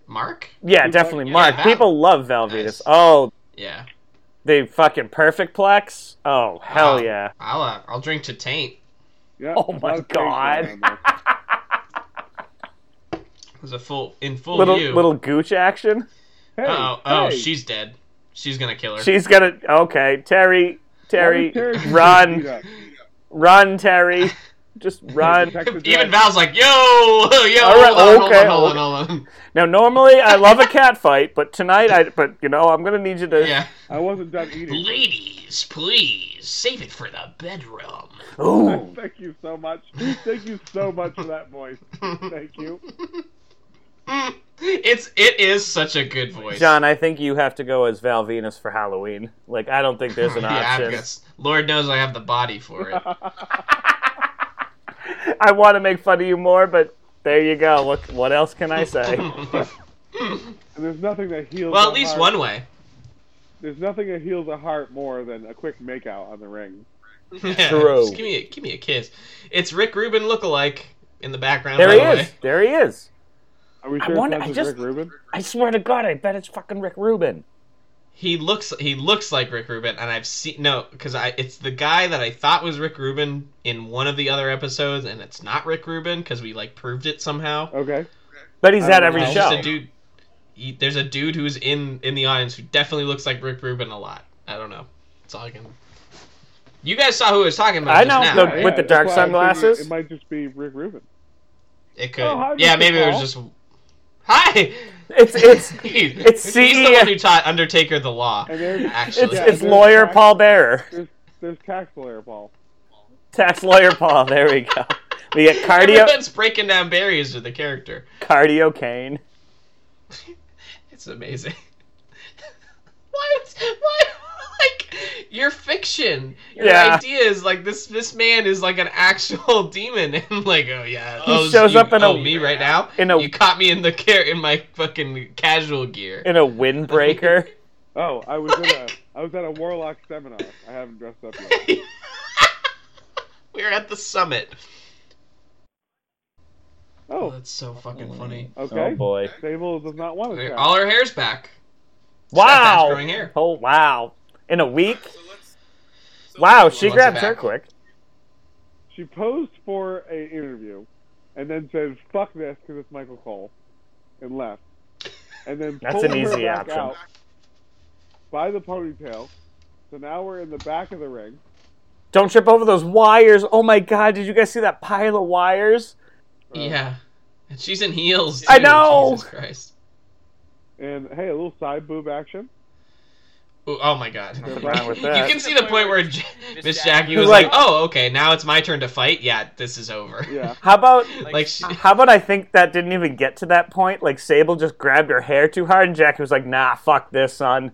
[SPEAKER 2] Mark?
[SPEAKER 1] Yeah,
[SPEAKER 3] He's
[SPEAKER 1] definitely.
[SPEAKER 2] like-
[SPEAKER 1] Mark.
[SPEAKER 2] Yeah, Val.
[SPEAKER 1] People love Val Venus.
[SPEAKER 2] Nice.
[SPEAKER 1] Oh,
[SPEAKER 2] Yeah.
[SPEAKER 1] the fucking perfect plex. Oh hell
[SPEAKER 2] Wow.
[SPEAKER 1] yeah.
[SPEAKER 2] I'll uh, I'll drink to taint.
[SPEAKER 3] Yeah.
[SPEAKER 1] Oh my
[SPEAKER 3] Val's face
[SPEAKER 1] God.
[SPEAKER 3] is on there.
[SPEAKER 2] There's a full in full
[SPEAKER 1] little
[SPEAKER 2] view.
[SPEAKER 1] little gooch action.
[SPEAKER 3] Hey,
[SPEAKER 2] [LAUGHS] oh, oh,
[SPEAKER 3] hey.
[SPEAKER 2] she's dead. She's gonna kill her.
[SPEAKER 1] She's gonna. Okay, Terry. Terry,
[SPEAKER 3] Why did Terry do
[SPEAKER 1] run,
[SPEAKER 3] that?
[SPEAKER 1] run,
[SPEAKER 2] [LAUGHS]
[SPEAKER 1] Terry. Just run.
[SPEAKER 3] Texas
[SPEAKER 2] Even
[SPEAKER 3] Ranger.
[SPEAKER 2] Val's like, yo, [LAUGHS] yo, hold
[SPEAKER 1] right,
[SPEAKER 2] on,
[SPEAKER 1] okay,
[SPEAKER 2] hold
[SPEAKER 1] [LAUGHS]
[SPEAKER 2] on, hold on, hold
[SPEAKER 1] Now, normally I love a cat fight, but tonight I. But you know, I'm gonna need you
[SPEAKER 2] on.
[SPEAKER 1] to.
[SPEAKER 2] Yeah.
[SPEAKER 3] I wasn't done eating.
[SPEAKER 2] Ladies, please save it for the bedroom.
[SPEAKER 1] Ooh.
[SPEAKER 3] [LAUGHS] Thank you so much. Thank you so much for that voice. Thank you. [LAUGHS]
[SPEAKER 2] Mm. it's it is such a good voice.
[SPEAKER 1] John, I think you have to go as Val Venus for Halloween. Like, I don't think there's an
[SPEAKER 2] [LAUGHS] Yeah, I've
[SPEAKER 1] option.
[SPEAKER 2] got- Lord knows I have the body
[SPEAKER 1] [LAUGHS]
[SPEAKER 2] for it.
[SPEAKER 1] I want to make fun of you more, but there you go. What what else can I [LAUGHS] say?
[SPEAKER 3] And there's nothing that
[SPEAKER 2] [LAUGHS]
[SPEAKER 3] heals.
[SPEAKER 2] well,
[SPEAKER 3] a
[SPEAKER 2] at least
[SPEAKER 3] heart-
[SPEAKER 2] one way.
[SPEAKER 3] There's nothing that heals a heart more than a quick makeout on the ring.
[SPEAKER 2] Yeah,
[SPEAKER 1] True.
[SPEAKER 2] Just give me a, give me a kiss. It's Rick Rubin lookalike in the background.
[SPEAKER 1] there
[SPEAKER 2] by
[SPEAKER 1] he
[SPEAKER 2] the
[SPEAKER 1] is.
[SPEAKER 2] way.
[SPEAKER 1] There he is.
[SPEAKER 3] Are we
[SPEAKER 1] I
[SPEAKER 3] sure it's
[SPEAKER 1] wonder-
[SPEAKER 3] not
[SPEAKER 1] I
[SPEAKER 3] just
[SPEAKER 1] just-
[SPEAKER 3] Rick Rubin?
[SPEAKER 1] I swear to God, I bet it's fucking Rick Rubin.
[SPEAKER 2] He looks he looks like Rick Rubin, and I've seen no because I it's the guy that I thought was Rick Rubin in one of the other episodes, and it's not Rick Rubin because we like proved it somehow.
[SPEAKER 3] Okay.
[SPEAKER 1] But he's
[SPEAKER 3] I don't
[SPEAKER 1] at
[SPEAKER 3] know.
[SPEAKER 1] every
[SPEAKER 2] There's
[SPEAKER 1] show.
[SPEAKER 2] just a dude. He, there's a dude who's in in the audience who definitely looks like Rick Rubin a lot. I don't know. That's all I can. You guys saw who I was talking about.
[SPEAKER 1] I
[SPEAKER 2] just
[SPEAKER 1] know.
[SPEAKER 2] now,
[SPEAKER 1] Look,
[SPEAKER 2] right?
[SPEAKER 1] with the
[SPEAKER 3] that's
[SPEAKER 1] dark
[SPEAKER 3] why I figured
[SPEAKER 1] sunglasses?
[SPEAKER 3] It might just be Rick Rubin.
[SPEAKER 2] It could.
[SPEAKER 3] Oh, hi,
[SPEAKER 2] yeah,
[SPEAKER 3] Mr.
[SPEAKER 2] maybe it was
[SPEAKER 3] Paul.
[SPEAKER 2] just. Hi.
[SPEAKER 1] It's
[SPEAKER 2] [LAUGHS]
[SPEAKER 1] it's
[SPEAKER 2] he's,
[SPEAKER 1] it's E
[SPEAKER 2] he's the
[SPEAKER 1] CEO.
[SPEAKER 2] one who taught Undertaker the law.
[SPEAKER 3] And there's
[SPEAKER 1] it's,
[SPEAKER 2] Actually,
[SPEAKER 3] Yeah,
[SPEAKER 1] it's
[SPEAKER 3] there's
[SPEAKER 1] lawyer
[SPEAKER 3] tax-
[SPEAKER 1] Paul Bearer,
[SPEAKER 3] there's, there's tax lawyer Paul.
[SPEAKER 1] tax lawyer Paul. There we go. We get cardio
[SPEAKER 2] Everyone's breaking down barriers with the character.
[SPEAKER 1] cardio cane.
[SPEAKER 2] It's amazing. [LAUGHS] why? Is, why? [LAUGHS] Like your fiction, your
[SPEAKER 1] Yeah.
[SPEAKER 2] ideas. Like this, this man is like an actual [LAUGHS] demon, and like, oh yeah,
[SPEAKER 1] He
[SPEAKER 2] oh,
[SPEAKER 1] shows
[SPEAKER 2] you
[SPEAKER 1] up in a-
[SPEAKER 2] owe me right now.
[SPEAKER 1] in a-
[SPEAKER 2] you caught me in the care in my fucking casual gear.
[SPEAKER 1] in a
[SPEAKER 2] [LAUGHS]
[SPEAKER 1] windbreaker.
[SPEAKER 3] Oh, I was in a I was at a warlock seminar. I haven't dressed up yet.
[SPEAKER 2] we were at the summit. Oh,
[SPEAKER 3] Oh,
[SPEAKER 2] that's so fucking funny.
[SPEAKER 1] Oh
[SPEAKER 3] okay.
[SPEAKER 1] boy!
[SPEAKER 3] Sable does not want to.
[SPEAKER 2] All our hair's back.
[SPEAKER 1] Wow!
[SPEAKER 2] growing hair.
[SPEAKER 1] Oh wow! In a week?
[SPEAKER 5] So let's. so
[SPEAKER 1] Wow!
[SPEAKER 5] let's-
[SPEAKER 1] She
[SPEAKER 2] Once
[SPEAKER 1] grabs
[SPEAKER 2] back.
[SPEAKER 1] her quick.
[SPEAKER 3] She posed for a interview, and then said "fuck this" because it's Michael Cole, and left. And then
[SPEAKER 1] [LAUGHS] That's
[SPEAKER 3] pulled
[SPEAKER 1] an
[SPEAKER 3] her
[SPEAKER 1] easy
[SPEAKER 3] back
[SPEAKER 1] option.
[SPEAKER 3] out by the ponytail. So now we're in the back of the ring.
[SPEAKER 1] Don't trip over those wires! Oh my God! Did you guys see that pile of wires?
[SPEAKER 3] Uh,
[SPEAKER 2] yeah, and she's in heels.
[SPEAKER 1] I
[SPEAKER 2] too,
[SPEAKER 1] know!
[SPEAKER 2] Jesus Christ.
[SPEAKER 3] And hey, a little side boob action.
[SPEAKER 2] Ooh, oh my god.
[SPEAKER 3] Nothing
[SPEAKER 1] wrong with
[SPEAKER 2] [LAUGHS] you
[SPEAKER 1] that.
[SPEAKER 2] can see the point where J-
[SPEAKER 4] Miss
[SPEAKER 2] Miss
[SPEAKER 4] Jackie
[SPEAKER 2] Jackie was
[SPEAKER 1] Like-
[SPEAKER 2] like, "Oh, okay, now it's my turn to fight. Yeah, this is over." [LAUGHS]
[SPEAKER 3] Yeah.
[SPEAKER 1] How about
[SPEAKER 2] Like she,
[SPEAKER 1] how about I think that didn't even get to that point? Like Sable just grabbed her hair too hard, and Jackie was like, "Nah, fuck this, son."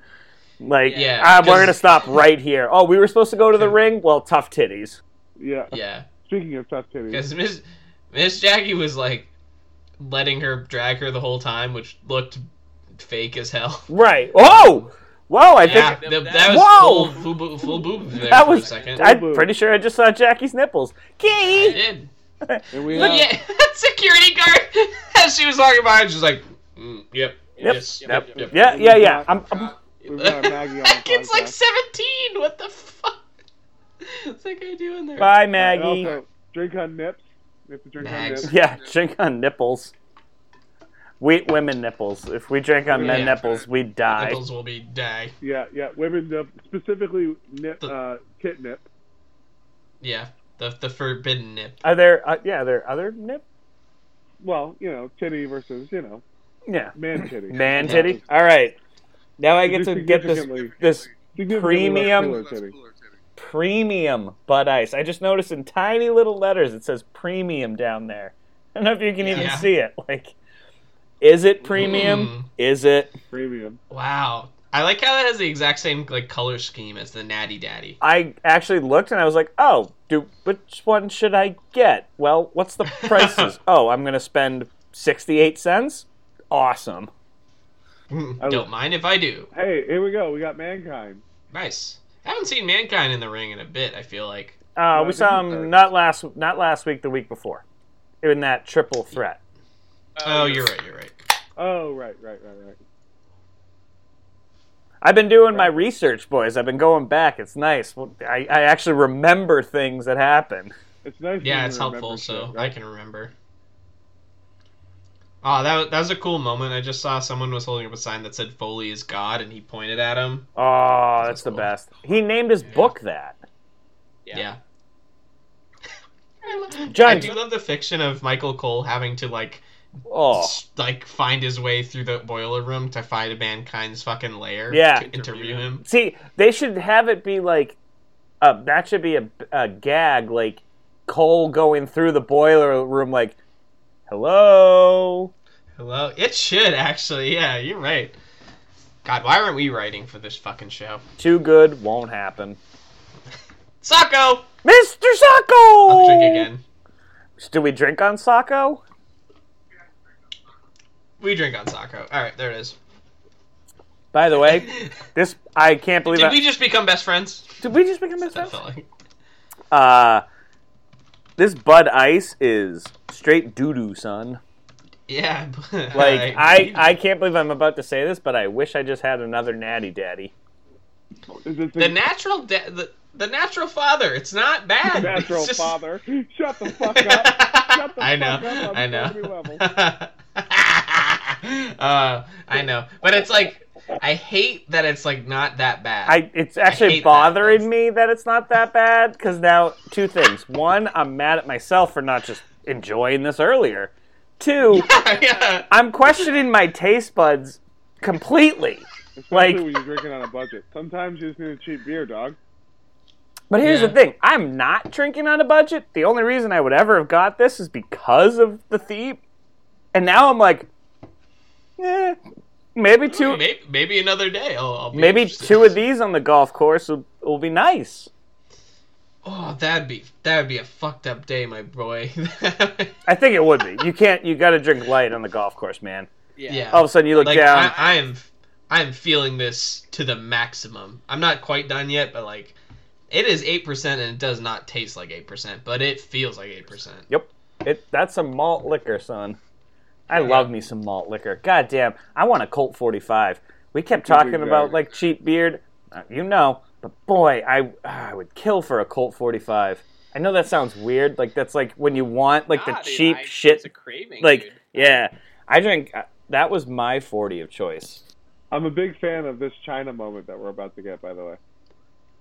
[SPEAKER 1] Like,
[SPEAKER 2] Yeah,
[SPEAKER 1] "Ah, we're
[SPEAKER 2] because-
[SPEAKER 1] gonna stop right here. Oh, we were supposed to go to the ring. Well, tough titties.
[SPEAKER 3] Yeah.
[SPEAKER 2] yeah,
[SPEAKER 3] Speaking of tough titties,
[SPEAKER 2] because Miss Miss Jackie was like letting her drag her the whole time, which looked fake as hell.
[SPEAKER 1] Right. Oh, whoa! I
[SPEAKER 2] Yeah,
[SPEAKER 1] think
[SPEAKER 2] th- that was
[SPEAKER 1] Whoa!
[SPEAKER 2] full boob,
[SPEAKER 1] [LAUGHS]
[SPEAKER 2] full boob there
[SPEAKER 1] That
[SPEAKER 2] for
[SPEAKER 1] was-
[SPEAKER 2] a second. I,
[SPEAKER 1] I'm pretty sure I just saw Jackie's nipples. Key.
[SPEAKER 2] did.
[SPEAKER 3] and we
[SPEAKER 2] But
[SPEAKER 3] have
[SPEAKER 2] yeah, [LAUGHS] that security guard, [LAUGHS] as she was walking by, she was like, mm, "Yep,
[SPEAKER 1] Yep,
[SPEAKER 2] yes,
[SPEAKER 4] yep, yep.
[SPEAKER 1] Yeah, yeah, yeah. I'm, I'm
[SPEAKER 3] We've
[SPEAKER 2] [LAUGHS]
[SPEAKER 3] got Maggie on the
[SPEAKER 2] it's like
[SPEAKER 3] podcast.
[SPEAKER 2] 17. What the fuck? What's that guy doing there?
[SPEAKER 1] bye,
[SPEAKER 3] and
[SPEAKER 1] Maggie.
[SPEAKER 3] also drink on nips. We have to drink on
[SPEAKER 2] Mags.
[SPEAKER 3] nips.
[SPEAKER 1] Yeah, drink on nipples. We eat women nipples. If we drank on men
[SPEAKER 2] Yeah.
[SPEAKER 1] nipples, we'd die.
[SPEAKER 2] Nipples will be die.
[SPEAKER 3] Yeah, yeah. Women nip, specifically nip,
[SPEAKER 2] The-
[SPEAKER 3] uh, tit nip.
[SPEAKER 2] Yeah, the the forbidden nip.
[SPEAKER 1] Are there? Uh, yeah, are there other nip?
[SPEAKER 3] Well, you know, titty versus you know
[SPEAKER 1] Yeah.
[SPEAKER 3] man titty.
[SPEAKER 1] Man
[SPEAKER 2] Yeah.
[SPEAKER 1] titty. All right. Now I get to
[SPEAKER 3] Just
[SPEAKER 1] get this
[SPEAKER 3] significantly-
[SPEAKER 1] this
[SPEAKER 3] significantly less
[SPEAKER 1] premium-
[SPEAKER 3] cooler
[SPEAKER 5] Let's
[SPEAKER 3] titty.
[SPEAKER 5] pull our titty.
[SPEAKER 1] premium Bud Ice. I just noticed in tiny little letters it says premium down there. I don't know if you can even
[SPEAKER 2] Yeah. Mm-hmm.
[SPEAKER 1] see it. Like, is it premium? Is it?
[SPEAKER 3] Premium.
[SPEAKER 2] Mm, wow. I like how that has the exact same like color scheme as the Natty
[SPEAKER 1] [LAUGHS]
[SPEAKER 2] Daddy.
[SPEAKER 1] I actually looked and I was like, oh, do which one should I get? Well, what's
[SPEAKER 2] [LAUGHS]
[SPEAKER 1] the prices? oh, I'm gonna spend sixty-eight cents. Awesome.
[SPEAKER 2] Mm,
[SPEAKER 3] I
[SPEAKER 2] Don't
[SPEAKER 3] was-
[SPEAKER 2] mind if I do.
[SPEAKER 3] Hey, here we go. We got mankind.
[SPEAKER 2] Nice. I haven't seen Mankind in the ring in a bit. I feel like.
[SPEAKER 1] Uh,
[SPEAKER 3] No,
[SPEAKER 1] we
[SPEAKER 3] I
[SPEAKER 1] saw
[SPEAKER 3] think
[SPEAKER 1] him
[SPEAKER 3] it's-
[SPEAKER 1] not last not last week, the week before, in that triple threat.
[SPEAKER 2] Oh, you're right. You're right.
[SPEAKER 3] Oh, right, right, right, right.
[SPEAKER 1] I've been doing my research, boys. I've been going back. It's nice. Well, I, I actually remember things that happen.
[SPEAKER 3] It's nice. when
[SPEAKER 2] Yeah,
[SPEAKER 3] you
[SPEAKER 2] it's
[SPEAKER 3] remember
[SPEAKER 2] helpful,
[SPEAKER 3] shit,
[SPEAKER 2] so I
[SPEAKER 3] right?
[SPEAKER 2] can remember. Oh, that was, that was a cool moment. I just saw someone was holding up a sign that said "Foley is God," and he pointed at him.
[SPEAKER 1] Oh, that's the
[SPEAKER 2] cool.
[SPEAKER 1] best. He named his book that.
[SPEAKER 2] Yeah.
[SPEAKER 4] Yeah.
[SPEAKER 3] [LAUGHS]
[SPEAKER 2] I love-
[SPEAKER 1] John-
[SPEAKER 2] I do love the fiction of Michael Cole having to like
[SPEAKER 1] Oh,
[SPEAKER 2] s- like find his way through the boiler room to find mankind's fucking lair.
[SPEAKER 1] Yeah.
[SPEAKER 2] to interview him.
[SPEAKER 1] see, they should have it be like uh, that. Should be a, a gag, like Cole going through the boiler room, like, "Hello."
[SPEAKER 2] Hello. It should actually. Yeah, you're right. God, why aren't we writing for this fucking show?
[SPEAKER 1] Too good won't happen.
[SPEAKER 2] Socko.
[SPEAKER 1] Mr. Socko.
[SPEAKER 2] I'll drink again.
[SPEAKER 1] Do we drink on Socko?
[SPEAKER 2] We drink on Socko. All right, there it is.
[SPEAKER 1] By the
[SPEAKER 2] [LAUGHS]
[SPEAKER 1] way, this I can't believe.
[SPEAKER 2] Did
[SPEAKER 1] I,
[SPEAKER 2] we just become best friends?
[SPEAKER 1] did we just become best
[SPEAKER 2] That
[SPEAKER 1] friends?
[SPEAKER 2] felt like.
[SPEAKER 1] Uh, this Bud Ice is straight doo doo, son.
[SPEAKER 2] Yeah. [LAUGHS]
[SPEAKER 1] Like I, I can't believe I'm about to say this, but I wish I just had another natty daddy.
[SPEAKER 3] Is it the,
[SPEAKER 2] the [LAUGHS] natural da- the, the natural father. It's not bad. [LAUGHS] It's
[SPEAKER 3] natural
[SPEAKER 2] just-
[SPEAKER 3] father? [LAUGHS] Shut the fuck up.
[SPEAKER 2] [LAUGHS]
[SPEAKER 3] Shut the
[SPEAKER 2] I know.
[SPEAKER 3] fuck up on
[SPEAKER 2] I know.
[SPEAKER 3] so many levels.
[SPEAKER 2] [LAUGHS] uh, I know. But it's like I hate that it's like not that bad.
[SPEAKER 1] I it's
[SPEAKER 2] hate
[SPEAKER 1] actually
[SPEAKER 2] that
[SPEAKER 1] bothering
[SPEAKER 2] place.
[SPEAKER 1] me that it's not that bad because now two things: one, I'm mad at myself for not just enjoying this earlier. Two,
[SPEAKER 2] [LAUGHS] yeah.
[SPEAKER 1] I'm questioning my taste buds completely.
[SPEAKER 3] Especially
[SPEAKER 1] Like-
[SPEAKER 3] when you're drinking on a budget. Sometimes you just need a cheap beer, dog.
[SPEAKER 1] But here's
[SPEAKER 2] Yeah.
[SPEAKER 1] the thing: I'm not drinking on a budget. The only reason I would ever have got this is because of the theme, and now I'm like, eh, maybe two,
[SPEAKER 2] Maybe, maybe another day. I'll, I'll be
[SPEAKER 1] maybe
[SPEAKER 2] interested.
[SPEAKER 1] two of these on the golf course will, will be nice.
[SPEAKER 2] Oh, that'd be that'd be a fucked up day, my boy. [LAUGHS]
[SPEAKER 1] I think it would be. You can't. You got to drink light on the golf course, man.
[SPEAKER 4] Yeah.
[SPEAKER 2] yeah.
[SPEAKER 1] All of a sudden, you look
[SPEAKER 2] like
[SPEAKER 1] Oh, down.
[SPEAKER 2] I, I am, I am feeling this to the maximum. I'm not quite done yet, but like, it is eight percent and it does not taste like eight percent, but it feels like eight percent.
[SPEAKER 1] Yep. It that's some malt liquor, son. I love me some malt liquor. God damn, I want a Colt 45. We kept talking
[SPEAKER 3] Exactly.
[SPEAKER 1] about like cheap beard, uh, you know, but boy, I ah, I would kill for a Colt 45. I know that sounds weird, like that's like when you want like the
[SPEAKER 4] Nah, dude,
[SPEAKER 1] cheap
[SPEAKER 4] I- It's
[SPEAKER 1] shit
[SPEAKER 4] a craving.
[SPEAKER 1] like
[SPEAKER 4] dude.
[SPEAKER 1] yeah. I drink uh, that was my 40 of choice.
[SPEAKER 3] I'm a big fan of this China moment that we're about to get, by the way.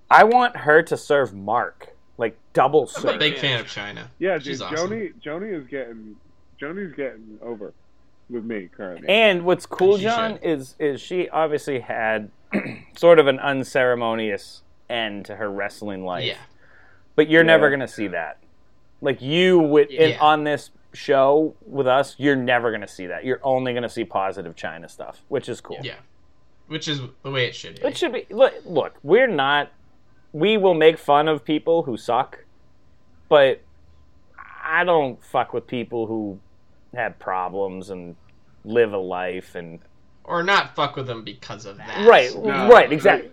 [SPEAKER 1] I want her to serve Mark, like double
[SPEAKER 2] I'm a
[SPEAKER 1] serve.
[SPEAKER 2] big
[SPEAKER 4] Yeah.
[SPEAKER 2] fan of China.
[SPEAKER 3] Yeah, dude,
[SPEAKER 2] She's awesome.
[SPEAKER 3] Joni Joni is getting Joni's getting over with me currently.
[SPEAKER 1] And what's cool,
[SPEAKER 2] She
[SPEAKER 1] John,
[SPEAKER 2] should.
[SPEAKER 1] is is she obviously had [CLEARS THROAT] sort of an unceremonious end to her wrestling life.
[SPEAKER 2] Yeah.
[SPEAKER 1] But you're
[SPEAKER 3] Yeah.
[SPEAKER 1] never gonna see that. Like you with in,
[SPEAKER 2] Yeah.
[SPEAKER 1] on this show with us, you're never gonna see that. You're only gonna see positive China stuff, which is cool.
[SPEAKER 2] Yeah. Which is the way it should be.
[SPEAKER 1] It should be look, look, we're not we will make fun of people who suck, but I don't fuck with people who have problems and live a life and
[SPEAKER 2] or not fuck with them because of that.
[SPEAKER 1] Right,
[SPEAKER 3] No,
[SPEAKER 1] right, exactly.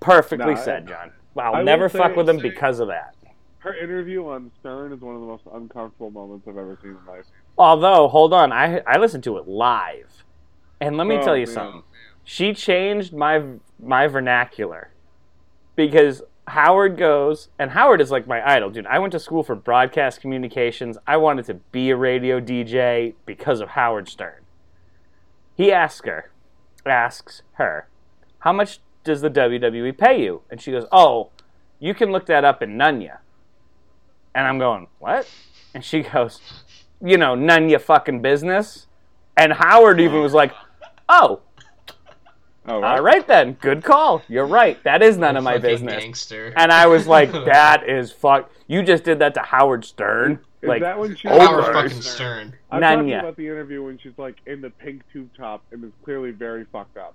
[SPEAKER 1] Perfectly
[SPEAKER 3] No, I-
[SPEAKER 1] said, John.
[SPEAKER 3] I
[SPEAKER 1] I'll
[SPEAKER 3] will
[SPEAKER 1] never
[SPEAKER 3] say-
[SPEAKER 1] fuck with them
[SPEAKER 4] say-
[SPEAKER 1] because of that.
[SPEAKER 3] Her interview on Stern is one of the most uncomfortable moments I've ever seen in my life.
[SPEAKER 1] Although, hold on, I I listened to it live, and let me
[SPEAKER 3] Oh,
[SPEAKER 1] tell you
[SPEAKER 3] man.
[SPEAKER 1] something. She changed my my vernacular because Howard goes, and Howard is like my idol, dude. I went to school for broadcast communications. I wanted to be a radio DJ because of Howard Stern. He asks her, asks her, how much does the WWE pay you? And she goes, oh, you can look that up in Nunya. And I'm going, what? And she [LAUGHS] goes, you know, none your fucking business. And Howard even was like, oh,
[SPEAKER 3] Oh,
[SPEAKER 1] all right then, good call. You're right. That is none of my
[SPEAKER 2] Fucking
[SPEAKER 1] business.
[SPEAKER 2] Gangster.
[SPEAKER 1] And I was
[SPEAKER 2] [LAUGHS]
[SPEAKER 3] [LAUGHS]
[SPEAKER 1] like, that is fuck. You just did that to Howard Stern.
[SPEAKER 3] Is
[SPEAKER 1] Like,
[SPEAKER 3] that when she
[SPEAKER 1] over.
[SPEAKER 2] Howard
[SPEAKER 1] Over.
[SPEAKER 2] fucking Stern.
[SPEAKER 3] I'm
[SPEAKER 1] None
[SPEAKER 3] talking
[SPEAKER 1] yet.
[SPEAKER 3] about the interview when she's like in the pink tube top and is clearly very fucked up.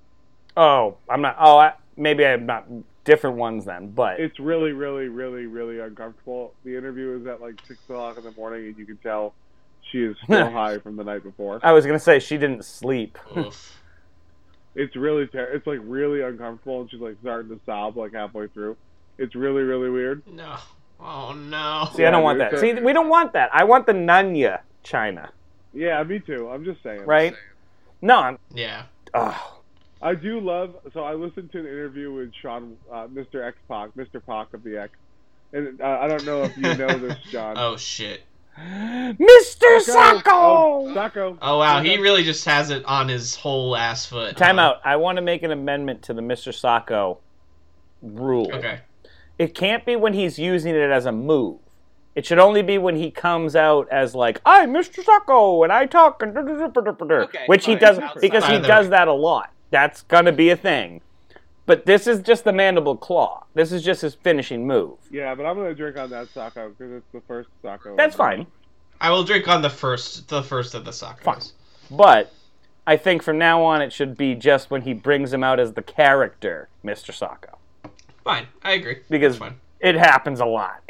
[SPEAKER 1] oh, I'm not. Oh, I, maybe I'm not different ones then. But
[SPEAKER 3] It's really, really, really, really uncomfortable. The interview is at like six o'clock in the morning, and you can tell
[SPEAKER 1] [LAUGHS]
[SPEAKER 3] she is still high from the night before.
[SPEAKER 1] I was gonna say she didn't sleep.
[SPEAKER 2] Oof.
[SPEAKER 3] It's really ter- It's like really uncomfortable, and she's like starting to sob like halfway through. It's really, really weird.
[SPEAKER 2] No. Oh no.
[SPEAKER 1] See, I don't want that. See, we don't want that. I want the Nanya China,
[SPEAKER 3] Yeah, me too. I'm just saying.
[SPEAKER 1] right? No, I'm.
[SPEAKER 2] Yeah.
[SPEAKER 1] Oh,
[SPEAKER 3] I do love. So I listened to an interview with Sean, uh, Mr. X Pac, Mr. Pac of the X, and uh, I don't know if you know this,
[SPEAKER 2] [LAUGHS]
[SPEAKER 3] John.
[SPEAKER 2] Oh shit.
[SPEAKER 1] Mr. Sacco.
[SPEAKER 3] Oh, Sacco.
[SPEAKER 2] Oh wow. He really just has it on his whole ass foot.
[SPEAKER 1] Time
[SPEAKER 2] huh?
[SPEAKER 1] out. I want to make an amendment to the Mr. Sacco rule.
[SPEAKER 2] Okay.
[SPEAKER 1] It can't be when he's using it as a move. It should only be when he comes out as like, "I'm Mr. Sacco and I talk," and
[SPEAKER 4] Okay,
[SPEAKER 1] which he
[SPEAKER 4] fine.
[SPEAKER 1] does
[SPEAKER 4] Outside.
[SPEAKER 1] because he
[SPEAKER 2] Either
[SPEAKER 1] does
[SPEAKER 2] way.
[SPEAKER 1] that a lot. That's gonna be a thing. But this is just the mandible claw. This is just his finishing move.
[SPEAKER 3] Yeah, but I'm gonna drink on that Sacco because it's the first Sacco.
[SPEAKER 1] That's fine.
[SPEAKER 2] I will drink on the first, the first of the soccer.
[SPEAKER 1] Fine. But I think from now on it should be just when he brings him out as the character, Mr. Sacco,
[SPEAKER 2] Fine. I agree.
[SPEAKER 1] because
[SPEAKER 2] That's fine.
[SPEAKER 1] it happens a lot.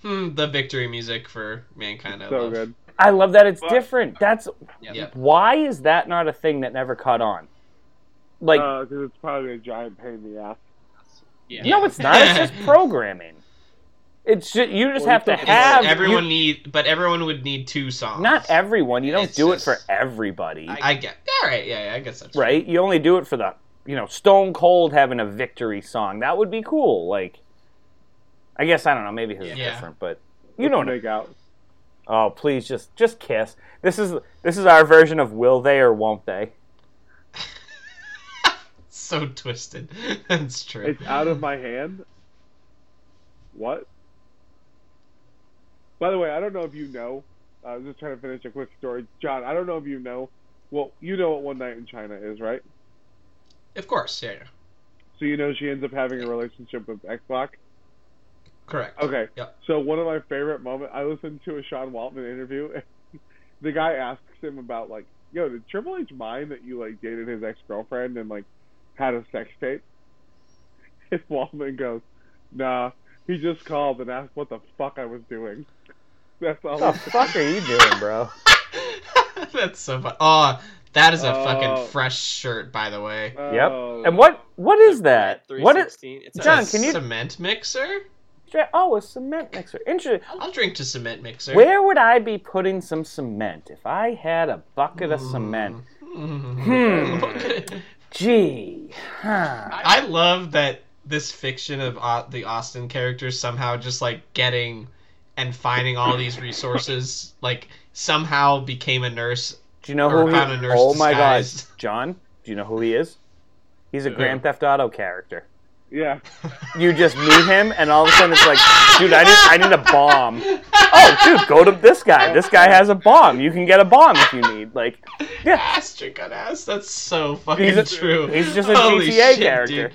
[SPEAKER 2] Hmm, the victory music for mankind. I
[SPEAKER 3] So
[SPEAKER 2] love.
[SPEAKER 3] good.
[SPEAKER 1] I love that it's
[SPEAKER 3] But-
[SPEAKER 1] different. That's
[SPEAKER 2] Yeah.
[SPEAKER 1] why is that not a thing that never caught on? Like
[SPEAKER 3] Because it's probably a giant pain in the ass.
[SPEAKER 4] Yeah.
[SPEAKER 2] [LAUGHS]
[SPEAKER 1] no, it's not. It's just programming. It's ju- you just
[SPEAKER 3] Well,
[SPEAKER 1] have to
[SPEAKER 3] it's-
[SPEAKER 1] have
[SPEAKER 2] everyone
[SPEAKER 1] you-
[SPEAKER 2] need, but everyone would need two songs.
[SPEAKER 1] not everyone. You don't
[SPEAKER 2] It's
[SPEAKER 1] do it
[SPEAKER 2] just-
[SPEAKER 1] for everybody,
[SPEAKER 2] I get. All right. Yeah. yeah I guess that's
[SPEAKER 1] right? You only do it for the you know Stone Cold having a victory song. That would be cool. Like, I guess I don't know. Maybe his is
[SPEAKER 2] Yeah.
[SPEAKER 1] different, but you know. what I-
[SPEAKER 3] make out.
[SPEAKER 1] Oh, please just just kiss. This is this is our version of will they or won't they?
[SPEAKER 2] So twisted. [LAUGHS] that's true.
[SPEAKER 3] It's out of my hand. What? By the way, I don't know if you know. I was just trying to finish a quick story, John. I don't know if you know. Well, you know what one night in China is, right?
[SPEAKER 2] Of course. Yeah. yeah.
[SPEAKER 3] So you know she ends up having a relationship with X Block.
[SPEAKER 2] Correct.
[SPEAKER 3] Okay.
[SPEAKER 2] Yep.
[SPEAKER 3] So one of my favorite moments, I listened to a Sean Waltman interview. And [LAUGHS] the guy asks him about like, "Yo, did Triple H mind that you like dated his ex girlfriend and like had a sex tape?" [LAUGHS] And Waltman goes, "Nah, he just called and asked what the fuck I was doing." [LAUGHS] That's all.
[SPEAKER 1] What
[SPEAKER 3] I
[SPEAKER 1] the fuck are you doing, bro?
[SPEAKER 2] [LAUGHS] that's so fun. Oh, that is a
[SPEAKER 3] Oh.
[SPEAKER 2] fucking fresh shirt, by the way.
[SPEAKER 1] Yep.
[SPEAKER 3] Oh.
[SPEAKER 1] And what what is that?
[SPEAKER 4] Three
[SPEAKER 1] What is
[SPEAKER 4] sixteen. It's
[SPEAKER 1] John,
[SPEAKER 4] a-
[SPEAKER 1] can you-
[SPEAKER 2] cement mixer?
[SPEAKER 1] oh a cement mixer? Interesting.
[SPEAKER 2] I'll drink to cement mixer.
[SPEAKER 1] Where would I be putting some cement if I had a bucket of
[SPEAKER 2] Mm.
[SPEAKER 1] cement? Hmm.
[SPEAKER 2] [LAUGHS] Mm.
[SPEAKER 1] Gee, huh.
[SPEAKER 2] I love that this fiction of Au- the Austin character somehow just like getting and finding all these resources, [LAUGHS] like somehow became a nurse. [LAUGHS]
[SPEAKER 1] Do you know
[SPEAKER 2] Or
[SPEAKER 1] who?
[SPEAKER 2] found a
[SPEAKER 1] He,
[SPEAKER 2] nurse
[SPEAKER 1] oh my God,
[SPEAKER 2] disguised.
[SPEAKER 1] John. Do you know who he is? He's a
[SPEAKER 2] Who?
[SPEAKER 1] Grand Theft Auto character. [LAUGHS]
[SPEAKER 3] Yeah.
[SPEAKER 1] You just meet him, and all of a sudden it's like, dude, I need I need a bomb. Oh, dude, go to this guy. This guy has a bomb. You can get a bomb if you need. Like,
[SPEAKER 2] Astrid got ass. That's so fucking
[SPEAKER 1] He's a-
[SPEAKER 2] true.
[SPEAKER 1] he's just a
[SPEAKER 2] Holy
[SPEAKER 1] GTA
[SPEAKER 2] shit,
[SPEAKER 1] character.
[SPEAKER 2] Dude.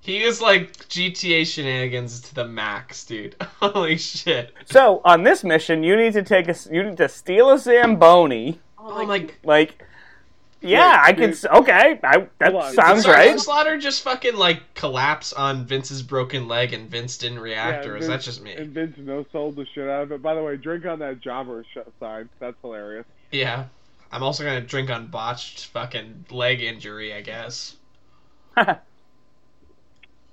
[SPEAKER 2] He is like GTA shenanigans to the max, dude. [LAUGHS] Holy shit.
[SPEAKER 1] so on this mission, you need to take a s- you need to steal a zamboni.
[SPEAKER 2] Oh, like
[SPEAKER 1] Like, yeah,
[SPEAKER 3] Yeah,
[SPEAKER 1] I could.
[SPEAKER 3] dude.
[SPEAKER 1] s- Okay, I,
[SPEAKER 3] Hold
[SPEAKER 1] that
[SPEAKER 3] on.
[SPEAKER 1] sounds
[SPEAKER 2] Did
[SPEAKER 1] right.
[SPEAKER 2] Sergeant Slaughter just fucking like collapse on Vince's broken leg and Vince didn't react,
[SPEAKER 3] Yeah,
[SPEAKER 2] or is that
[SPEAKER 3] Vince-
[SPEAKER 2] just me?
[SPEAKER 3] And Vince no sold the shit out of it. By the way, drink on that jobber sh- sign. That's hilarious.
[SPEAKER 2] Yeah. I'm also gonna drink on botched fucking leg injury, I guess.
[SPEAKER 3] [LAUGHS]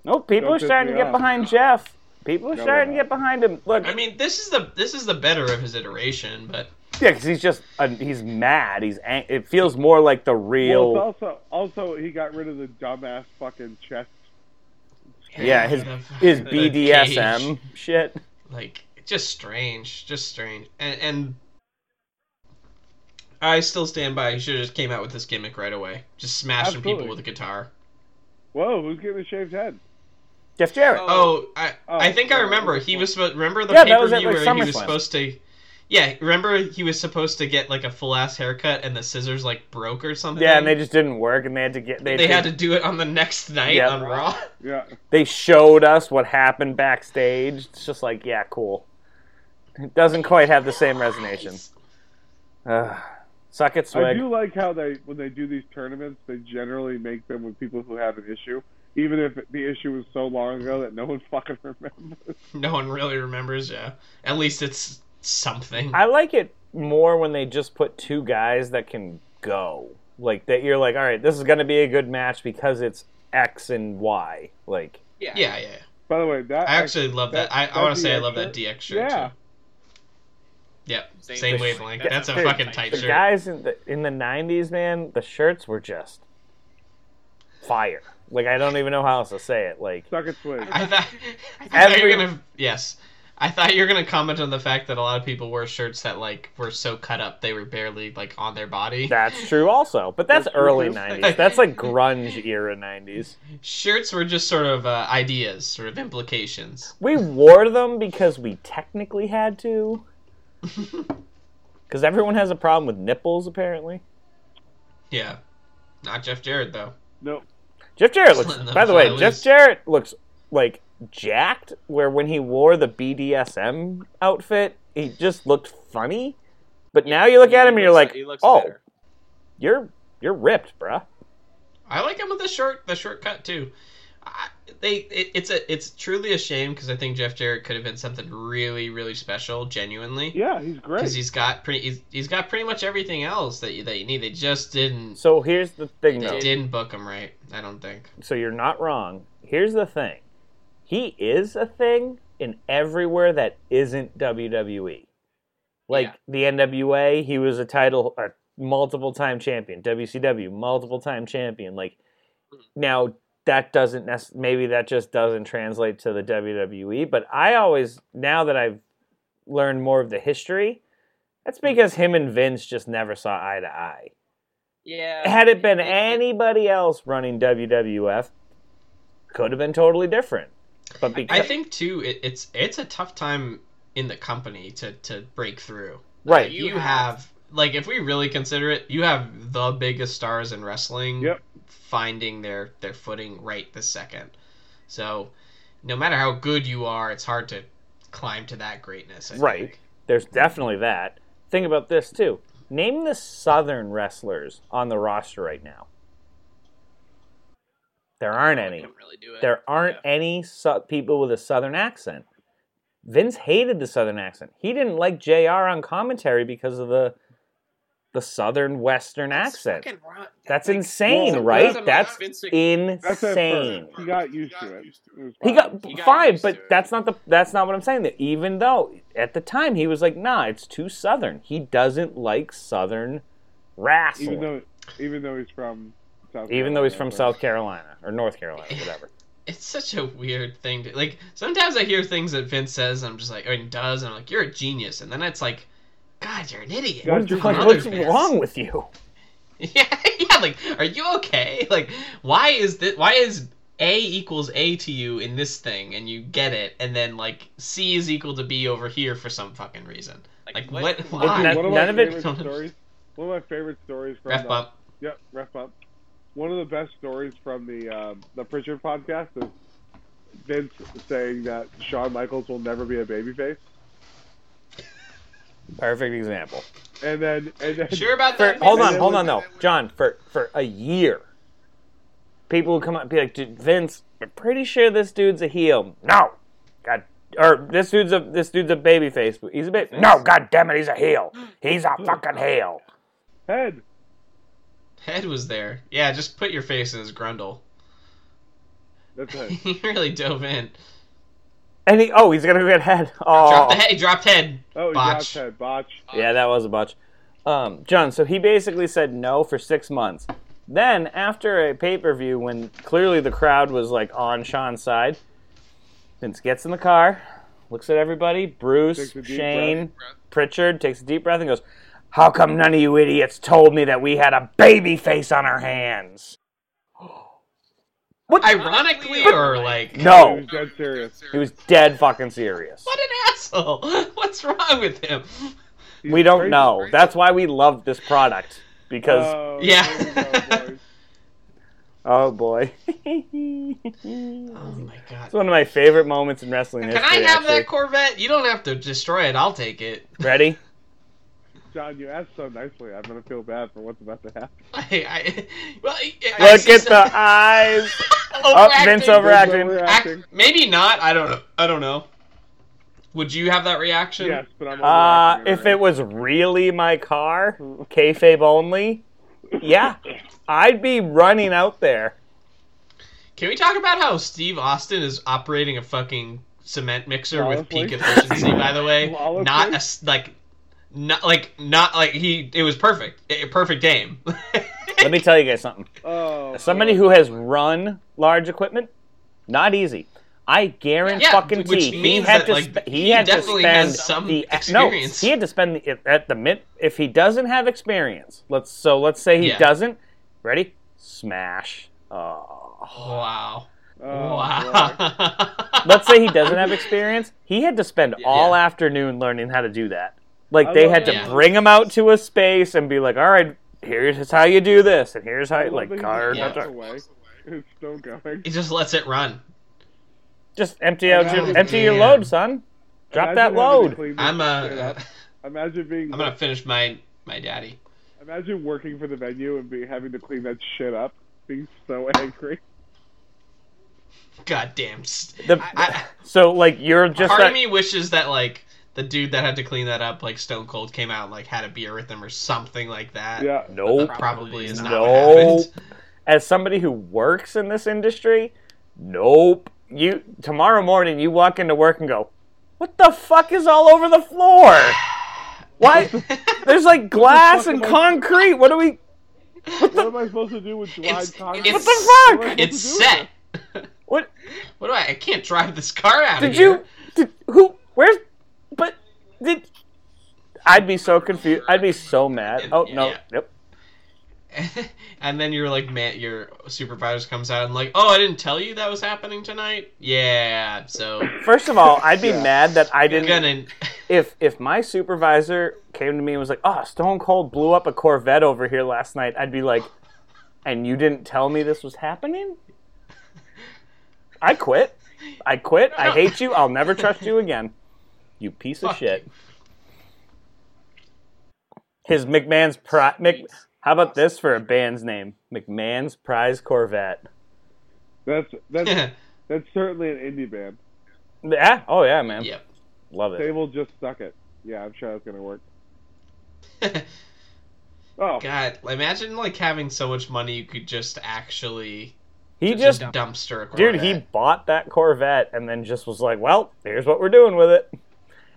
[SPEAKER 1] No, people
[SPEAKER 3] Don't
[SPEAKER 1] are
[SPEAKER 3] piss
[SPEAKER 1] starting to
[SPEAKER 3] me
[SPEAKER 1] get
[SPEAKER 3] off.
[SPEAKER 1] behind Jeff. People are
[SPEAKER 3] No,
[SPEAKER 1] starting to
[SPEAKER 3] we're
[SPEAKER 1] get behind him. Look,
[SPEAKER 2] I mean, this is the this is the better of his iteration, but
[SPEAKER 1] yeah, because he's just uh, he's mad. He's ang- it feels more like the real.
[SPEAKER 3] Well, it's also also he got rid of the dumbass fucking chest.
[SPEAKER 1] yeah, his
[SPEAKER 2] The-
[SPEAKER 1] his
[SPEAKER 2] [LAUGHS] the
[SPEAKER 1] BDSM
[SPEAKER 2] cage,
[SPEAKER 1] shit.
[SPEAKER 2] like just strange, just strange, and and I still stand by. He should have just came out with this gimmick right away, just smashing people
[SPEAKER 3] Absolutely.
[SPEAKER 2] with a guitar.
[SPEAKER 3] Whoa, who's getting a shaved head?
[SPEAKER 1] Jeff Jarrett.
[SPEAKER 2] Oh, I
[SPEAKER 3] Oh,
[SPEAKER 2] I think I
[SPEAKER 3] yeah,
[SPEAKER 2] remember.
[SPEAKER 3] that's
[SPEAKER 2] He
[SPEAKER 3] cool.
[SPEAKER 2] was supposed remember the
[SPEAKER 1] Yeah,
[SPEAKER 2] pay
[SPEAKER 1] that
[SPEAKER 2] per
[SPEAKER 1] was at,
[SPEAKER 2] view
[SPEAKER 1] like,
[SPEAKER 2] where he was
[SPEAKER 1] SummerSlam.
[SPEAKER 2] supposed to. Yeah, remember he was supposed to get like a full ass haircut and the scissors like broke or something.
[SPEAKER 1] yeah, and they just didn't work, and they had to get they
[SPEAKER 2] they had to do it on the next night
[SPEAKER 1] Yeah.
[SPEAKER 2] on Raw. [LAUGHS]
[SPEAKER 3] Yeah.
[SPEAKER 1] they showed us what happened backstage. It's just like yeah, cool. It doesn't quite have the same resonation. Ugh. Suck it,
[SPEAKER 3] I
[SPEAKER 1] swig.
[SPEAKER 3] do like how they when they do these tournaments, they generally make them with people who have an issue, even if the issue was so long ago that no one [LAUGHS] fucking remembers.
[SPEAKER 2] No one really remembers. Yeah, at least it's something.
[SPEAKER 1] I like it more when they just put two guys that can go. Like that you're like, all right, this is gonna be a good match because it's X and Y. Like
[SPEAKER 2] yeah, yeah.
[SPEAKER 3] By the way, that
[SPEAKER 2] I actually love that.
[SPEAKER 3] that-
[SPEAKER 2] I, I
[SPEAKER 3] that
[SPEAKER 2] want to say I
[SPEAKER 3] DX
[SPEAKER 2] love that
[SPEAKER 3] shirt?
[SPEAKER 2] DX shirt.
[SPEAKER 3] yeah,
[SPEAKER 2] Too. Yep. Same,
[SPEAKER 4] Same wavelength.
[SPEAKER 2] wavelength. That's
[SPEAKER 4] That's
[SPEAKER 2] a
[SPEAKER 1] a
[SPEAKER 2] fucking
[SPEAKER 4] tight
[SPEAKER 2] tight
[SPEAKER 1] the [LAUGHS]
[SPEAKER 2] shirt.
[SPEAKER 1] guys in the in the nineties, man, the shirts were just fire. Like I don't even know how else to say it. Like
[SPEAKER 3] suck it swig.
[SPEAKER 2] I thought, I thought
[SPEAKER 1] Every-
[SPEAKER 2] you were gonna yes. I thought you were gonna comment on the fact that a lot of people wore shirts that like were so cut up they were barely like on their body.
[SPEAKER 1] that's true also. But that's
[SPEAKER 3] That's true,
[SPEAKER 1] early
[SPEAKER 3] too.
[SPEAKER 1] nineties. That's like grunge era nineties.
[SPEAKER 2] Shirts were just sort of uh, ideas, sort of implications.
[SPEAKER 1] We wore them because we technically had to. Because everyone has a problem with nipples, apparently.
[SPEAKER 2] Yeah, not Jeff Jarrett though.
[SPEAKER 3] No,
[SPEAKER 1] Jeff Jarrett looks.
[SPEAKER 2] Letting them
[SPEAKER 1] By the way,
[SPEAKER 2] fly
[SPEAKER 1] Jeff
[SPEAKER 2] loose.
[SPEAKER 1] Jarrett looks like jacked. Where when he wore the BDSM outfit, he just looked funny. But now you look at him and you're like,
[SPEAKER 4] he looks
[SPEAKER 1] "Oh,
[SPEAKER 4] better.
[SPEAKER 1] you're you're ripped, bruh."
[SPEAKER 2] I like him with the short, the shortcut too. I, they, it, it's a, it's truly a shame because I think Jeff Jarrett could have been something really, really special, genuinely.
[SPEAKER 3] yeah, he's great.
[SPEAKER 2] because he's got pretty he's, he's got pretty much everything else that you that you need. They just didn't
[SPEAKER 1] So here's the thing,
[SPEAKER 2] they
[SPEAKER 1] though.
[SPEAKER 2] didn't book him right. I don't think.
[SPEAKER 1] So you're not wrong. Here's the thing. He is a thing, in everywhere that isn't WWE. Like
[SPEAKER 2] Yeah.
[SPEAKER 1] the NWA, he was a title, a multiple time champion. WCW, multiple time champion. Like now, that doesn't nec- maybe that just doesn't translate to the WWE. But I always now that I've learned more of the history, that's because him and Vince just never saw eye to eye.
[SPEAKER 4] Yeah.
[SPEAKER 1] Had it
[SPEAKER 4] [LAUGHS]
[SPEAKER 1] been anybody else running WWF, could have been totally different. But because
[SPEAKER 2] I think too, it, it's it's a tough time in the company to to break through.
[SPEAKER 1] right,
[SPEAKER 2] You, have, like if we really consider it, you have the biggest stars in wrestling
[SPEAKER 3] Yep.
[SPEAKER 2] finding their their footing right this second. So, no matter how good you are, it's hard to climb to that greatness. I
[SPEAKER 1] Right.
[SPEAKER 2] think.
[SPEAKER 1] There's definitely that. Think about this too. Name the Southern wrestlers on the roster right now. There aren't
[SPEAKER 4] I
[SPEAKER 1] any.
[SPEAKER 4] couldn't really do it.
[SPEAKER 1] There aren't any su- people with a Southern accent. Vince hated the Southern accent. He didn't like JR on commentary because of the the Southern Western
[SPEAKER 4] That's
[SPEAKER 1] accent.
[SPEAKER 4] fucking wrong.
[SPEAKER 1] That's
[SPEAKER 4] like-
[SPEAKER 1] insane,
[SPEAKER 3] Well,
[SPEAKER 1] right?
[SPEAKER 4] Vince-
[SPEAKER 1] That's
[SPEAKER 4] Vince-
[SPEAKER 3] That's at
[SPEAKER 1] insane.
[SPEAKER 3] first. He got used to it. It was
[SPEAKER 1] He
[SPEAKER 3] fine.
[SPEAKER 1] got
[SPEAKER 4] He got
[SPEAKER 1] fine,
[SPEAKER 4] used
[SPEAKER 1] but
[SPEAKER 4] to it.
[SPEAKER 1] that's not the that's not what I'm saying. That even though at the time he was like, nah, it's too southern. He doesn't like southern wrestling,
[SPEAKER 3] even though even though he's from South
[SPEAKER 1] even though he's from
[SPEAKER 3] Carolina, so-
[SPEAKER 1] South Carolina or North Carolina, whatever.
[SPEAKER 2] It's such a weird thing to like. Sometimes I hear things that Vince says, and I'm just like, and does, and I'm like, you're a genius, and then it's like, God, you're an idiot.
[SPEAKER 3] Yeah.
[SPEAKER 1] What is-
[SPEAKER 3] just
[SPEAKER 1] like,
[SPEAKER 2] another
[SPEAKER 1] what's
[SPEAKER 2] Vince.
[SPEAKER 1] wrong with you?
[SPEAKER 2] [LAUGHS] Yeah, yeah. Like, are you okay? [LAUGHS] Like, why is this? Why is A equals A to you in this thing, and you get it, and then like C is equal to B over here for some fucking reason? Like, what?
[SPEAKER 1] Isn't
[SPEAKER 2] Why?
[SPEAKER 1] that-
[SPEAKER 3] One of
[SPEAKER 1] none
[SPEAKER 3] my
[SPEAKER 1] of it-
[SPEAKER 3] favorite stories. One of my favorite stories from
[SPEAKER 2] Ref
[SPEAKER 3] the-
[SPEAKER 2] bump.
[SPEAKER 3] Yep, ref up. One of the best stories from the um, the Pritchard podcast is Vince saying that Shawn Michaels will never be a babyface,
[SPEAKER 1] Perfect example.
[SPEAKER 3] and then and then
[SPEAKER 2] Sure about
[SPEAKER 1] For,
[SPEAKER 2] that?
[SPEAKER 1] hold
[SPEAKER 2] Vince?
[SPEAKER 1] on, hold on though, John. For for a year, people would come up and be like, "Dude, Vince, we're pretty sure this dude's a heel." No, God, or this dude's a this dude's a babyface. but He's a baby. No, God damn it, he's a heel. He's [GASPS] a fucking heel.
[SPEAKER 3] head.
[SPEAKER 2] Head was there. Yeah, just put your face in his grundle.
[SPEAKER 3] That's head.
[SPEAKER 2] [LAUGHS] he really dove in.
[SPEAKER 1] And he, oh, he's gonna get head.
[SPEAKER 2] Dropped
[SPEAKER 1] Oh,
[SPEAKER 2] the head. He dropped head.
[SPEAKER 3] Oh, he
[SPEAKER 2] Botch.
[SPEAKER 3] dropped head. Botch.
[SPEAKER 1] yeah, that was a botch. Um, John, so he basically said no for six months. Then after a pay per view, when clearly the crowd was like on Sean's side, Vince gets in the car, looks at everybody, Bruce,
[SPEAKER 3] Takes a deep
[SPEAKER 1] Shane, Pritchard, takes a deep breath and goes, "How come none of you idiots told me that we had a baby face on our hands?"
[SPEAKER 2] Ironically,
[SPEAKER 4] But-
[SPEAKER 2] or like,
[SPEAKER 3] He
[SPEAKER 1] No,
[SPEAKER 3] was dead serious.
[SPEAKER 1] he was dead fucking serious.
[SPEAKER 2] [LAUGHS] what an asshole. [LAUGHS] What's wrong with him?
[SPEAKER 3] He's
[SPEAKER 1] We don't
[SPEAKER 3] crazy.
[SPEAKER 1] know. That's why we love this product because
[SPEAKER 3] Oh,
[SPEAKER 2] Yeah.
[SPEAKER 3] there
[SPEAKER 2] [LAUGHS]
[SPEAKER 3] we go, boys.
[SPEAKER 1] Oh boy. [LAUGHS] it's
[SPEAKER 2] Oh my god.
[SPEAKER 1] one of my favorite moments in wrestling
[SPEAKER 2] Can
[SPEAKER 1] history.
[SPEAKER 2] I have
[SPEAKER 1] actually.
[SPEAKER 2] that Corvette? You don't have to destroy it. I'll take it.
[SPEAKER 1] Ready?
[SPEAKER 3] John, you asked so nicely. I'm gonna feel bad for what's about to happen.
[SPEAKER 2] I, I, [LAUGHS] well, I- I
[SPEAKER 1] Look
[SPEAKER 2] see
[SPEAKER 1] at
[SPEAKER 2] some-
[SPEAKER 1] the eyes.
[SPEAKER 2] [LAUGHS]
[SPEAKER 1] Oh, Vince
[SPEAKER 2] Overacting.
[SPEAKER 1] over- Overacting.
[SPEAKER 3] Overacting.
[SPEAKER 2] Act- maybe not. I don't know. I don't know. Would you have that reaction?
[SPEAKER 3] Yes, but I'm.
[SPEAKER 1] Uh,
[SPEAKER 3] overacting
[SPEAKER 1] if it was really my car, kayfabe only, yeah, I'd be running out there.
[SPEAKER 2] Can we talk about how Steve Austin is operating a fucking cement mixer with peak
[SPEAKER 3] Flawlessly.
[SPEAKER 2] efficiency? By
[SPEAKER 1] [LAUGHS]
[SPEAKER 2] the way,
[SPEAKER 3] Flawlessly.
[SPEAKER 2] not a s- like, not like not like he. It was perfect. A perfect aim. [LAUGHS]
[SPEAKER 1] Let me tell you guys something.
[SPEAKER 3] Oh,
[SPEAKER 1] Somebody who has run large equipment, not easy. I guarantee
[SPEAKER 2] Yeah,
[SPEAKER 1] fucking
[SPEAKER 2] which
[SPEAKER 1] he
[SPEAKER 2] means
[SPEAKER 1] had
[SPEAKER 2] that,
[SPEAKER 1] to
[SPEAKER 2] like,
[SPEAKER 1] spe- he,
[SPEAKER 2] he
[SPEAKER 1] had to
[SPEAKER 2] definitely
[SPEAKER 1] spend
[SPEAKER 2] has some
[SPEAKER 1] the
[SPEAKER 2] experience.
[SPEAKER 1] no he had to spend the, if- at the mid if he doesn't have experience. Let's so let's say he
[SPEAKER 2] Yeah.
[SPEAKER 1] doesn't. Ready? Smash. Oh.
[SPEAKER 2] wow.
[SPEAKER 3] oh,
[SPEAKER 2] [LAUGHS]
[SPEAKER 3] boy.
[SPEAKER 2] wow.
[SPEAKER 1] Let's say he doesn't have experience. He had to spend all afternoon learning how to do that. Like
[SPEAKER 3] I
[SPEAKER 1] they
[SPEAKER 3] love
[SPEAKER 1] had to
[SPEAKER 2] that.
[SPEAKER 1] bring him out to a space and be like, "All right, here's how you do this, and here's how
[SPEAKER 3] I
[SPEAKER 1] you,
[SPEAKER 3] love that
[SPEAKER 1] like
[SPEAKER 3] he
[SPEAKER 1] car."
[SPEAKER 3] just
[SPEAKER 2] Yeah.
[SPEAKER 3] walked away. It's still going.
[SPEAKER 2] He just lets it run.
[SPEAKER 1] Just empty out
[SPEAKER 3] Oh,
[SPEAKER 1] your empty your
[SPEAKER 2] man.
[SPEAKER 1] load, son. Drop
[SPEAKER 3] Imagine
[SPEAKER 1] that
[SPEAKER 3] having to
[SPEAKER 1] load.
[SPEAKER 3] clean this
[SPEAKER 2] I'm
[SPEAKER 3] shit
[SPEAKER 2] uh
[SPEAKER 3] up. Imagine being.
[SPEAKER 2] I'm gonna finish my my daddy.
[SPEAKER 3] Imagine working for the venue and be having to clean that shit up, being so [LAUGHS] angry.
[SPEAKER 2] Goddamn. s-
[SPEAKER 1] The-
[SPEAKER 2] I,
[SPEAKER 1] so like you're just
[SPEAKER 2] part
[SPEAKER 1] that,
[SPEAKER 2] of me wishes that like the dude that had to clean that up, like Stone Cold, came out and like had a beer with him or something like that.
[SPEAKER 3] Yeah.
[SPEAKER 1] nope.
[SPEAKER 2] That probably is not
[SPEAKER 1] Nope.
[SPEAKER 2] what happened.
[SPEAKER 1] As somebody who works in this industry, nope. you tomorrow morning you walk into work and go, "What the fuck is all over the floor? Why? [LAUGHS] There's like glass and
[SPEAKER 3] What the fuck am
[SPEAKER 1] concrete. What do we?
[SPEAKER 3] What am I supposed to do with dried
[SPEAKER 2] [LAUGHS] It's-
[SPEAKER 3] concrete?
[SPEAKER 1] What
[SPEAKER 2] it's-
[SPEAKER 1] the
[SPEAKER 3] What
[SPEAKER 1] fuck?
[SPEAKER 3] do I
[SPEAKER 2] It's
[SPEAKER 3] supposed to do
[SPEAKER 2] set.
[SPEAKER 3] with
[SPEAKER 1] What
[SPEAKER 2] What do I? I can't drive this car out of
[SPEAKER 1] did
[SPEAKER 2] here.
[SPEAKER 1] you? Did who? Where's? But did? I'd be so confused. I'd be so mad. Oh no.
[SPEAKER 2] Yeah.
[SPEAKER 1] Yep.
[SPEAKER 2] [LAUGHS] and then you're like, man, your supervisor comes out and like, oh, I didn't tell you that was happening tonight.
[SPEAKER 1] [COUGHS]
[SPEAKER 2] Yeah, so
[SPEAKER 1] First of all, I'd be
[SPEAKER 3] Yeah.
[SPEAKER 1] mad that I
[SPEAKER 2] I'm
[SPEAKER 1] didn't.
[SPEAKER 2] gonna.
[SPEAKER 1] if if my supervisor came to me and was like, "Oh, Stone Cold blew up a Corvette over here last night," I'd be like, "And you didn't tell me this was happening?" I quit. I quit. I hate you. I'll never trust you again. You piece of
[SPEAKER 2] Fuck
[SPEAKER 1] shit. His McMahon's pri- Mc- How about this for a band's name? McMahon's Prize Corvette.
[SPEAKER 3] it? That's
[SPEAKER 1] [LAUGHS]
[SPEAKER 3] that's that's certainly an indie band.
[SPEAKER 1] Yeah. Oh yeah, man.
[SPEAKER 2] [LAUGHS] yep. [LAUGHS]
[SPEAKER 1] Love
[SPEAKER 3] They
[SPEAKER 1] it.
[SPEAKER 3] will just suck it. Yeah, I'm sure that's gonna work. Oh,
[SPEAKER 2] God, imagine like having so much money you could just actually
[SPEAKER 1] He
[SPEAKER 2] just
[SPEAKER 1] just
[SPEAKER 2] dumpster a
[SPEAKER 1] Dude, he
[SPEAKER 2] Corvette.
[SPEAKER 1] bought that Corvette and then just was like, "Well, here's what we're doing with it."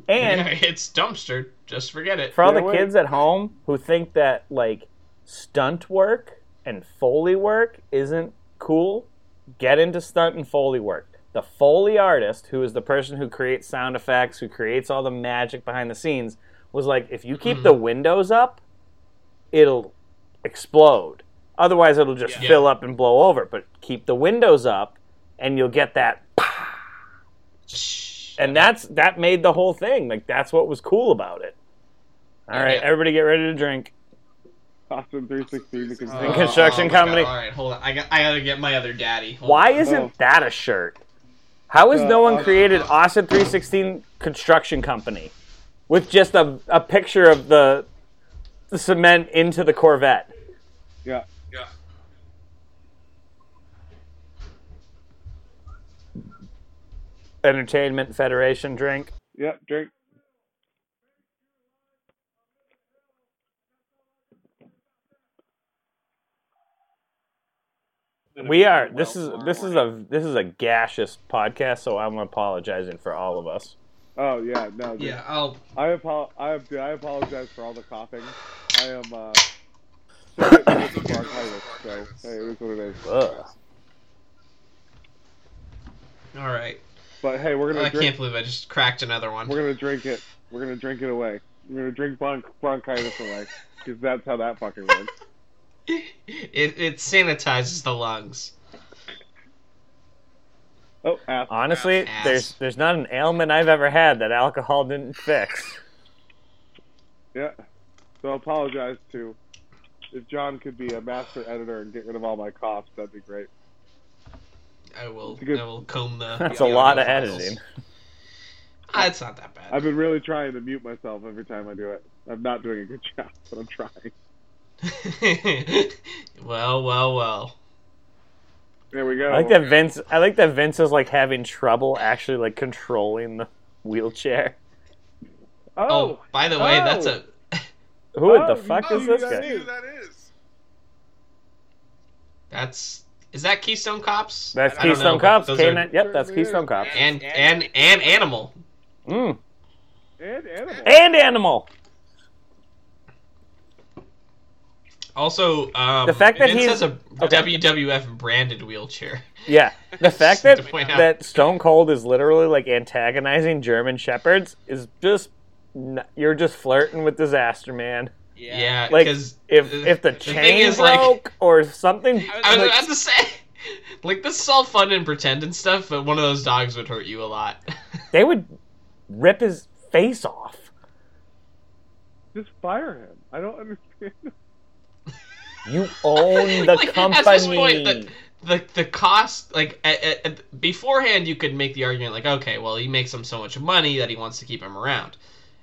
[SPEAKER 1] And
[SPEAKER 2] [LAUGHS] Yeah, it's dumpster. Just forget it.
[SPEAKER 1] for all
[SPEAKER 3] Yeah,
[SPEAKER 1] the
[SPEAKER 3] wait.
[SPEAKER 1] kids at home who think that like stunt work and foley work isn't cool, get into stunt and foley work. The foley artist, who is the person who creates sound effects, who creates all the magic behind the scenes, was like, "If you keep
[SPEAKER 2] Mm-hmm.
[SPEAKER 1] the windows up, it'll explode. Otherwise, it'll just
[SPEAKER 2] Yeah.
[SPEAKER 1] fill up and blow over. But keep the windows up, and you'll get that."
[SPEAKER 2] Shh.
[SPEAKER 1] and that's that made the whole thing like that's what was cool about it all right
[SPEAKER 2] Yeah.
[SPEAKER 1] everybody get ready to drink
[SPEAKER 3] Austin 316 because
[SPEAKER 2] Uh,
[SPEAKER 1] And construction
[SPEAKER 2] Oh, my God.
[SPEAKER 1] company.
[SPEAKER 2] All right, hold on. I got. I gotta get my other daddy. Hold
[SPEAKER 1] why
[SPEAKER 2] on.
[SPEAKER 1] isn't that a shirt how has
[SPEAKER 3] Uh,
[SPEAKER 1] no one
[SPEAKER 3] uh,
[SPEAKER 1] created austin 316 construction company with just a, a picture of the, the cement into the corvette
[SPEAKER 3] yeah.
[SPEAKER 1] entertainment federation drink
[SPEAKER 3] Yep, drink.
[SPEAKER 1] we are this is this is a this is a gaseous podcast so i'm apologizing for all of us
[SPEAKER 3] Oh yeah, no. dude.
[SPEAKER 2] Yeah, I'll.
[SPEAKER 3] I apo- I am, dude, I apologize for all the coughing. I am
[SPEAKER 2] [COUGHS]
[SPEAKER 3] uh bronchitis, so hey, it is what it is.
[SPEAKER 1] Ugh.
[SPEAKER 2] All right.
[SPEAKER 3] But hey, we're gonna
[SPEAKER 2] I
[SPEAKER 3] drink
[SPEAKER 2] can't believe I just cracked another one.
[SPEAKER 3] we're gonna drink it. We're gonna drink it away. We're gonna drink bron- bronchitis away. Because that's how that fucking works.
[SPEAKER 2] [LAUGHS] It, it sanitizes the lungs.
[SPEAKER 3] Oh, ass.
[SPEAKER 1] honestly
[SPEAKER 2] Ass.
[SPEAKER 1] there's there's not an ailment i've ever had that alcohol didn't fix
[SPEAKER 3] Yeah. So I apologize to if John could be a master editor and get rid of all my coughs, that'd be great.
[SPEAKER 2] I will.
[SPEAKER 3] It's a good-
[SPEAKER 2] I will comb the.
[SPEAKER 1] that's
[SPEAKER 2] the
[SPEAKER 1] a lot of
[SPEAKER 2] files.
[SPEAKER 1] editing
[SPEAKER 2] Ah, it's not that bad.
[SPEAKER 3] I've been really trying to mute myself every time I do it. I'm not doing a good [LAUGHS] job, but I'm trying.
[SPEAKER 2] [LAUGHS] well, well, well.
[SPEAKER 3] There we go.
[SPEAKER 1] I like that Vince. I like that Vince is like having trouble actually like controlling the wheelchair.
[SPEAKER 2] Oh,
[SPEAKER 3] Oh,
[SPEAKER 2] by the way,
[SPEAKER 3] oh.
[SPEAKER 2] that's a.
[SPEAKER 1] Who
[SPEAKER 3] Oh,
[SPEAKER 1] the
[SPEAKER 3] you
[SPEAKER 1] fuck
[SPEAKER 3] know
[SPEAKER 1] is
[SPEAKER 3] who
[SPEAKER 1] this
[SPEAKER 3] that
[SPEAKER 1] guy?
[SPEAKER 3] is.
[SPEAKER 5] that is.
[SPEAKER 2] That's is that Keystone Cops?
[SPEAKER 1] That's
[SPEAKER 2] I don't
[SPEAKER 1] Keystone
[SPEAKER 2] know, but
[SPEAKER 1] Cops.
[SPEAKER 2] those
[SPEAKER 1] K9.
[SPEAKER 2] are-
[SPEAKER 1] Yep, that's
[SPEAKER 3] Certainly
[SPEAKER 1] Keystone
[SPEAKER 3] is.
[SPEAKER 1] Cops.
[SPEAKER 2] And and and Animal.
[SPEAKER 1] Mm.
[SPEAKER 2] [LAUGHS]
[SPEAKER 3] and animal.
[SPEAKER 1] And Animal.
[SPEAKER 2] Also, um,
[SPEAKER 1] The fact that
[SPEAKER 2] Vince
[SPEAKER 1] he's-
[SPEAKER 2] has a
[SPEAKER 1] okay.
[SPEAKER 2] WWF branded wheelchair.
[SPEAKER 1] Yeah,
[SPEAKER 2] [LAUGHS]
[SPEAKER 1] the fact that
[SPEAKER 2] to point out.
[SPEAKER 1] that Stone Cold is literally like antagonizing German shepherds is just n- you're just flirting with disaster, man.
[SPEAKER 4] Yeah.
[SPEAKER 2] Yeah,
[SPEAKER 1] Like,
[SPEAKER 2] because
[SPEAKER 1] If if the,
[SPEAKER 2] thing
[SPEAKER 1] chain
[SPEAKER 2] is, like-
[SPEAKER 1] broke or something,
[SPEAKER 2] I was
[SPEAKER 1] like,
[SPEAKER 2] about to say, [LAUGHS] like this is all fun and pretend and stuff, but one of those dogs would hurt you a lot. [LAUGHS]
[SPEAKER 1] they would rip his face off.
[SPEAKER 3] Just fire him. I don't understand.
[SPEAKER 1] You
[SPEAKER 2] [LAUGHS]
[SPEAKER 1] own the
[SPEAKER 2] Like,
[SPEAKER 1] company.
[SPEAKER 2] At this point, the, the, the cost, like, at, at, at- beforehand, you could make the argument, like, okay, well, he makes him so much money that he wants to keep him around.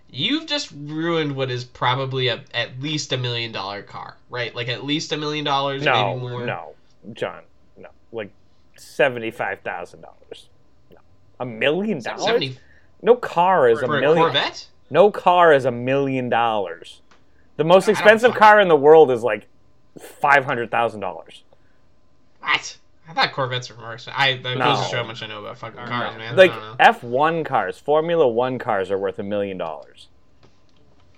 [SPEAKER 2] You've just ruined what is probably a, at least a million dollar car, right? Like, at least a million dollars,
[SPEAKER 1] No,
[SPEAKER 2] maybe more.
[SPEAKER 1] no, John, no. Like seventy-five thousand dollars. No, a million dollars.
[SPEAKER 2] 70
[SPEAKER 1] No car is a
[SPEAKER 2] for a
[SPEAKER 1] million.
[SPEAKER 2] Corvette?
[SPEAKER 1] No car is a million dollars. The most
[SPEAKER 2] I don't
[SPEAKER 1] expensive
[SPEAKER 2] fucking-
[SPEAKER 1] car in the world is like five hundred thousand dollars.
[SPEAKER 2] What? I thought Corvettes were more. expen- I that
[SPEAKER 1] No.
[SPEAKER 2] goes to show how much I know about fucking cars, man.
[SPEAKER 1] Like
[SPEAKER 2] I don't know.
[SPEAKER 1] F1 cars, Formula One cars are worth a million dollars.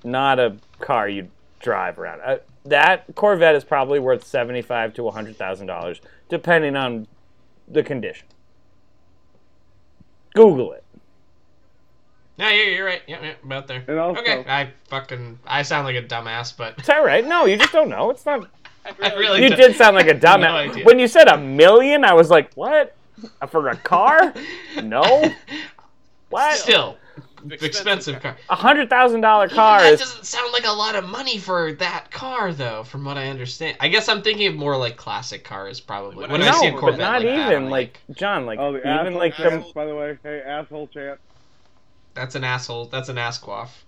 [SPEAKER 1] Not a car you drive around. Uh, that Corvette is probably worth seventy-five to hundred thousand dollars, depending on the condition. Google it.
[SPEAKER 2] No, you're, you're right. Yeah, yeah, about there.
[SPEAKER 3] And also-
[SPEAKER 2] okay, I fucking I sound like a dumbass, but
[SPEAKER 1] It's all right. No, you just don't know. It's not.
[SPEAKER 2] I really
[SPEAKER 1] You
[SPEAKER 2] don't-
[SPEAKER 1] did sound
[SPEAKER 2] [LAUGHS]
[SPEAKER 1] like a dumb.
[SPEAKER 2] No idea.
[SPEAKER 1] when you said a million, I was like, what? For a
[SPEAKER 2] [LAUGHS]
[SPEAKER 1] car? [LAUGHS] no. What?
[SPEAKER 2] Still,
[SPEAKER 4] Expensive
[SPEAKER 2] expensive car.
[SPEAKER 1] a hundred thousand dollar
[SPEAKER 2] [LAUGHS]
[SPEAKER 1] car
[SPEAKER 2] That
[SPEAKER 1] is
[SPEAKER 2] doesn't sound like a lot of money for that car, though. From what I understand, I guess I'm thinking of more like classic cars, probably.
[SPEAKER 4] What
[SPEAKER 2] When I
[SPEAKER 4] about-
[SPEAKER 2] see a
[SPEAKER 1] no, but
[SPEAKER 2] Corvette,
[SPEAKER 1] not
[SPEAKER 2] like that,
[SPEAKER 1] even
[SPEAKER 2] I'm
[SPEAKER 1] like John, like
[SPEAKER 3] Oh, the
[SPEAKER 1] even
[SPEAKER 3] asshole
[SPEAKER 1] like
[SPEAKER 3] chance,
[SPEAKER 1] the
[SPEAKER 4] them-
[SPEAKER 3] by the way. Hey, asshole chance.
[SPEAKER 2] that's an asshole. That's an ass quaff.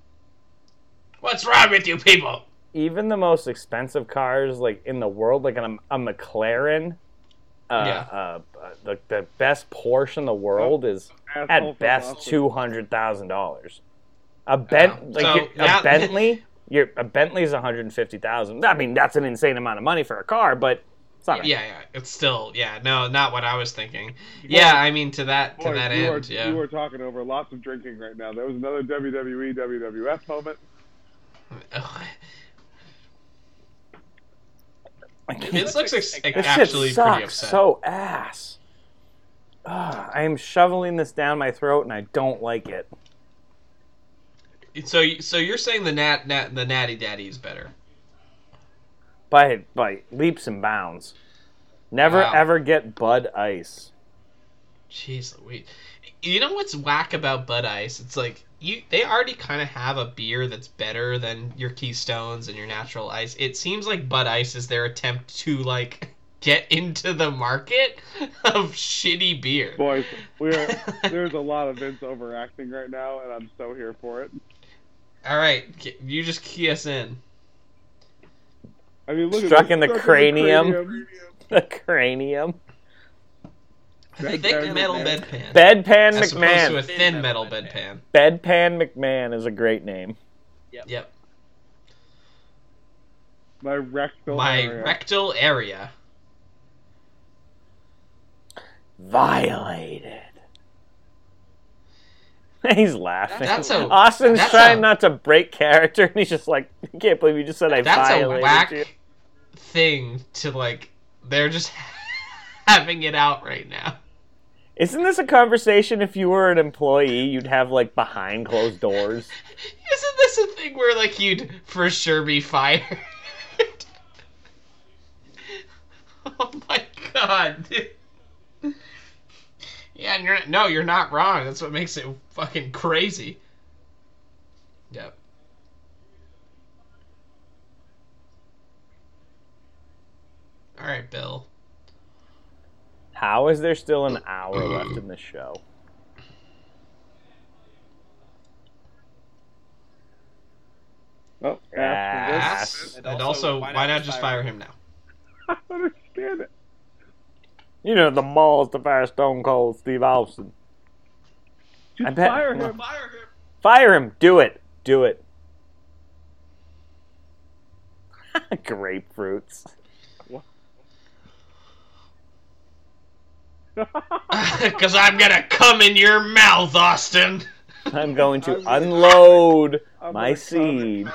[SPEAKER 2] What's wrong with you people?
[SPEAKER 1] even the most expensive cars like in the world, like a, a McLaren, uh, uh, uh, the the best Porsche in the world is
[SPEAKER 3] Asshole
[SPEAKER 1] at
[SPEAKER 3] Oh, from
[SPEAKER 1] best
[SPEAKER 3] Austin.
[SPEAKER 1] two hundred thousand dollars. A bent
[SPEAKER 2] Oh.
[SPEAKER 1] like
[SPEAKER 2] So,
[SPEAKER 1] you're-
[SPEAKER 2] [LAUGHS] now-
[SPEAKER 1] a Bentley, your a Bentley's one hundred fifty thousand. I mean, that's an insane amount of money for a car, but it's not.
[SPEAKER 2] Yeah, yeah. It's still yeah. No, not what I was thinking. Yeah, I mean to that to
[SPEAKER 3] Boy,
[SPEAKER 2] that
[SPEAKER 3] you
[SPEAKER 2] end.
[SPEAKER 3] are,
[SPEAKER 2] yeah.
[SPEAKER 3] You are talking over lots of drinking right now. That was another E, WWE WWF moment.
[SPEAKER 2] [LAUGHS]
[SPEAKER 1] [LAUGHS]
[SPEAKER 2] Vince looks ex-
[SPEAKER 4] This shit
[SPEAKER 2] actually
[SPEAKER 1] shit
[SPEAKER 2] pretty
[SPEAKER 1] sucks
[SPEAKER 2] upset.
[SPEAKER 1] so ass. Ugh, I am shoveling this down my throat, and I don't like it.
[SPEAKER 2] So, you- so you're saying the nat, nat the natty daddy is better?
[SPEAKER 1] by by leaps and bounds. Never
[SPEAKER 2] Wow.
[SPEAKER 1] ever get Bud Ice. [LAUGHS]
[SPEAKER 2] Jeez Louise. You know what's whack about Bud Ice? It's like you they already kind of have a beer that's better than your Keystones and your natural ice. It seems like Bud Ice is their attempt to like [LAUGHS] get into the market [LAUGHS] of shitty beer.
[SPEAKER 3] Boys,
[SPEAKER 1] [LAUGHS]
[SPEAKER 3] we are, there's a lot of Vince overacting right now, and I'm so here for it.
[SPEAKER 2] [LAUGHS] All right, k- you just key us in.
[SPEAKER 3] I mean, look
[SPEAKER 1] Struck
[SPEAKER 3] at this.
[SPEAKER 1] in the cranium. The cranium.
[SPEAKER 3] That
[SPEAKER 2] Thick
[SPEAKER 3] guy's a
[SPEAKER 2] metal
[SPEAKER 3] man.
[SPEAKER 2] bedpan.
[SPEAKER 1] Bedpan
[SPEAKER 2] as opposed to a
[SPEAKER 1] McMahon.
[SPEAKER 2] thin metal bedpan.
[SPEAKER 1] Bedpan McMahon is a great name.
[SPEAKER 2] Yep.
[SPEAKER 3] My rectal.
[SPEAKER 2] My
[SPEAKER 3] area.
[SPEAKER 2] rectal area.
[SPEAKER 1] Violated. [LAUGHS] He's laughing.
[SPEAKER 2] That's a
[SPEAKER 1] Austin's
[SPEAKER 2] that's
[SPEAKER 1] trying
[SPEAKER 2] a-
[SPEAKER 1] not to break character, and he's just like, I can't believe you just said I
[SPEAKER 2] that's a
[SPEAKER 1] violated
[SPEAKER 2] whack
[SPEAKER 1] you.
[SPEAKER 2] thing to like they're just [LAUGHS] having it out right now
[SPEAKER 1] Isn't this a conversation if you were an employee, you'd have like behind closed doors?
[SPEAKER 2] isn't this a thing where like you'd for sure be fired [LAUGHS] oh my god dude. yeah and you're no you're not wrong that's what makes it fucking crazy yep all right bill
[SPEAKER 1] How is there still an hour left in the show?
[SPEAKER 3] Oh, ass
[SPEAKER 1] Ass.
[SPEAKER 2] ass
[SPEAKER 4] And
[SPEAKER 2] and
[SPEAKER 4] also,
[SPEAKER 2] also why not just fire him now
[SPEAKER 3] for this. [LAUGHS] I don't understand it.
[SPEAKER 1] You know, the mall's to fire Stone Cold Steve Austin.
[SPEAKER 3] Just
[SPEAKER 1] I bet-
[SPEAKER 3] fire him. [LAUGHS]
[SPEAKER 1] Fire him. Do it. Do it. [LAUGHS] Grapefruits.
[SPEAKER 2] [LAUGHS] Because I'm gonna come in your mouth, Austin.
[SPEAKER 1] I'm going to
[SPEAKER 2] [LAUGHS]
[SPEAKER 3] I'm gonna-
[SPEAKER 1] unload
[SPEAKER 3] I'm
[SPEAKER 1] my
[SPEAKER 3] gonna come
[SPEAKER 1] seed.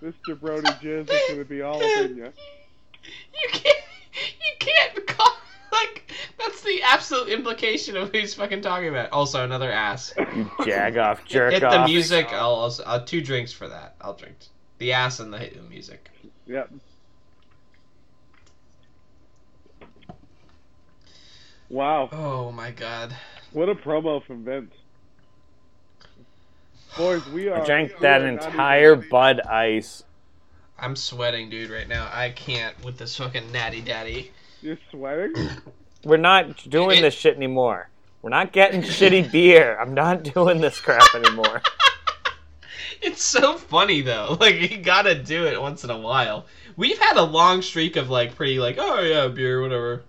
[SPEAKER 3] and- Mr. Brody Jizz is going to be all up in you.
[SPEAKER 2] You can't, you can't call like that's the absolute implication of who he's fucking talking about. Also, another ass.
[SPEAKER 1] You jag off, jerk
[SPEAKER 2] Hit the
[SPEAKER 1] off.
[SPEAKER 2] music. I'll, also, uh, two drinks for that. I'll drink the ass and the, the music.
[SPEAKER 3] Yep. Wow.
[SPEAKER 2] Oh my god.
[SPEAKER 3] What a promo from Vince. Boys, we are.
[SPEAKER 1] I drank
[SPEAKER 3] we
[SPEAKER 1] that
[SPEAKER 3] are not even-
[SPEAKER 1] entire Bud Ice.
[SPEAKER 2] I'm sweating, dude, right now. I can't with this fucking natty daddy.
[SPEAKER 3] You're sweating?
[SPEAKER 1] We're not doing this shit anymore. We're not
[SPEAKER 2] [LAUGHS]
[SPEAKER 1] getting shitty beer. I'm not doing this crap anymore.
[SPEAKER 2] It's so funny though. [LAUGHS] Like you gotta do it once in a while. We've had a long streak of like pretty like oh yeah beer whatever.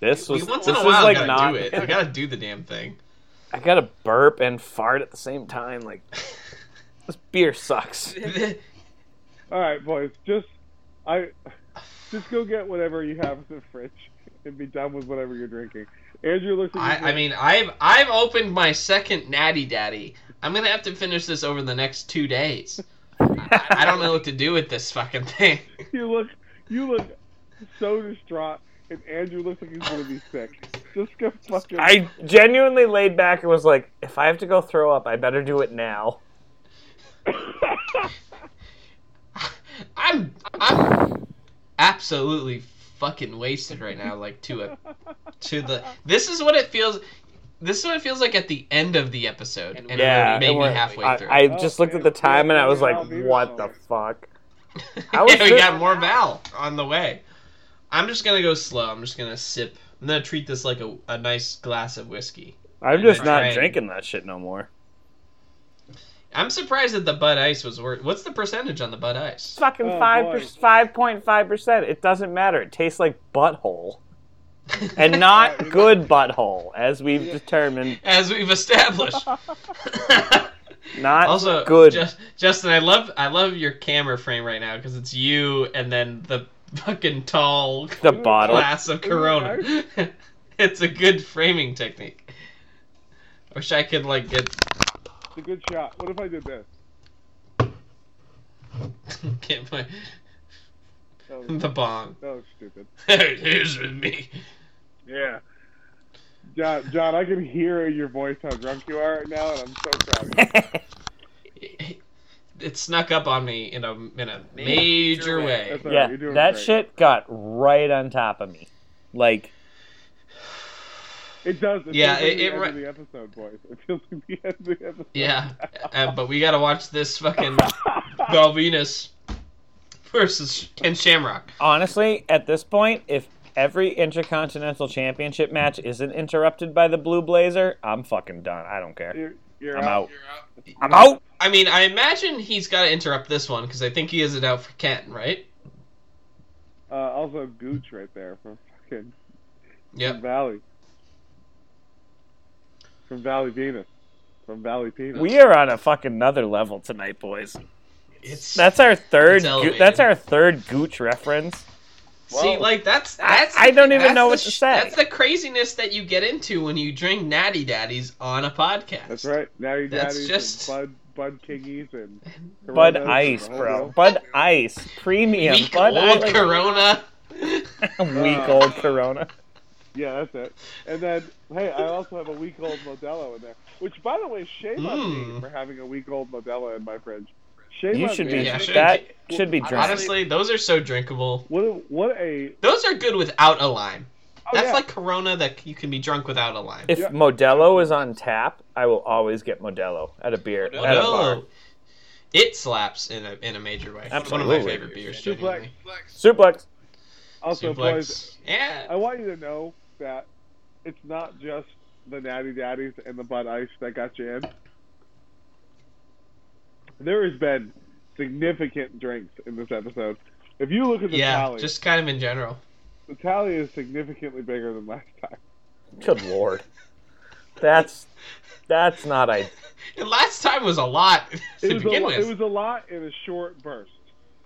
[SPEAKER 1] This was
[SPEAKER 2] we once
[SPEAKER 1] this
[SPEAKER 2] in a
[SPEAKER 1] is
[SPEAKER 2] while
[SPEAKER 1] like
[SPEAKER 2] gotta
[SPEAKER 1] not.
[SPEAKER 2] do it. We gotta do the damn thing.
[SPEAKER 1] [LAUGHS]
[SPEAKER 2] [LAUGHS]
[SPEAKER 1] I gotta burp and fart at the same time. Like this beer sucks.
[SPEAKER 3] All right, boys. Just, I, just go get whatever you have in the fridge. and be done with whatever you're drinking. Andrew looks at you.
[SPEAKER 2] I, I
[SPEAKER 3] like,
[SPEAKER 2] mean, I've I've opened my second Natty Daddy. I'm gonna have to finish this over the next two days. I, I don't know what to do with this fucking thing.
[SPEAKER 3] [LAUGHS]
[SPEAKER 2] [LAUGHS]
[SPEAKER 3] you look, you look so distraught, and Andrew looks like he's gonna be sick. Just go fucking. [LAUGHS]
[SPEAKER 1] I genuinely laid back and was like, if I have to go throw up, I better do it now.
[SPEAKER 2] I'm I'm absolutely fucking wasted right now. Like to a to the. This is what it feels. This is what it feels like at the end of the episode, and,
[SPEAKER 4] And
[SPEAKER 1] Yeah,
[SPEAKER 2] yeah, maybe
[SPEAKER 1] and we're-
[SPEAKER 2] halfway
[SPEAKER 1] I,
[SPEAKER 2] through.
[SPEAKER 1] I
[SPEAKER 3] Oh,
[SPEAKER 1] just looked at the time and I was like,
[SPEAKER 3] Okay.
[SPEAKER 1] what the fuck? I
[SPEAKER 2] [LAUGHS] Yeah,
[SPEAKER 1] was
[SPEAKER 2] we
[SPEAKER 1] fit-
[SPEAKER 2] got more Val on the way. I'm just gonna go slow. I'm just gonna sip. I'm gonna treat this like a, a nice glass of whiskey.
[SPEAKER 1] I'm
[SPEAKER 2] And
[SPEAKER 1] just
[SPEAKER 2] then
[SPEAKER 1] not
[SPEAKER 2] train.
[SPEAKER 1] drinking that shit no more.
[SPEAKER 2] I'm surprised that the Bud Ice was worth. What's the percentage on the Bud Ice?
[SPEAKER 1] It's fucking
[SPEAKER 3] Oh,
[SPEAKER 1] five
[SPEAKER 3] boy.
[SPEAKER 1] per five point five percent. It doesn't matter. It tastes like butthole,
[SPEAKER 3] [LAUGHS]
[SPEAKER 2] [LAUGHS]
[SPEAKER 1] and not good butthole, as we've determined.
[SPEAKER 2] As we've [LAUGHS] established.
[SPEAKER 1] Not
[SPEAKER 2] also,
[SPEAKER 1] good.
[SPEAKER 2] Jus- Justin, I love I love your camera frame right now because it's you and then the fucking tall
[SPEAKER 1] the bottle.
[SPEAKER 2] glass of Corona. [LAUGHS] it's a good framing technique. I wish I could like get [LAUGHS]
[SPEAKER 3] It's a good shot. What if I did this?
[SPEAKER 2] get my
[SPEAKER 3] That was,
[SPEAKER 2] the bong. [LAUGHS]
[SPEAKER 3] that was stupid.
[SPEAKER 2] Here's with me.
[SPEAKER 3] Yeah. John, John, I can hear in your voice how drunk you are right now, and I'm so proud
[SPEAKER 1] [LAUGHS]
[SPEAKER 3] of you.
[SPEAKER 2] It snuck up on me in a in a major way.
[SPEAKER 3] That's all right,
[SPEAKER 1] yeah,
[SPEAKER 3] you're doing
[SPEAKER 1] that
[SPEAKER 3] great.
[SPEAKER 1] shit got right on top of me. Like
[SPEAKER 3] It does. It
[SPEAKER 2] Yeah,
[SPEAKER 3] feels like
[SPEAKER 2] it-
[SPEAKER 3] the
[SPEAKER 2] it
[SPEAKER 3] end
[SPEAKER 2] re-
[SPEAKER 3] of the episode, boys. It feels like the end of the episode.
[SPEAKER 2] Yeah, uh, but we gotta watch this fucking Valvinus versus Ken Shamrock.
[SPEAKER 1] honestly, at this point, if every intercontinental championship match isn't interrupted by the blue blazer, I'm fucking done. I don't care.
[SPEAKER 3] You're, you're
[SPEAKER 1] I'm out.
[SPEAKER 4] You're out.
[SPEAKER 1] I'm out.
[SPEAKER 2] I mean, I imagine he's gotta interrupt this one because I think he is it out for Ken, right?
[SPEAKER 3] Uh, also, Gooch right there from fucking from
[SPEAKER 2] Yep.
[SPEAKER 3] Valley. From Valley Venus. From Valley Penis.
[SPEAKER 1] We are on a fucking another level tonight, boys.
[SPEAKER 2] It's
[SPEAKER 1] That's our third.
[SPEAKER 2] It's
[SPEAKER 1] Go-
[SPEAKER 2] elevated.
[SPEAKER 1] that's our third Gooch reference.
[SPEAKER 2] see,
[SPEAKER 3] Whoa.
[SPEAKER 2] like that's that's.
[SPEAKER 1] I don't even
[SPEAKER 2] that's
[SPEAKER 1] know
[SPEAKER 2] the
[SPEAKER 1] what to
[SPEAKER 2] sh-
[SPEAKER 1] say.
[SPEAKER 2] That's the craziness that you get into when you drink Natty Daddies on a podcast.
[SPEAKER 3] That's right. Now you
[SPEAKER 2] That's
[SPEAKER 3] daddies
[SPEAKER 2] just-
[SPEAKER 3] and Bud Bud Kingies and
[SPEAKER 1] [LAUGHS] Bud
[SPEAKER 3] Coronas and
[SPEAKER 1] Ice,
[SPEAKER 3] the whole
[SPEAKER 1] bro.
[SPEAKER 3] deal.
[SPEAKER 1] Bud Ice Premium.
[SPEAKER 2] Week
[SPEAKER 1] Bud
[SPEAKER 2] old
[SPEAKER 1] Ice.
[SPEAKER 3] [LAUGHS]
[SPEAKER 2] Corona.
[SPEAKER 1] [LAUGHS] Week old Corona.
[SPEAKER 3] Yeah, that's it. And then, hey, I also have a week old Modelo in there. Which, by the way, shame on
[SPEAKER 2] Mm.
[SPEAKER 3] me for having a week old Modelo in my fridge. Shame
[SPEAKER 1] You
[SPEAKER 3] on
[SPEAKER 1] should
[SPEAKER 3] me.
[SPEAKER 1] be.
[SPEAKER 2] Yeah, should
[SPEAKER 1] that should be drunk.
[SPEAKER 2] Honestly, those are so drinkable.
[SPEAKER 3] What a, what a.
[SPEAKER 2] Those are good without a lime.
[SPEAKER 3] Oh,
[SPEAKER 2] That's
[SPEAKER 3] yeah.
[SPEAKER 2] like Corona that you can be drunk without a lime.
[SPEAKER 1] if
[SPEAKER 3] Yeah.
[SPEAKER 1] Modelo is on tap, I will always get Modelo at a beer at a bar.
[SPEAKER 2] Modelo, it slaps in a in a major way. It's one of my
[SPEAKER 1] Absolutely.
[SPEAKER 2] favorite beers.
[SPEAKER 3] Suplex.
[SPEAKER 2] genuinely.
[SPEAKER 4] Flex.
[SPEAKER 1] Suplex.
[SPEAKER 3] Also, boys,
[SPEAKER 2] Suplex. Yeah.
[SPEAKER 3] I want you to know that it's not just the Natty Daddies and the Bud Ice that got you in. There has been significant drinks in this episode. If you look at the
[SPEAKER 2] Yeah.
[SPEAKER 3] tally,
[SPEAKER 2] Just kind of in general.
[SPEAKER 3] the tally is significantly bigger than last time.
[SPEAKER 1] Good lord. That's that's not I.
[SPEAKER 2] And last time was a lot [LAUGHS]
[SPEAKER 3] It
[SPEAKER 2] to
[SPEAKER 3] was,
[SPEAKER 2] begin
[SPEAKER 3] a, lo-
[SPEAKER 2] with.
[SPEAKER 3] it was a lot in a short burst,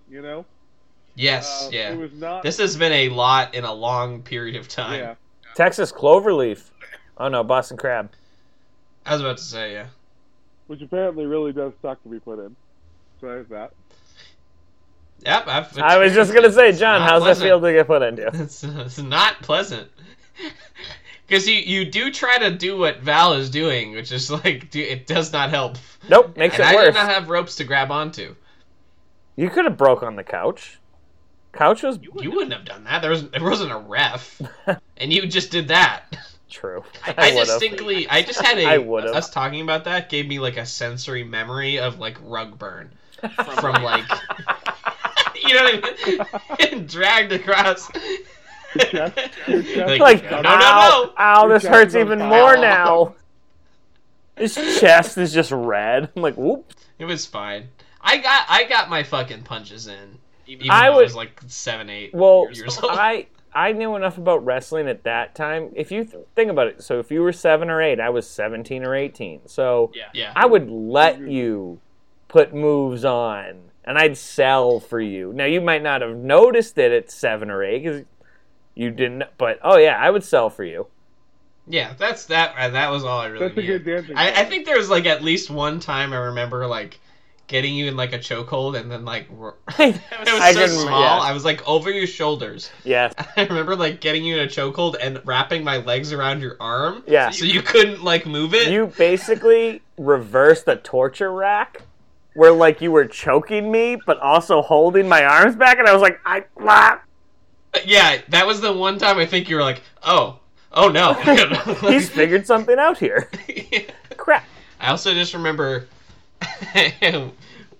[SPEAKER 3] you know?
[SPEAKER 2] yes.
[SPEAKER 3] Uh,
[SPEAKER 2] yeah.
[SPEAKER 3] It was not.
[SPEAKER 2] this has been a lot in a long period of time.
[SPEAKER 3] yeah.
[SPEAKER 1] Texas Cloverleaf. Oh no, Boston Crab.
[SPEAKER 2] I was about to say. Yeah.
[SPEAKER 3] Which apparently really does suck to be put in. So there's that.
[SPEAKER 2] Yep. I've [LAUGHS]
[SPEAKER 1] I was just gonna say, John,
[SPEAKER 2] Not
[SPEAKER 1] how's that
[SPEAKER 2] pleasant.
[SPEAKER 1] feel to get put into?
[SPEAKER 2] It's, it's not pleasant. [LAUGHS] Because you, you do try to do what Val is doing, which is like, do, it does not help.
[SPEAKER 1] Nope, makes
[SPEAKER 2] and
[SPEAKER 1] it
[SPEAKER 2] I
[SPEAKER 1] worse.
[SPEAKER 2] did not have ropes to grab onto.
[SPEAKER 1] You could have broke on the couch. Couch was
[SPEAKER 2] You wouldn't have done that. There, was, there wasn't a
[SPEAKER 1] [LAUGHS]
[SPEAKER 2] ref. and you just did that.
[SPEAKER 1] true.
[SPEAKER 2] I,
[SPEAKER 1] I would've.
[SPEAKER 2] distinctly, I just had a.
[SPEAKER 1] I would've.
[SPEAKER 2] Us talking about that gave me like a sensory memory of like rug burn
[SPEAKER 4] From,
[SPEAKER 2] from like. [LAUGHS] you know what I mean? [LAUGHS] dragged across.
[SPEAKER 3] chest- your chest
[SPEAKER 2] [LAUGHS]
[SPEAKER 1] [LAUGHS]
[SPEAKER 2] Like,
[SPEAKER 1] Like,
[SPEAKER 2] no, no,
[SPEAKER 1] ow,
[SPEAKER 2] no!
[SPEAKER 1] ow,
[SPEAKER 3] Your
[SPEAKER 1] this
[SPEAKER 3] chest
[SPEAKER 1] hurts
[SPEAKER 3] is on
[SPEAKER 1] even
[SPEAKER 3] fire.
[SPEAKER 1] more now. His chest is just red. I'm like, whoop.
[SPEAKER 2] It was fine. I got I got my fucking punches in. Even
[SPEAKER 1] I
[SPEAKER 2] I though
[SPEAKER 1] would-
[SPEAKER 2] I was like seven, eight
[SPEAKER 1] Well,
[SPEAKER 2] [LAUGHS] years old.
[SPEAKER 1] I I knew enough about wrestling at that time. If you th- think about it, so if you were seven or eight, I was seventeen or eighteen. So
[SPEAKER 4] yeah.
[SPEAKER 2] yeah.
[SPEAKER 1] I would let you put moves on, and I'd sell for you. Now you might not have noticed it at seven or eight because You didn't, but oh yeah, I would sell for you. [LAUGHS]
[SPEAKER 2] Yeah, that's that. uh, That was all I really
[SPEAKER 3] That's a
[SPEAKER 2] needed.
[SPEAKER 3] good dancing.
[SPEAKER 2] I, I
[SPEAKER 3] partner.
[SPEAKER 2] think there was like at least one time I remember like getting you in like a chokehold and then like ro- [LAUGHS] it was
[SPEAKER 1] I
[SPEAKER 2] so
[SPEAKER 1] can-
[SPEAKER 2] small.
[SPEAKER 1] yeah.
[SPEAKER 2] I was like over your shoulders. [LAUGHS]
[SPEAKER 1] Yes,
[SPEAKER 2] I remember like getting you in a chokehold and wrapping my legs around your arm.
[SPEAKER 1] Yeah.
[SPEAKER 2] So you couldn't like move it.
[SPEAKER 1] you basically reversed the torture rack, where like you were choking me, but also holding my arms back, and I was like, I. Ah.
[SPEAKER 2] Yeah, that was the one time I think you were like, oh, oh no.
[SPEAKER 1] [LAUGHS] He's
[SPEAKER 2] [LAUGHS]
[SPEAKER 1] figured something out here. [LAUGHS] Crap.
[SPEAKER 2] I also just remember [LAUGHS]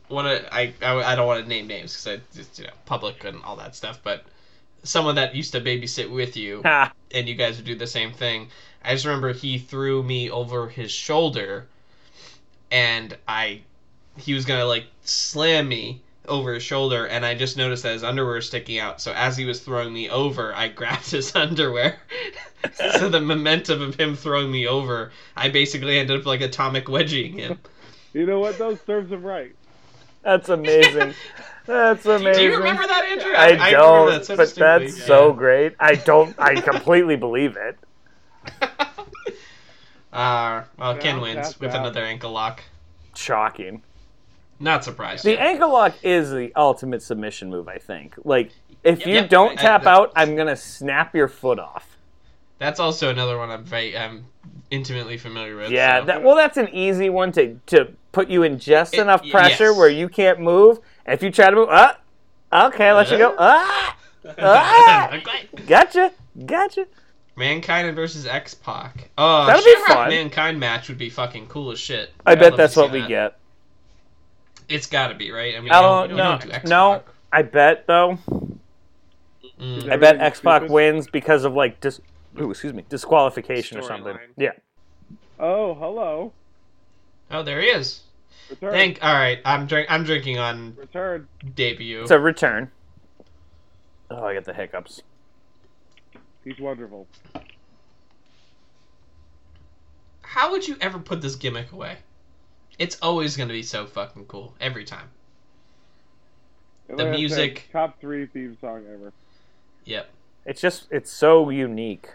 [SPEAKER 2] one of I, I I don't want to name names because I just you know public and all that stuff, but someone that used to babysit with you
[SPEAKER 1] Ha.
[SPEAKER 2] and you guys would do the same thing. I just remember he threw me over his shoulder, and I he was gonna like slam me over his shoulder, and I just noticed that his underwear was sticking out. So as he was throwing me over, I [LAUGHS] grabbed his underwear. [LAUGHS] so the momentum of him throwing me over, I basically ended up like atomic wedging him.
[SPEAKER 3] You know what? Though serves him right.
[SPEAKER 1] That's amazing. That's [LAUGHS] amazing.
[SPEAKER 2] Do you remember that, Andrew?
[SPEAKER 1] I,
[SPEAKER 2] remember
[SPEAKER 1] don't,
[SPEAKER 2] that so
[SPEAKER 1] but
[SPEAKER 2] distinctly.
[SPEAKER 1] that's so great. I don't.
[SPEAKER 2] [LAUGHS]
[SPEAKER 1] I completely believe it.
[SPEAKER 2] Uh, well, Ken
[SPEAKER 3] Yeah,
[SPEAKER 2] wins
[SPEAKER 3] that's
[SPEAKER 2] with
[SPEAKER 3] bad.
[SPEAKER 2] another ankle lock.
[SPEAKER 1] Shocking.
[SPEAKER 2] Not surprised.
[SPEAKER 1] The ankle lock is the ultimate submission move. I think. Like, if you
[SPEAKER 2] Yep.
[SPEAKER 1] don't
[SPEAKER 2] I-
[SPEAKER 1] tap
[SPEAKER 2] I-
[SPEAKER 1] out, I'm gonna snap your foot off.
[SPEAKER 2] That's also another one I'm very I'm intimately familiar with.
[SPEAKER 1] Yeah. [LAUGHS]
[SPEAKER 2] so-
[SPEAKER 1] That, well, that's an easy one to to put you in just
[SPEAKER 2] It-
[SPEAKER 1] enough
[SPEAKER 2] y-
[SPEAKER 1] pressure
[SPEAKER 2] yes.
[SPEAKER 1] where you can't move. And if you try to move, ah, okay, let you go.
[SPEAKER 2] Uh-huh.
[SPEAKER 1] Ah, ah,
[SPEAKER 2] Okay.
[SPEAKER 1] gotcha, gotcha.
[SPEAKER 2] Mankind versus X Pac. Oh,
[SPEAKER 1] That'd be
[SPEAKER 2] Shamrock
[SPEAKER 1] fun.
[SPEAKER 2] Mankind match would be fucking cool as shit.
[SPEAKER 1] I
[SPEAKER 2] I'd
[SPEAKER 1] bet
[SPEAKER 2] love
[SPEAKER 1] that's
[SPEAKER 2] to see
[SPEAKER 1] what we
[SPEAKER 2] that.
[SPEAKER 1] get.
[SPEAKER 2] It's gotta be right. I mean,
[SPEAKER 1] I don't
[SPEAKER 2] don't, we
[SPEAKER 1] know.
[SPEAKER 2] don't do X-Pac.
[SPEAKER 1] No, I bet though. I
[SPEAKER 2] Mm.
[SPEAKER 1] bet
[SPEAKER 3] Everything
[SPEAKER 1] X Pac
[SPEAKER 3] stupid.
[SPEAKER 1] wins because of like dis. Ooh, excuse me, disqualification or something.
[SPEAKER 4] Storyline.
[SPEAKER 1] Yeah.
[SPEAKER 3] Oh, hello.
[SPEAKER 2] Oh, there he is.
[SPEAKER 3] Return.
[SPEAKER 2] Thank. All right, I'm drink. I'm drinking on
[SPEAKER 3] Return.
[SPEAKER 2] debut.
[SPEAKER 1] It's a return. Oh, I got the hiccups.
[SPEAKER 3] He's wonderful.
[SPEAKER 2] How would you ever put this gimmick away? It's always gonna be so fucking cool every time.
[SPEAKER 3] And
[SPEAKER 2] The
[SPEAKER 3] like I said,
[SPEAKER 2] music.
[SPEAKER 3] top three theme song ever.
[SPEAKER 2] Yep.
[SPEAKER 1] It's just it's so unique.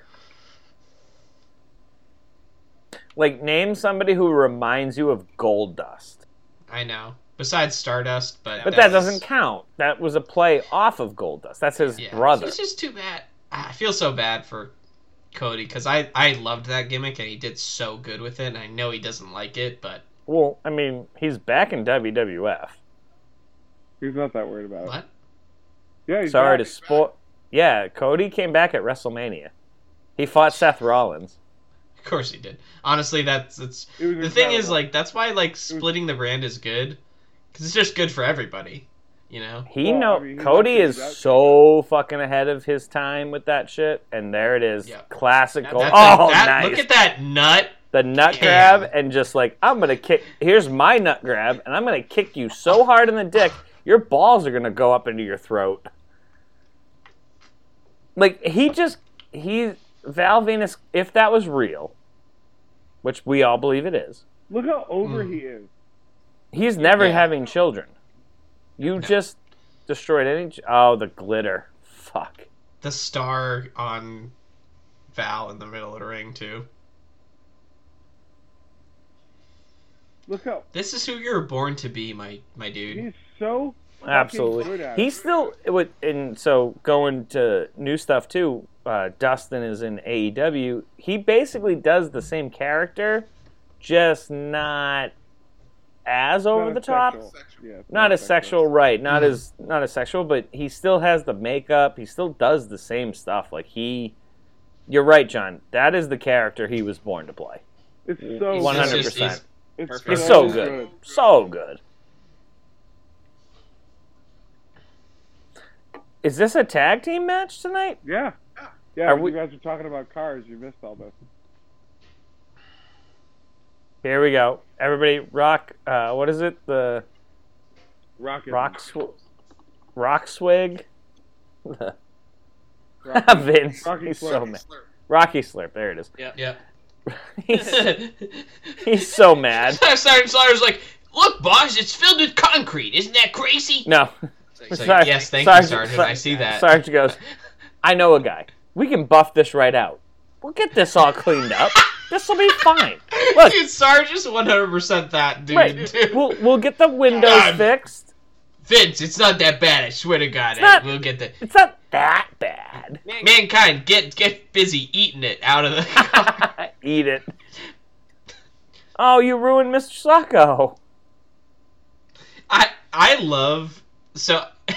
[SPEAKER 1] Like name somebody who reminds you of Gold Dust.
[SPEAKER 2] I know. Besides Stardust, but
[SPEAKER 1] But that
[SPEAKER 2] was-
[SPEAKER 1] doesn't count. That was a play off of Gold Dust. That's his
[SPEAKER 2] Yeah.
[SPEAKER 1] brother.
[SPEAKER 2] It's just too bad. I feel so bad for Cody because I I loved that gimmick and he did so good with it. And I know he doesn't like it, but
[SPEAKER 1] Well, I mean, he's back in WWF.
[SPEAKER 3] He's not that worried about it.
[SPEAKER 2] what?
[SPEAKER 3] Yeah, he's
[SPEAKER 1] Sorry to
[SPEAKER 3] back.
[SPEAKER 1] spoil. Yeah, Cody came back at WrestleMania. He fought Seth Rollins.
[SPEAKER 2] Of course he did. Honestly, that's that's
[SPEAKER 3] It was
[SPEAKER 2] the thing is
[SPEAKER 3] incredible.
[SPEAKER 2] like that's why like splitting the brand is good because it's just good for everybody. You know.
[SPEAKER 1] He
[SPEAKER 3] Well,
[SPEAKER 1] know
[SPEAKER 3] I mean, he's
[SPEAKER 1] Cody
[SPEAKER 3] not doing
[SPEAKER 1] is
[SPEAKER 3] that.
[SPEAKER 1] so fucking ahead of his time with that shit, and there it is,
[SPEAKER 2] Yep.
[SPEAKER 1] classic
[SPEAKER 2] That-
[SPEAKER 1] Gold.
[SPEAKER 2] that's a-
[SPEAKER 1] Oh,
[SPEAKER 2] that-
[SPEAKER 1] nice!
[SPEAKER 2] Look at that nut.
[SPEAKER 1] the nut
[SPEAKER 2] Damn.
[SPEAKER 1] grab, and just like I'm gonna kick. Here's my nut grab, and I'm gonna kick you so hard in the dick, your balls are gonna go up into your throat. Like he just he Val Venus. If that was real, which we all believe it is,
[SPEAKER 3] Look how over
[SPEAKER 2] Mm.
[SPEAKER 3] he is.
[SPEAKER 1] he's never
[SPEAKER 2] Yeah.
[SPEAKER 1] having children. You just destroyed any. Oh, the glitter. Fuck.
[SPEAKER 2] The star on Val in the middle of the ring too.
[SPEAKER 3] Look how
[SPEAKER 2] This is who you were born to be, my my dude.
[SPEAKER 3] he's so fucking good
[SPEAKER 1] Absolutely.
[SPEAKER 3] at it.
[SPEAKER 1] He's still it would- and so going to new stuff too. Uh, Dustin is in AEW. He basically does the same character, just not as
[SPEAKER 3] Not
[SPEAKER 1] over
[SPEAKER 3] as
[SPEAKER 1] the top.
[SPEAKER 3] sexual. Yeah, it's
[SPEAKER 1] Not as sexual, right? Not
[SPEAKER 2] Mm-hmm.
[SPEAKER 1] as not as sexual, but he still has the makeup. He still does the same stuff. Like he, you're right, John. That is the character he was born to play.
[SPEAKER 3] It's so
[SPEAKER 1] One hundred
[SPEAKER 2] He's just-
[SPEAKER 1] percent.
[SPEAKER 2] he's-
[SPEAKER 3] It's
[SPEAKER 4] Perfect.
[SPEAKER 1] He's so good, so good. Is this a tag team match tonight?
[SPEAKER 3] Yeah. Yeah,
[SPEAKER 1] Are
[SPEAKER 3] when
[SPEAKER 1] we-
[SPEAKER 3] you guys were talking about cars. You missed all this.
[SPEAKER 1] Here we go. Everybody, rock. Uh, what is it? The
[SPEAKER 3] Rocket.
[SPEAKER 1] rock, sw- rock swig.
[SPEAKER 3] Rocket.
[SPEAKER 1] [LAUGHS] Vince,
[SPEAKER 3] [LAUGHS] Rocky
[SPEAKER 1] he's
[SPEAKER 3] Slurp.
[SPEAKER 1] so mad. Rocky slurp. There it is. [LAUGHS]
[SPEAKER 2] Yep.
[SPEAKER 1] He's, he's so mad.
[SPEAKER 2] Sergeant Slaughter's like, look, boss, it's filled with concrete. Isn't that crazy?
[SPEAKER 1] No,
[SPEAKER 2] It's like,
[SPEAKER 1] Sorry-
[SPEAKER 2] yes, thank
[SPEAKER 1] Sergeant-
[SPEAKER 2] [LAUGHS] you, Sergeant. I see that.
[SPEAKER 1] Sarge goes. I know a guy. we can buff this right out. We'll get this all cleaned up. This will be fine. Look,
[SPEAKER 2] dude, Sarge is 100% that dude.
[SPEAKER 1] right,
[SPEAKER 2] [LAUGHS] dude.
[SPEAKER 1] we'll we'll get the windows
[SPEAKER 2] God.
[SPEAKER 1] fixed.
[SPEAKER 2] Vince, it's not that bad. I swear to God,
[SPEAKER 1] It's not-
[SPEAKER 2] I, we'll get the
[SPEAKER 1] It's not that bad. [LAUGHS]
[SPEAKER 2] mankind. Get get busy eating it out of
[SPEAKER 1] [LAUGHS]
[SPEAKER 2] the car.
[SPEAKER 1] Eat it. Oh, you ruined Mr. Sacco.
[SPEAKER 2] I I love so. [LAUGHS]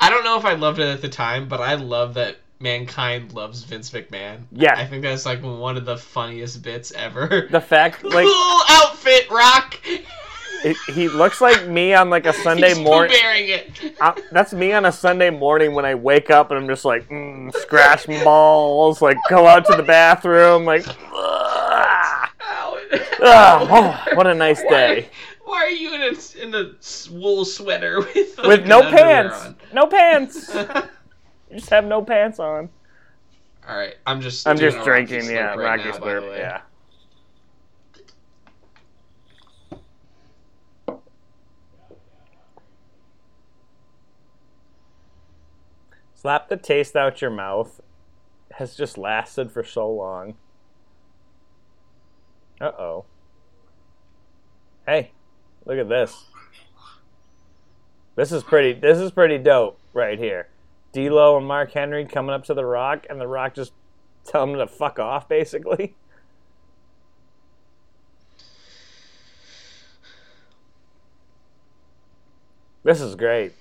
[SPEAKER 2] I don't know if I loved it at the time, but I love that mankind loves Vince McMahon.
[SPEAKER 1] Yeah.
[SPEAKER 2] I think that's like one of the funniest bits ever.
[SPEAKER 1] The fact,
[SPEAKER 2] [LAUGHS]
[SPEAKER 1] like,
[SPEAKER 2] cool outfit, Rock.
[SPEAKER 1] it, he looks like me on like a
[SPEAKER 2] [LAUGHS]
[SPEAKER 1] Sunday
[SPEAKER 2] He's
[SPEAKER 1] morning.
[SPEAKER 2] wearing it.
[SPEAKER 1] I- that's me on a Sunday morning when I wake up and I'm just like, mm, scratch balls, like go out to the bathroom, like, ah,
[SPEAKER 2] Ow. [LAUGHS]
[SPEAKER 1] ah, oh, what a nice day
[SPEAKER 2] Why are you in a, in a s- wool sweater [LAUGHS] with
[SPEAKER 1] with
[SPEAKER 2] fucking
[SPEAKER 1] no
[SPEAKER 2] underwear
[SPEAKER 1] pants,
[SPEAKER 2] on?
[SPEAKER 1] no pants,
[SPEAKER 2] [LAUGHS] All
[SPEAKER 1] You just have no pants on.
[SPEAKER 2] right, I'm just.
[SPEAKER 1] I'm
[SPEAKER 2] doing
[SPEAKER 1] just
[SPEAKER 2] a Rocky
[SPEAKER 1] drinking,
[SPEAKER 2] slurp
[SPEAKER 1] yeah,
[SPEAKER 2] right
[SPEAKER 1] Rocky
[SPEAKER 2] now, by the
[SPEAKER 1] slurp,
[SPEAKER 2] way.
[SPEAKER 1] yeah. Slap the taste out your mouth has just lasted for so long. Uh oh. Hey, look at this. This is pretty. This is pretty dope right here. D'Lo and Mark Henry coming up to The Rock, and The Rock just telling him to fuck off, basically. This is great.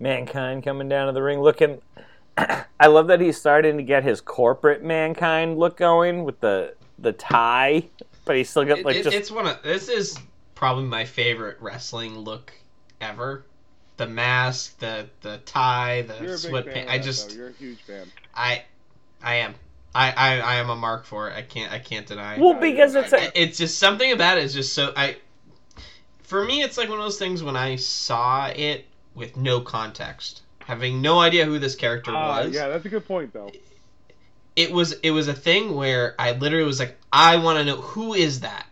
[SPEAKER 1] Mankind coming down to the ring looking. [CLEARS THROAT] I love that he's starting to get his corporate mankind look going with the the tie, but he's still got
[SPEAKER 2] It-
[SPEAKER 1] like
[SPEAKER 2] it-
[SPEAKER 1] just
[SPEAKER 2] It's one of this is probably my favorite wrestling look ever. The mask, the the tie, the
[SPEAKER 3] You're a big
[SPEAKER 2] sweatpants.
[SPEAKER 3] fan. of
[SPEAKER 2] I
[SPEAKER 3] that,
[SPEAKER 2] just
[SPEAKER 3] though. you're a huge fan.
[SPEAKER 2] I I am I, I I am a mark for it. I can't I can't deny. it.
[SPEAKER 1] well because it's a,
[SPEAKER 2] I- it's just something about it is just so I. For me, it's like one of those things when I saw it with no context, having no idea who this character
[SPEAKER 3] Uh,
[SPEAKER 2] was.
[SPEAKER 3] yeah, that's a good point though.
[SPEAKER 2] It was it was a thing where I literally was like, I want to know who is that.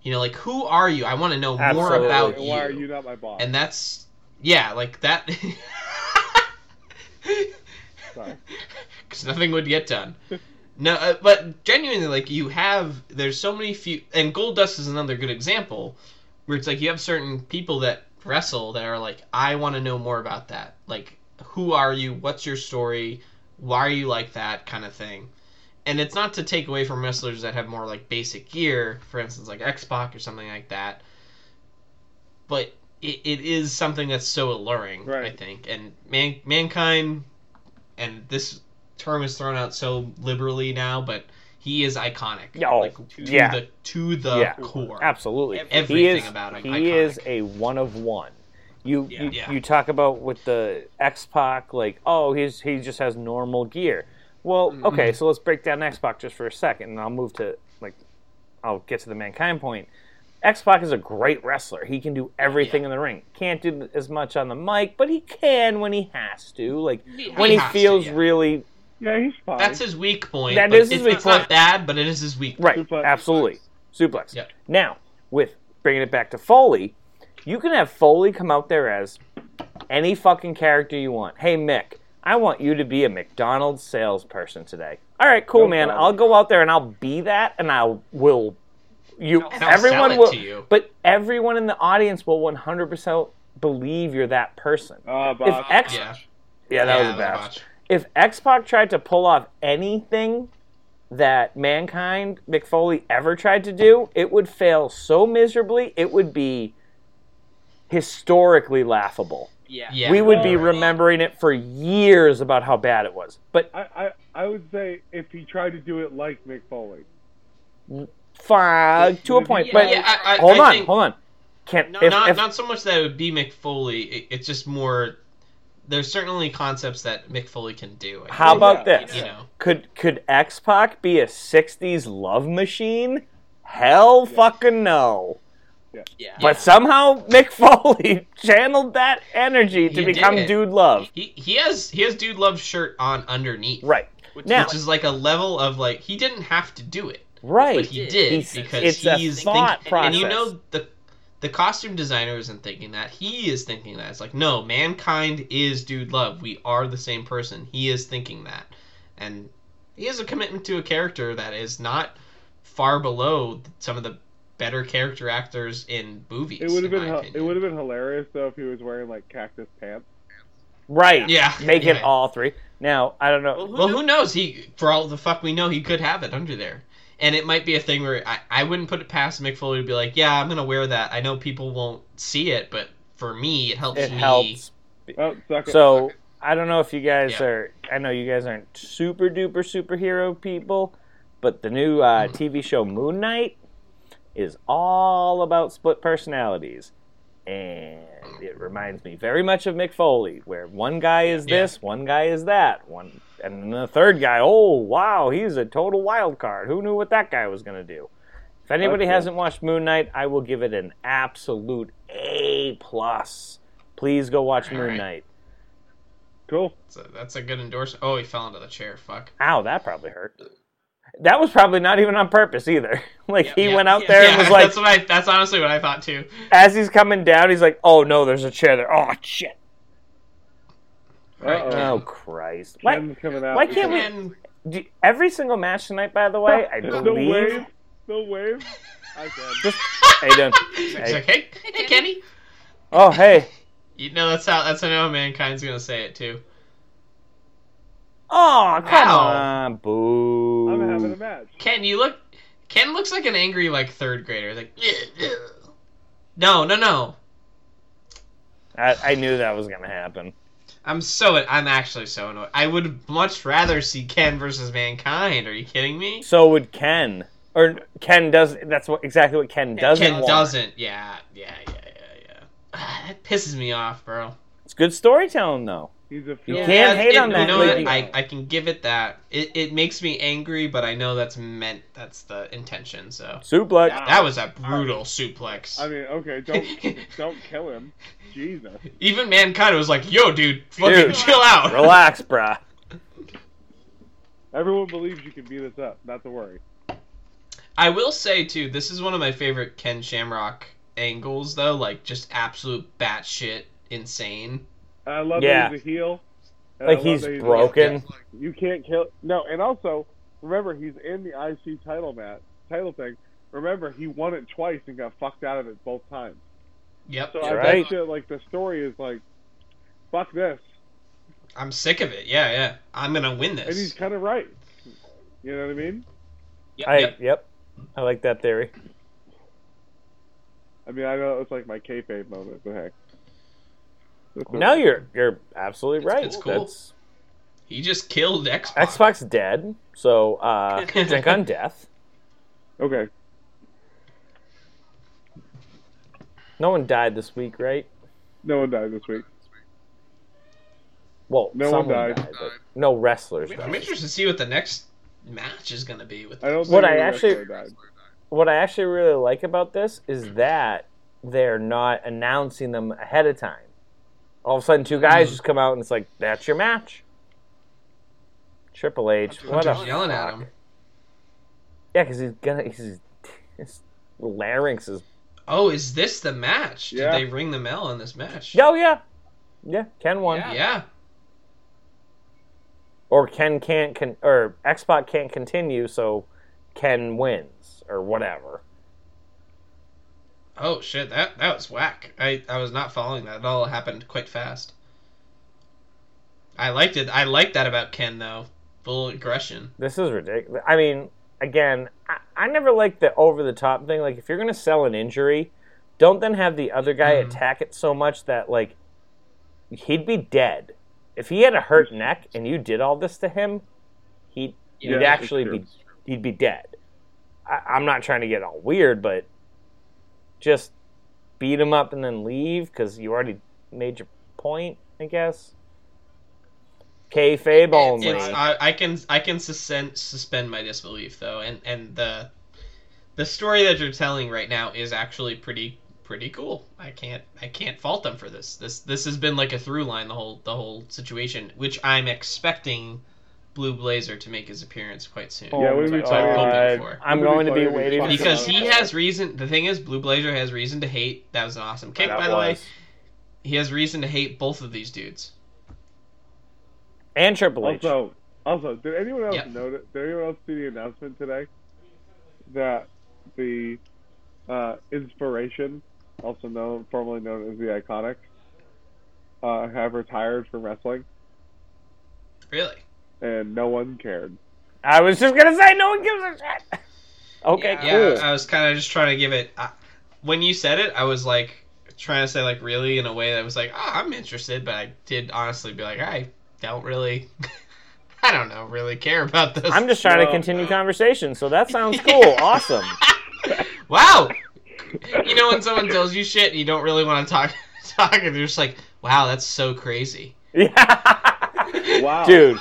[SPEAKER 2] You know, like who are you? I want to know more
[SPEAKER 1] Absolutely.
[SPEAKER 2] about
[SPEAKER 3] And why are you not my boss?
[SPEAKER 2] and that's yeah, like
[SPEAKER 3] [LAUGHS]
[SPEAKER 2] that. [LAUGHS]
[SPEAKER 3] Sorry.
[SPEAKER 2] because nothing would get done. No, uh, but genuinely, like you have, there's so many few, and Goldust is another good example, where it's like you have certain people that wrestle that are like, I want to know more about that. Like, who are you? What's your story? Why are you like that? Kind of thing. And it's not to take away from wrestlers that have more like basic gear, for instance, like X Pac or something like that. But it, it is something that's so alluring, I
[SPEAKER 3] Right.
[SPEAKER 2] think. And man, mankind, and this term is thrown out so liberally now, but he is iconic.
[SPEAKER 1] Oh,
[SPEAKER 2] like to
[SPEAKER 1] yeah.
[SPEAKER 2] the to the
[SPEAKER 1] Yeah.
[SPEAKER 2] core.
[SPEAKER 1] Absolutely.
[SPEAKER 2] Everything
[SPEAKER 1] he is,
[SPEAKER 2] about him,
[SPEAKER 1] He
[SPEAKER 2] iconic.
[SPEAKER 1] is a one of one. You,
[SPEAKER 4] Yeah.
[SPEAKER 1] you
[SPEAKER 2] Yeah.
[SPEAKER 1] you talk about with the X Pac, like, oh, he's he just has normal gear. Well,
[SPEAKER 2] Mhm.
[SPEAKER 1] okay, so let's break down X Pac just for a second, and I'll move to like, I'll get to the mankind point. X Pac is a great wrestler. He can do everything in the ring. Can't do as much on the mic, but he can when he has to. Like when he
[SPEAKER 2] has to,
[SPEAKER 1] feels
[SPEAKER 2] yeah.
[SPEAKER 1] really
[SPEAKER 3] Yeah, he's fine.
[SPEAKER 2] That's his weak point.
[SPEAKER 1] That
[SPEAKER 2] but
[SPEAKER 1] is his
[SPEAKER 2] it's,
[SPEAKER 1] weak
[SPEAKER 2] it's
[SPEAKER 1] point.
[SPEAKER 2] not bad, but it is his weak
[SPEAKER 1] Right.
[SPEAKER 3] Suplex.
[SPEAKER 1] Absolutely. Suplex.
[SPEAKER 2] Yep.
[SPEAKER 1] Now, with bringing it back to Foley, you can have Foley come out there as any fucking character you want. Hey, Mick, I want you to be a McDonald's salesperson today. All right, cool,
[SPEAKER 3] No
[SPEAKER 1] man.
[SPEAKER 3] problem.
[SPEAKER 1] I'll go out there and I'll be that, and I will. You,
[SPEAKER 2] And I'll
[SPEAKER 1] everyone
[SPEAKER 2] sell it
[SPEAKER 1] will,
[SPEAKER 2] to you.
[SPEAKER 1] but everyone in the audience will 100% believe you're that person.
[SPEAKER 3] Uh, boss.
[SPEAKER 1] X-
[SPEAKER 2] Yeah.
[SPEAKER 1] [LAUGHS] Yeah, that
[SPEAKER 2] Yeah,
[SPEAKER 1] was a bad.
[SPEAKER 2] botch.
[SPEAKER 1] If X Pac tried to pull off anything that mankind McFoley ever tried to do, it would fail so miserably. It would be historically laughable.
[SPEAKER 4] Yeah.
[SPEAKER 2] Yeah.
[SPEAKER 1] we would be
[SPEAKER 2] Well,
[SPEAKER 1] remembering it for years about how bad it was. But
[SPEAKER 3] I, I I would say if he tried to do it like Mick Foley.
[SPEAKER 1] fine, to a point.
[SPEAKER 4] Yeah,
[SPEAKER 1] but
[SPEAKER 2] yeah, I, I,
[SPEAKER 1] hold
[SPEAKER 2] I
[SPEAKER 1] on,
[SPEAKER 2] think
[SPEAKER 1] hold on. Can't
[SPEAKER 4] No,
[SPEAKER 1] if,
[SPEAKER 2] not
[SPEAKER 1] if-
[SPEAKER 2] not so much that it would be McFoley. It, it's just more. There's certainly concepts that McFoley can do. I
[SPEAKER 1] how
[SPEAKER 2] think,
[SPEAKER 1] about
[SPEAKER 3] Yeah.
[SPEAKER 1] this?
[SPEAKER 2] you know?
[SPEAKER 1] Could could X Pac be a '60s love machine? Hell, fucking no.
[SPEAKER 4] Yeah.
[SPEAKER 1] But somehow Mick [LAUGHS] Foley channeled that energy to
[SPEAKER 2] He
[SPEAKER 1] become
[SPEAKER 2] did.
[SPEAKER 1] Dude Love.
[SPEAKER 2] He he has he has Dude Love's shirt on underneath.
[SPEAKER 1] Right.
[SPEAKER 4] Which
[SPEAKER 1] Now-
[SPEAKER 2] Which is like a level of like he didn't have to do it.
[SPEAKER 1] Right.
[SPEAKER 2] But he did
[SPEAKER 1] He's-
[SPEAKER 2] because
[SPEAKER 1] it's a
[SPEAKER 2] he's
[SPEAKER 1] thought
[SPEAKER 2] thinking, and you
[SPEAKER 1] process.
[SPEAKER 2] know the the costume designer isn't thinking that. He is thinking that. It's like, no, mankind is dude love. We are the same person. He is thinking that. And he has a commitment to a character that is not far below some of the better character actors in movies.
[SPEAKER 3] It would have
[SPEAKER 2] in
[SPEAKER 3] been
[SPEAKER 2] my
[SPEAKER 3] hi- it
[SPEAKER 2] opinion.
[SPEAKER 3] would have been hilarious though if he was wearing like cactus pants.
[SPEAKER 1] Right.
[SPEAKER 2] Yeah.
[SPEAKER 1] Make
[SPEAKER 2] Yeah.
[SPEAKER 1] it all three. Now I don't know.
[SPEAKER 4] Well, who
[SPEAKER 2] Well,
[SPEAKER 4] knew-
[SPEAKER 2] who knows? He, for all the fuck we know, he could have it under there, and it might be a thing where I, I wouldn't put it past Mick Foley to be like, yeah, I'm gonna wear that. I know people won't see it, but for me, it helps
[SPEAKER 1] it
[SPEAKER 2] me.
[SPEAKER 1] helps.
[SPEAKER 3] Oh, suck it.
[SPEAKER 1] So I don't know if you guys
[SPEAKER 2] Yeah.
[SPEAKER 1] are. I know you guys aren't super duper superhero people, but the new uh,
[SPEAKER 2] Hmm.
[SPEAKER 1] TV show Moon Knight is all about split personalities, and it reminds me very much of Mick Foley, where one guy is
[SPEAKER 2] Yeah.
[SPEAKER 1] this, one guy is that, one, and then the third guy. Oh wow, he's a total wild card. Who knew what that guy was going to do? If anybody
[SPEAKER 3] That's it.
[SPEAKER 1] hasn't watched Moon Knight, I will give it an absolute A plus. Please go watch
[SPEAKER 2] All
[SPEAKER 1] Moon
[SPEAKER 2] right.
[SPEAKER 1] Knight.
[SPEAKER 3] cool.
[SPEAKER 2] So that's a good endorsement. Oh, he fell into the chair. Fuck.
[SPEAKER 1] Ow, that probably hurt. That was probably not even on purpose either. [LAUGHS] Like he
[SPEAKER 4] Yeah,
[SPEAKER 1] went out
[SPEAKER 4] yeah,
[SPEAKER 1] there
[SPEAKER 2] [LAUGHS]
[SPEAKER 1] and
[SPEAKER 4] [LAUGHS]
[SPEAKER 1] was like,
[SPEAKER 2] that's what I. That's honestly what I thought too.
[SPEAKER 1] as he's coming down, he's like, "Oh no, there's a chair there. Oh shit!
[SPEAKER 2] Right.
[SPEAKER 3] Uh-oh.
[SPEAKER 1] Oh Christ! Why,
[SPEAKER 3] Ken's coming out.
[SPEAKER 1] why can't
[SPEAKER 3] [LAUGHS]
[SPEAKER 1] we-
[SPEAKER 2] And
[SPEAKER 1] do, every single match tonight, by the way, I
[SPEAKER 3] the
[SPEAKER 1] believe.
[SPEAKER 3] wave, the wave. I can.
[SPEAKER 1] [LAUGHS] Just, how you doing?
[SPEAKER 2] [LAUGHS] he's
[SPEAKER 1] Hey.
[SPEAKER 2] like, hey, hey, Kenny.
[SPEAKER 1] Oh hey!
[SPEAKER 2] You know that's how. That's how mankind's gonna say it too.
[SPEAKER 1] Oh come
[SPEAKER 2] Ow.
[SPEAKER 1] on! Boo!
[SPEAKER 3] I'm having a match.
[SPEAKER 2] Ken, you look. Ken looks like an angry like third grader. Like, [LAUGHS] no, no, no.
[SPEAKER 1] I, I knew that was gonna happen.
[SPEAKER 2] I'm so. I'm actually so annoyed. I would much rather see Ken versus mankind. Are you kidding me?
[SPEAKER 1] So would Ken. Or Ken does. That's what exactly what Ken doesn't
[SPEAKER 2] Ken
[SPEAKER 1] want.
[SPEAKER 2] doesn't. Yeah, yeah, yeah, yeah, yeah. [SIGHS] Ah, that pisses me off, bro.
[SPEAKER 1] It's good storytelling though.
[SPEAKER 3] He's a
[SPEAKER 1] You
[SPEAKER 3] film.
[SPEAKER 1] can't hate
[SPEAKER 2] it-
[SPEAKER 1] on
[SPEAKER 2] you
[SPEAKER 1] that,
[SPEAKER 2] know
[SPEAKER 1] like-
[SPEAKER 2] what? I, I can give it that. It, it makes me angry, but I know that's meant. That's the intention. So
[SPEAKER 1] Suplex.
[SPEAKER 3] Yeah.
[SPEAKER 2] that was a brutal suplex.
[SPEAKER 3] I mean, okay, don't
[SPEAKER 1] [LAUGHS]
[SPEAKER 3] don't kill him. Jesus.
[SPEAKER 2] Even mankind was like, "Yo, dude, fucking
[SPEAKER 1] Dude,
[SPEAKER 2] chill out."
[SPEAKER 1] Relax, bruh.
[SPEAKER 3] Everyone believes you can beat us up. Not to worry.
[SPEAKER 2] I will say too, this is one of my favorite Ken Shamrock angles, though. Like just absolute batshit insane.
[SPEAKER 3] And I love
[SPEAKER 1] Yeah.
[SPEAKER 3] that he's a heel. and I
[SPEAKER 1] Like
[SPEAKER 3] love
[SPEAKER 1] he's
[SPEAKER 3] that a heel.
[SPEAKER 1] broken.
[SPEAKER 3] You can't kill. No, and also remember he's in the IC title match, title thing. Remember he won it twice and got fucked out of it both times.
[SPEAKER 2] Yep.
[SPEAKER 3] So
[SPEAKER 1] That's
[SPEAKER 3] I
[SPEAKER 1] right.
[SPEAKER 3] bet you like the story is like, fuck this,
[SPEAKER 2] I'm sick of it. Yeah, yeah. I'm gonna win
[SPEAKER 3] and he's
[SPEAKER 2] this.
[SPEAKER 3] kind of right. You know what I mean?
[SPEAKER 4] Yep,
[SPEAKER 1] I,
[SPEAKER 2] Yep.
[SPEAKER 1] yep. I like that theory.
[SPEAKER 3] I mean I know it's like my kayfabe moment, but hey.
[SPEAKER 1] No, you're you're absolutely right.
[SPEAKER 2] it's cool.
[SPEAKER 1] That's-
[SPEAKER 2] He just killed Xbox.
[SPEAKER 1] Xbox dead, so uh,
[SPEAKER 2] [LAUGHS]
[SPEAKER 1] drink on death.
[SPEAKER 3] okay.
[SPEAKER 1] No one died this week, right?
[SPEAKER 3] No one died this week.
[SPEAKER 1] Well,
[SPEAKER 3] No one
[SPEAKER 1] someone
[SPEAKER 3] died.
[SPEAKER 1] but no wrestlers.
[SPEAKER 2] I'm
[SPEAKER 1] Died.
[SPEAKER 2] interested to see what the next match is gonna be with.
[SPEAKER 3] I don't.
[SPEAKER 2] this. [LAUGHS]
[SPEAKER 3] Think
[SPEAKER 1] What I
[SPEAKER 3] anyone
[SPEAKER 1] actually-
[SPEAKER 3] died.
[SPEAKER 1] What I actually really like about this is that they're not announcing them ahead of time. All of a sudden, two guys
[SPEAKER 2] Mhm.
[SPEAKER 1] just come out and it's like, "That's your match." Triple H,
[SPEAKER 4] Hunter's
[SPEAKER 1] what a
[SPEAKER 2] Just yelling at
[SPEAKER 1] fuck.
[SPEAKER 2] him.
[SPEAKER 1] Yeah, because he's gonna he's, his larynx is.
[SPEAKER 2] Oh, is this the match?
[SPEAKER 3] Yeah.
[SPEAKER 2] Did they ring the bell in this match?
[SPEAKER 1] Oh yeah, yeah. Ken won,
[SPEAKER 4] Yeah.
[SPEAKER 2] Yeah.
[SPEAKER 1] or Ken can't con- or Xbox can't continue, so Ken wins or whatever.
[SPEAKER 2] Oh shit, that that was whack. I I was not following that. It all happened quite fast. I liked it. I liked that about Ken though. Full aggression.
[SPEAKER 1] This is ridiculous. I mean, again, I, I never liked the over the top thing. Like, if you're gonna sell an injury, don't then have the other guy
[SPEAKER 2] Mhm.
[SPEAKER 1] attack it so much that like he'd be dead if he had a hurt neck and you did all this to him. He'd
[SPEAKER 3] Yeah,
[SPEAKER 1] he'd
[SPEAKER 3] that's
[SPEAKER 1] actually
[SPEAKER 3] true.
[SPEAKER 1] be he'd be dead. I, I'm not trying to get all weird, but just beat him up and then leave because you already made your point, I guess. Kayfabe only.
[SPEAKER 2] It's, I, I can I can suspend suspend my disbelief though, and and the the story that you're telling right now is actually pretty pretty cool. I can't I can't fault them for this. This this has been like a through line the whole the whole situation, which I'm expecting Blue Blazer to make his appearance quite soon.
[SPEAKER 1] Oh,
[SPEAKER 3] Yeah, we- we-
[SPEAKER 2] That's what I'm hoping
[SPEAKER 1] God.
[SPEAKER 2] for.
[SPEAKER 1] I'm
[SPEAKER 3] It'll
[SPEAKER 1] going to be
[SPEAKER 3] funny if we
[SPEAKER 1] waiting
[SPEAKER 3] talk
[SPEAKER 2] Because
[SPEAKER 3] about
[SPEAKER 2] he
[SPEAKER 3] it.
[SPEAKER 2] has reason. The thing is, Blue Blazer has reason to hate. That was an awesome kick,
[SPEAKER 1] That
[SPEAKER 2] by the way.
[SPEAKER 1] was-
[SPEAKER 2] He has reason to hate both of these dudes.
[SPEAKER 1] and Triple H.
[SPEAKER 3] Also, also, did anyone else
[SPEAKER 2] Yep.
[SPEAKER 3] notice? Did anyone else see the announcement today that the uh, Inspiration, also known formerly known as the Iconics, uh, have retired from wrestling,
[SPEAKER 2] Really?
[SPEAKER 3] and no one cared.
[SPEAKER 1] I was just gonna say no one gives a shit. Okay,
[SPEAKER 4] Yeah.
[SPEAKER 2] Yeah,
[SPEAKER 1] cool.
[SPEAKER 2] I was kind of just trying to give it. I, when you said it, I was like trying to say like really in a way that was like, oh, I'm interested, but I did honestly be like, I don't really, [LAUGHS] I don't know, really care about this.
[SPEAKER 1] I'm just trying to
[SPEAKER 3] No.
[SPEAKER 1] continue conversation, so that
[SPEAKER 2] [LAUGHS]
[SPEAKER 1] sounds cool. awesome. [LAUGHS]
[SPEAKER 2] wow. You know when someone tells you shit and you don't really want to talk, [LAUGHS] talk, and you're just like, wow, that's so crazy.
[SPEAKER 1] Yeah.
[SPEAKER 3] Wow,
[SPEAKER 1] Dude,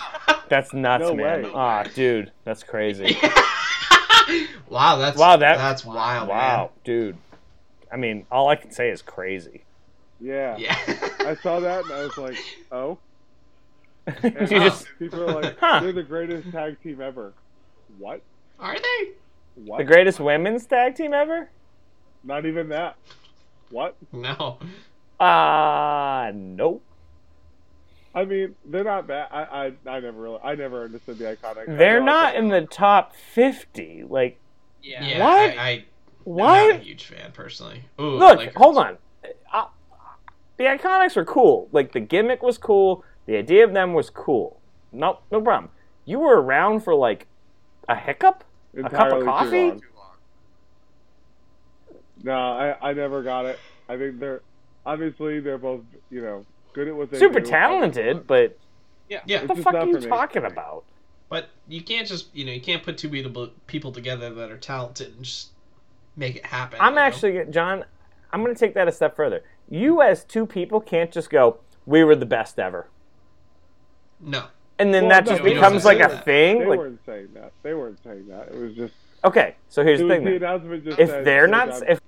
[SPEAKER 1] that's nuts,
[SPEAKER 3] No
[SPEAKER 1] man.
[SPEAKER 3] way.
[SPEAKER 1] Ah, dude, that's crazy.
[SPEAKER 2] [LAUGHS] wow, that's
[SPEAKER 1] Wow, that-
[SPEAKER 2] that's wild.
[SPEAKER 1] wow, dude. I mean, all I can say is crazy. [LAUGHS]
[SPEAKER 3] Yeah.
[SPEAKER 2] man. Yeah. [LAUGHS]
[SPEAKER 3] I saw that and I was like,
[SPEAKER 1] [LAUGHS]
[SPEAKER 3] oh.
[SPEAKER 1] you
[SPEAKER 3] And uh,
[SPEAKER 1] just
[SPEAKER 3] people are
[SPEAKER 1] [LAUGHS]
[SPEAKER 3] like,
[SPEAKER 1] Huh.
[SPEAKER 3] they're the greatest tag team ever. What?
[SPEAKER 2] Are they?
[SPEAKER 3] What?
[SPEAKER 1] the greatest women's tag team ever?
[SPEAKER 3] Not even that. What?
[SPEAKER 2] No.
[SPEAKER 1] Ah, nope.
[SPEAKER 3] I mean, they're not bad. I, I, I never really, I never understood the iconic.
[SPEAKER 1] They're not in the top 50. Like,
[SPEAKER 4] Yeah.
[SPEAKER 2] Yeah.
[SPEAKER 1] What?
[SPEAKER 2] I, I, I'm not
[SPEAKER 1] what?
[SPEAKER 2] a huge fan personally. Ooh,
[SPEAKER 1] Look,
[SPEAKER 2] like-
[SPEAKER 1] hold on. I, the Iconics were cool. Like the gimmick was cool. The idea of them was cool. No, no problem. You were around for like a hiccup.
[SPEAKER 3] a
[SPEAKER 1] cup of coffee?
[SPEAKER 3] No, I, I never got it. I think they're obviously they're both you know good at what they
[SPEAKER 1] Super
[SPEAKER 3] do.
[SPEAKER 1] talented, but
[SPEAKER 2] Yeah,
[SPEAKER 3] It's
[SPEAKER 1] what the
[SPEAKER 3] just
[SPEAKER 1] fuck
[SPEAKER 3] not
[SPEAKER 1] are you
[SPEAKER 3] for me.
[SPEAKER 1] talking about?
[SPEAKER 2] but you can't just you know you can't put two people people together that are talented and just make it happen. you
[SPEAKER 1] I'm
[SPEAKER 2] know?
[SPEAKER 1] actually, John. I'm going to take that a step further. You as two people can't just go. We were the best ever,
[SPEAKER 2] no.
[SPEAKER 1] and then
[SPEAKER 3] Well,
[SPEAKER 1] that
[SPEAKER 3] no,
[SPEAKER 1] just
[SPEAKER 2] we don't
[SPEAKER 1] becomes
[SPEAKER 2] say
[SPEAKER 1] like a
[SPEAKER 2] that.
[SPEAKER 3] They
[SPEAKER 1] thing. Like,
[SPEAKER 3] weren't saying that. They weren't saying that. It was just
[SPEAKER 1] okay, so here's
[SPEAKER 3] it
[SPEAKER 1] the
[SPEAKER 3] was
[SPEAKER 1] thing.
[SPEAKER 3] the
[SPEAKER 1] then.
[SPEAKER 3] announcement just
[SPEAKER 1] if
[SPEAKER 3] said,
[SPEAKER 1] they're
[SPEAKER 3] "Good
[SPEAKER 1] not
[SPEAKER 3] job."
[SPEAKER 1] if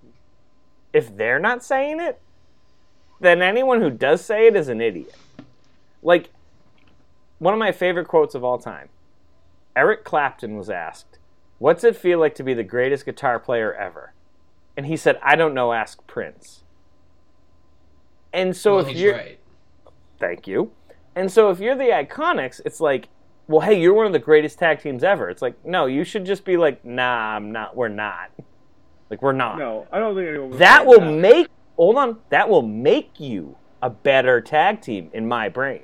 [SPEAKER 1] if they're not saying it, then anyone who does say it is an idiot. Like one of my favorite quotes of all time. Eric Clapton was asked, "What's it feel like to be the greatest guitar player ever?" And he said, "I don't know, ask Prince." And so
[SPEAKER 2] Well,
[SPEAKER 1] if
[SPEAKER 2] he's
[SPEAKER 1] you're
[SPEAKER 2] right.
[SPEAKER 1] Thank you. And so if you're the Iconics, it's like, well, hey, you're one of the greatest tag teams ever. It's like, no, you should just be like, nah, I'm not. We're not. Like, we're not.
[SPEAKER 3] [LAUGHS] no, I don't think anyone. Was
[SPEAKER 1] That
[SPEAKER 3] saying
[SPEAKER 1] will make. Hold on. That will make you a better tag team in my brain.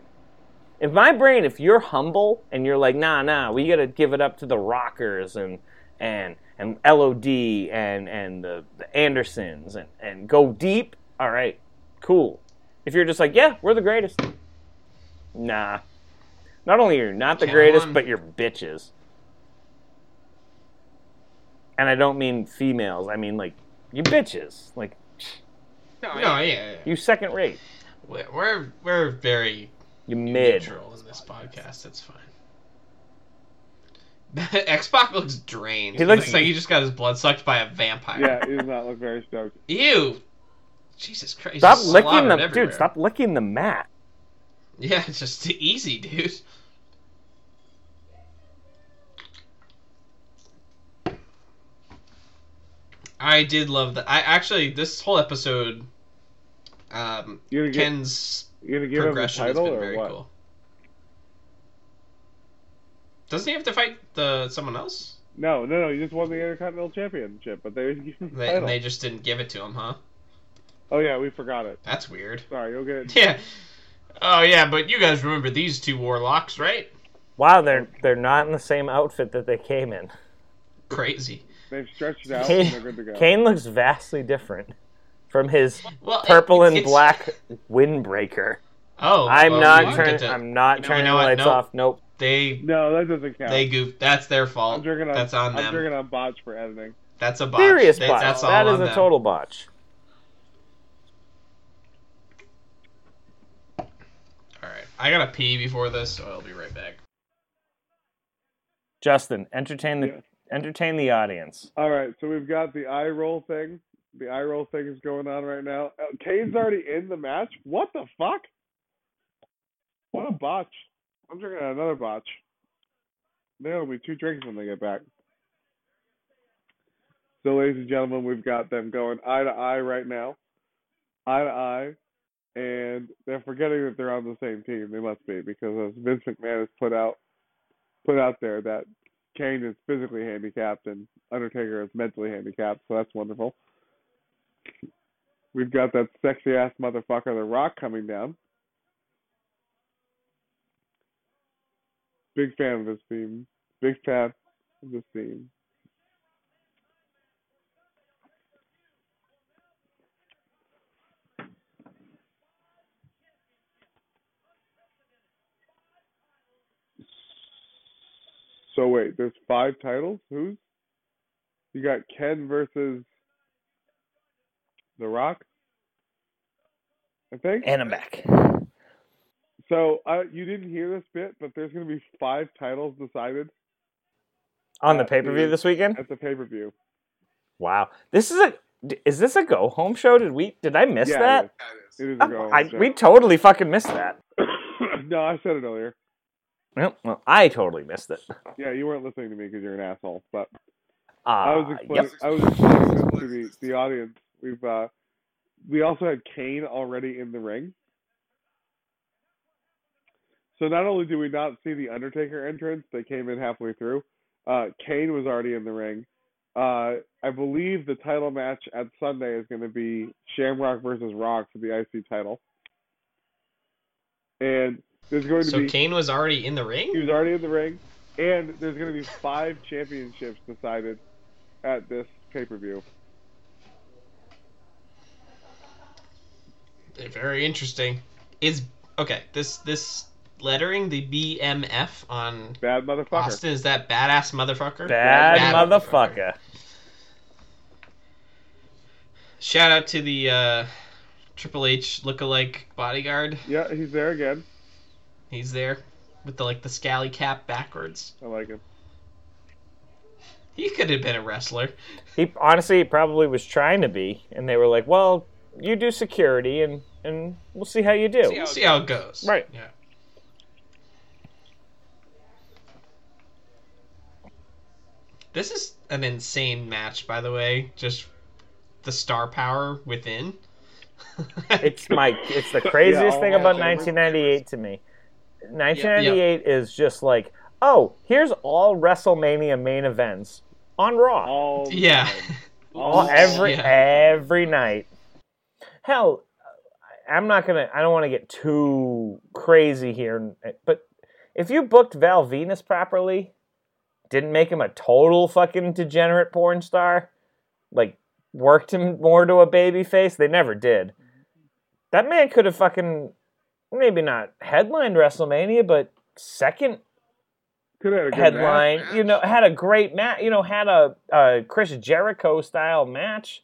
[SPEAKER 1] In my brain, if you're humble and you're like, nah, nah, we gotta give it up to the Rockers and and and LOD and and the, the Andersons and and go deep. All right, cool. If you're just like, yeah, we're the greatest. Nah. Not only are you not the
[SPEAKER 2] Come
[SPEAKER 1] greatest,
[SPEAKER 2] on.
[SPEAKER 1] but you're bitches. And I don't mean females. I mean like you bitches. Like
[SPEAKER 4] No,
[SPEAKER 2] No, yeah, yeah.
[SPEAKER 1] you second rate.
[SPEAKER 2] We're- we're we're very
[SPEAKER 1] You mid.
[SPEAKER 2] neutral in this podcast. It's fine. [LAUGHS] X Pac looks drained.
[SPEAKER 1] He
[SPEAKER 2] He
[SPEAKER 1] looks-
[SPEAKER 2] looks like he just got his blood sucked by a vampire.
[SPEAKER 3] Yeah, he does not look very stoked.
[SPEAKER 2] Ew. Jesus Christ.
[SPEAKER 1] Stop
[SPEAKER 2] just
[SPEAKER 1] licking
[SPEAKER 2] slobbered
[SPEAKER 1] the
[SPEAKER 2] everywhere.
[SPEAKER 1] dude. Stop licking the mat.
[SPEAKER 2] Yeah, it's just [LAUGHS] easy, dude. I did love that. I actually this whole episode, um,
[SPEAKER 3] You're gonna, get,
[SPEAKER 2] Ken's
[SPEAKER 3] you're gonna give him the
[SPEAKER 2] progression has
[SPEAKER 3] title
[SPEAKER 2] been
[SPEAKER 3] or
[SPEAKER 2] very
[SPEAKER 3] what?
[SPEAKER 2] cool. Doesn't he have to fight the someone else?
[SPEAKER 3] No, no, no. You just won the Intercontinental Championship, but they didn't give him the
[SPEAKER 2] They,
[SPEAKER 3] title.
[SPEAKER 2] they just didn't give it to him, huh?
[SPEAKER 3] Oh yeah, we forgot it.
[SPEAKER 2] That's weird. [LAUGHS]
[SPEAKER 3] Sorry, you'll get it.
[SPEAKER 2] Yeah. Oh yeah, but you guys remember these two warlocks, right?
[SPEAKER 1] Wow, they're they're not in the same outfit that they came in.
[SPEAKER 2] Crazy.
[SPEAKER 3] They've stretched it out
[SPEAKER 1] Kane-
[SPEAKER 3] and they're good to go.
[SPEAKER 1] Kane looks vastly different from his
[SPEAKER 2] Well, it-
[SPEAKER 1] purple and
[SPEAKER 2] it's-
[SPEAKER 1] black windbreaker.
[SPEAKER 2] Oh,
[SPEAKER 1] I'm
[SPEAKER 2] well, we
[SPEAKER 1] not
[SPEAKER 2] did
[SPEAKER 1] turning.
[SPEAKER 2] get to-
[SPEAKER 1] I'm not
[SPEAKER 2] You know-
[SPEAKER 1] turning
[SPEAKER 2] you know
[SPEAKER 1] the
[SPEAKER 2] what?
[SPEAKER 1] lights
[SPEAKER 2] Nope.
[SPEAKER 1] off. Nope.
[SPEAKER 2] They
[SPEAKER 3] No, that doesn't count.
[SPEAKER 2] they goofed. That's their fault.
[SPEAKER 3] I'm drinking on.
[SPEAKER 2] that's on
[SPEAKER 3] I'm
[SPEAKER 2] them.
[SPEAKER 3] drinking on bots for editing.
[SPEAKER 2] That's a botch.
[SPEAKER 1] Serious
[SPEAKER 2] They-
[SPEAKER 1] botch.
[SPEAKER 2] That's all
[SPEAKER 1] That is
[SPEAKER 2] on
[SPEAKER 1] a
[SPEAKER 2] them.
[SPEAKER 1] total botch.
[SPEAKER 2] All right, I gotta pee before this, so I'll be right back.
[SPEAKER 1] Justin, entertain the
[SPEAKER 3] Yeah.
[SPEAKER 1] entertain the audience.
[SPEAKER 3] All right, so we've got the eye roll thing. The eye roll thing is going on right now. Oh, Kane's already in the match. What the fuck? What a botch! I'm drinking on another botch. There'll be two drinks when they get back. So, ladies and gentlemen, we've got them going eye to eye right now, eye to eye, and they're forgetting that they're on the same team. They must be because as Vince McMahon has put out put out there that Kane is physically handicapped and Undertaker is mentally handicapped. So that's wonderful. We've got that sexy ass motherfucker, The Rock, coming down. Big fan of this theme. Big fan of this theme. So wait, there's five titles. Who's? You got Ken versus The Rock. I think.
[SPEAKER 1] And I'm back.
[SPEAKER 3] so uh, you didn't hear this bit, but there's going to be five titles decided
[SPEAKER 1] On the pay per view this weekend.
[SPEAKER 3] at the pay per view.
[SPEAKER 1] Wow, this is a d- is this a go home show? Did we did I miss that?
[SPEAKER 3] It is a
[SPEAKER 1] Oh,
[SPEAKER 3] go.
[SPEAKER 1] I, we [COUGHS] totally fucking missed that.
[SPEAKER 3] [COUGHS] no, I said it earlier.
[SPEAKER 1] Well, well, I totally missed it.
[SPEAKER 3] Yeah, you weren't listening to me because you're an asshole. But I
[SPEAKER 1] Ah,
[SPEAKER 3] was explaining.
[SPEAKER 1] yep.
[SPEAKER 3] I was explaining this to the, the audience. We've uh, we also had Kane already in the ring. So not only did we not see the Undertaker entrance, they came in halfway through. Uh, Kane was already in the ring. Uh, I believe the title match at Sunday is going to be Shamrock versus Rock for the IC title. And there's going to
[SPEAKER 2] So
[SPEAKER 3] be
[SPEAKER 2] Kane was already in the
[SPEAKER 3] he
[SPEAKER 2] ring.
[SPEAKER 3] was already in the ring, and there's going to be five championships decided at this pay per view.
[SPEAKER 2] Very interesting. Is okay. This this lettering the BMF on
[SPEAKER 3] Bad motherfucker.
[SPEAKER 2] Austin is that badass motherfucker.
[SPEAKER 1] Bad motherfucker.
[SPEAKER 2] Shout out to the uh, Triple H lookalike bodyguard.
[SPEAKER 3] Yeah, he's there again.
[SPEAKER 2] He's there with the like the scally cap backwards.
[SPEAKER 3] I like him.
[SPEAKER 2] He could have been a wrestler.
[SPEAKER 1] He honestly he probably was trying to be, and they were like, "Well, you do security, and and we'll see how you do."
[SPEAKER 4] See
[SPEAKER 2] We'll see how it goes.
[SPEAKER 1] Right.
[SPEAKER 2] Yeah. This is an insane match, by the way. Just the star power within. [LAUGHS]
[SPEAKER 1] it's my it's
[SPEAKER 3] [LAUGHS]
[SPEAKER 1] the craziest
[SPEAKER 3] all
[SPEAKER 1] thing
[SPEAKER 3] my
[SPEAKER 1] about
[SPEAKER 3] favorites.
[SPEAKER 1] 1998 to me. 1998 is just like, oh, here's all WrestleMania main events on Raw,
[SPEAKER 3] All the
[SPEAKER 2] [LAUGHS] yeah.
[SPEAKER 3] time.
[SPEAKER 1] all, Oh, every
[SPEAKER 2] yeah.
[SPEAKER 1] every night. Hell, I'm not gonna. I don't want to get too crazy here, but if you booked Val Venus properly, didn't make him a total fucking degenerate porn star, like worked him more to a baby face, they never did. That man could have fucking maybe not headlined WrestleMania, but second
[SPEAKER 3] Could have had a good match.
[SPEAKER 1] headline, you know, had a great match, you know, had a, a Chris Jericho style match,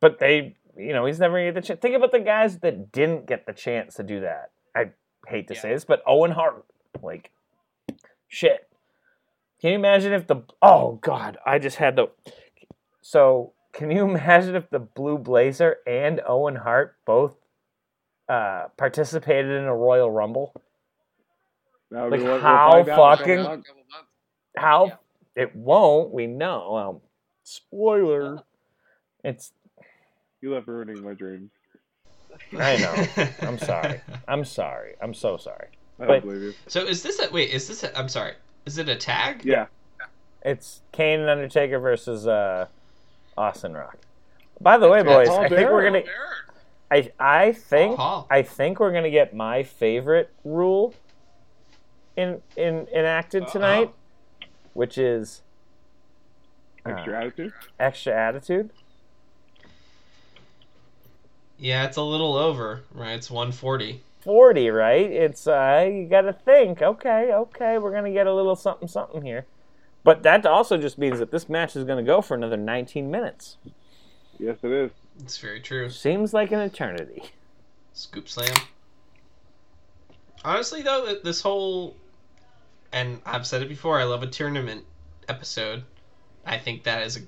[SPEAKER 1] but they, you know, he's never gonna get the chance. Think about the guys that didn't get the chance to do that. I hate to say this, but Owen Hart, like, shit. Can you imagine if the oh god, I just had the so can you [LAUGHS] imagine if the Blue Blazer and Owen Hart both uh, participated in a Royal Rumble?
[SPEAKER 3] That would be
[SPEAKER 1] Like,
[SPEAKER 3] one-
[SPEAKER 1] how
[SPEAKER 3] find out in a couple
[SPEAKER 1] fucking-
[SPEAKER 3] months.
[SPEAKER 1] How
[SPEAKER 4] Yeah.
[SPEAKER 1] it won't, we know. Well, spoiler. It's
[SPEAKER 3] You left ruining my dreams.
[SPEAKER 1] I know. I'm sorry. I'm sorry. I'm so sorry.
[SPEAKER 3] I don't
[SPEAKER 1] But-
[SPEAKER 3] believe you.
[SPEAKER 2] So is this a wait? Is this a? I'm sorry. Is it a tag?
[SPEAKER 3] Yeah.
[SPEAKER 1] It's Kane and Undertaker versus uh, Austin Rock. By the way,
[SPEAKER 2] That's
[SPEAKER 1] boys,
[SPEAKER 3] all
[SPEAKER 1] I think
[SPEAKER 3] there.
[SPEAKER 1] we're gonna. I I think
[SPEAKER 2] Paul.
[SPEAKER 1] I think we're gonna get my favorite rule in in enacted tonight, which is uh,
[SPEAKER 3] Extra attitude.
[SPEAKER 1] extra attitude.
[SPEAKER 2] Yeah, it's a little over. Right, it's 140.
[SPEAKER 1] 40, right? It's uh you got to think, okay, okay, we're going to get a little something something here. But that also just means that this match is going to go for another 19 minutes.
[SPEAKER 3] Yes, it is.
[SPEAKER 2] It's very true.
[SPEAKER 1] Seems like an eternity.
[SPEAKER 2] Scoop slam. Honestly, though, th- this whole and I've said it before, I love a tournament episode. I think that is a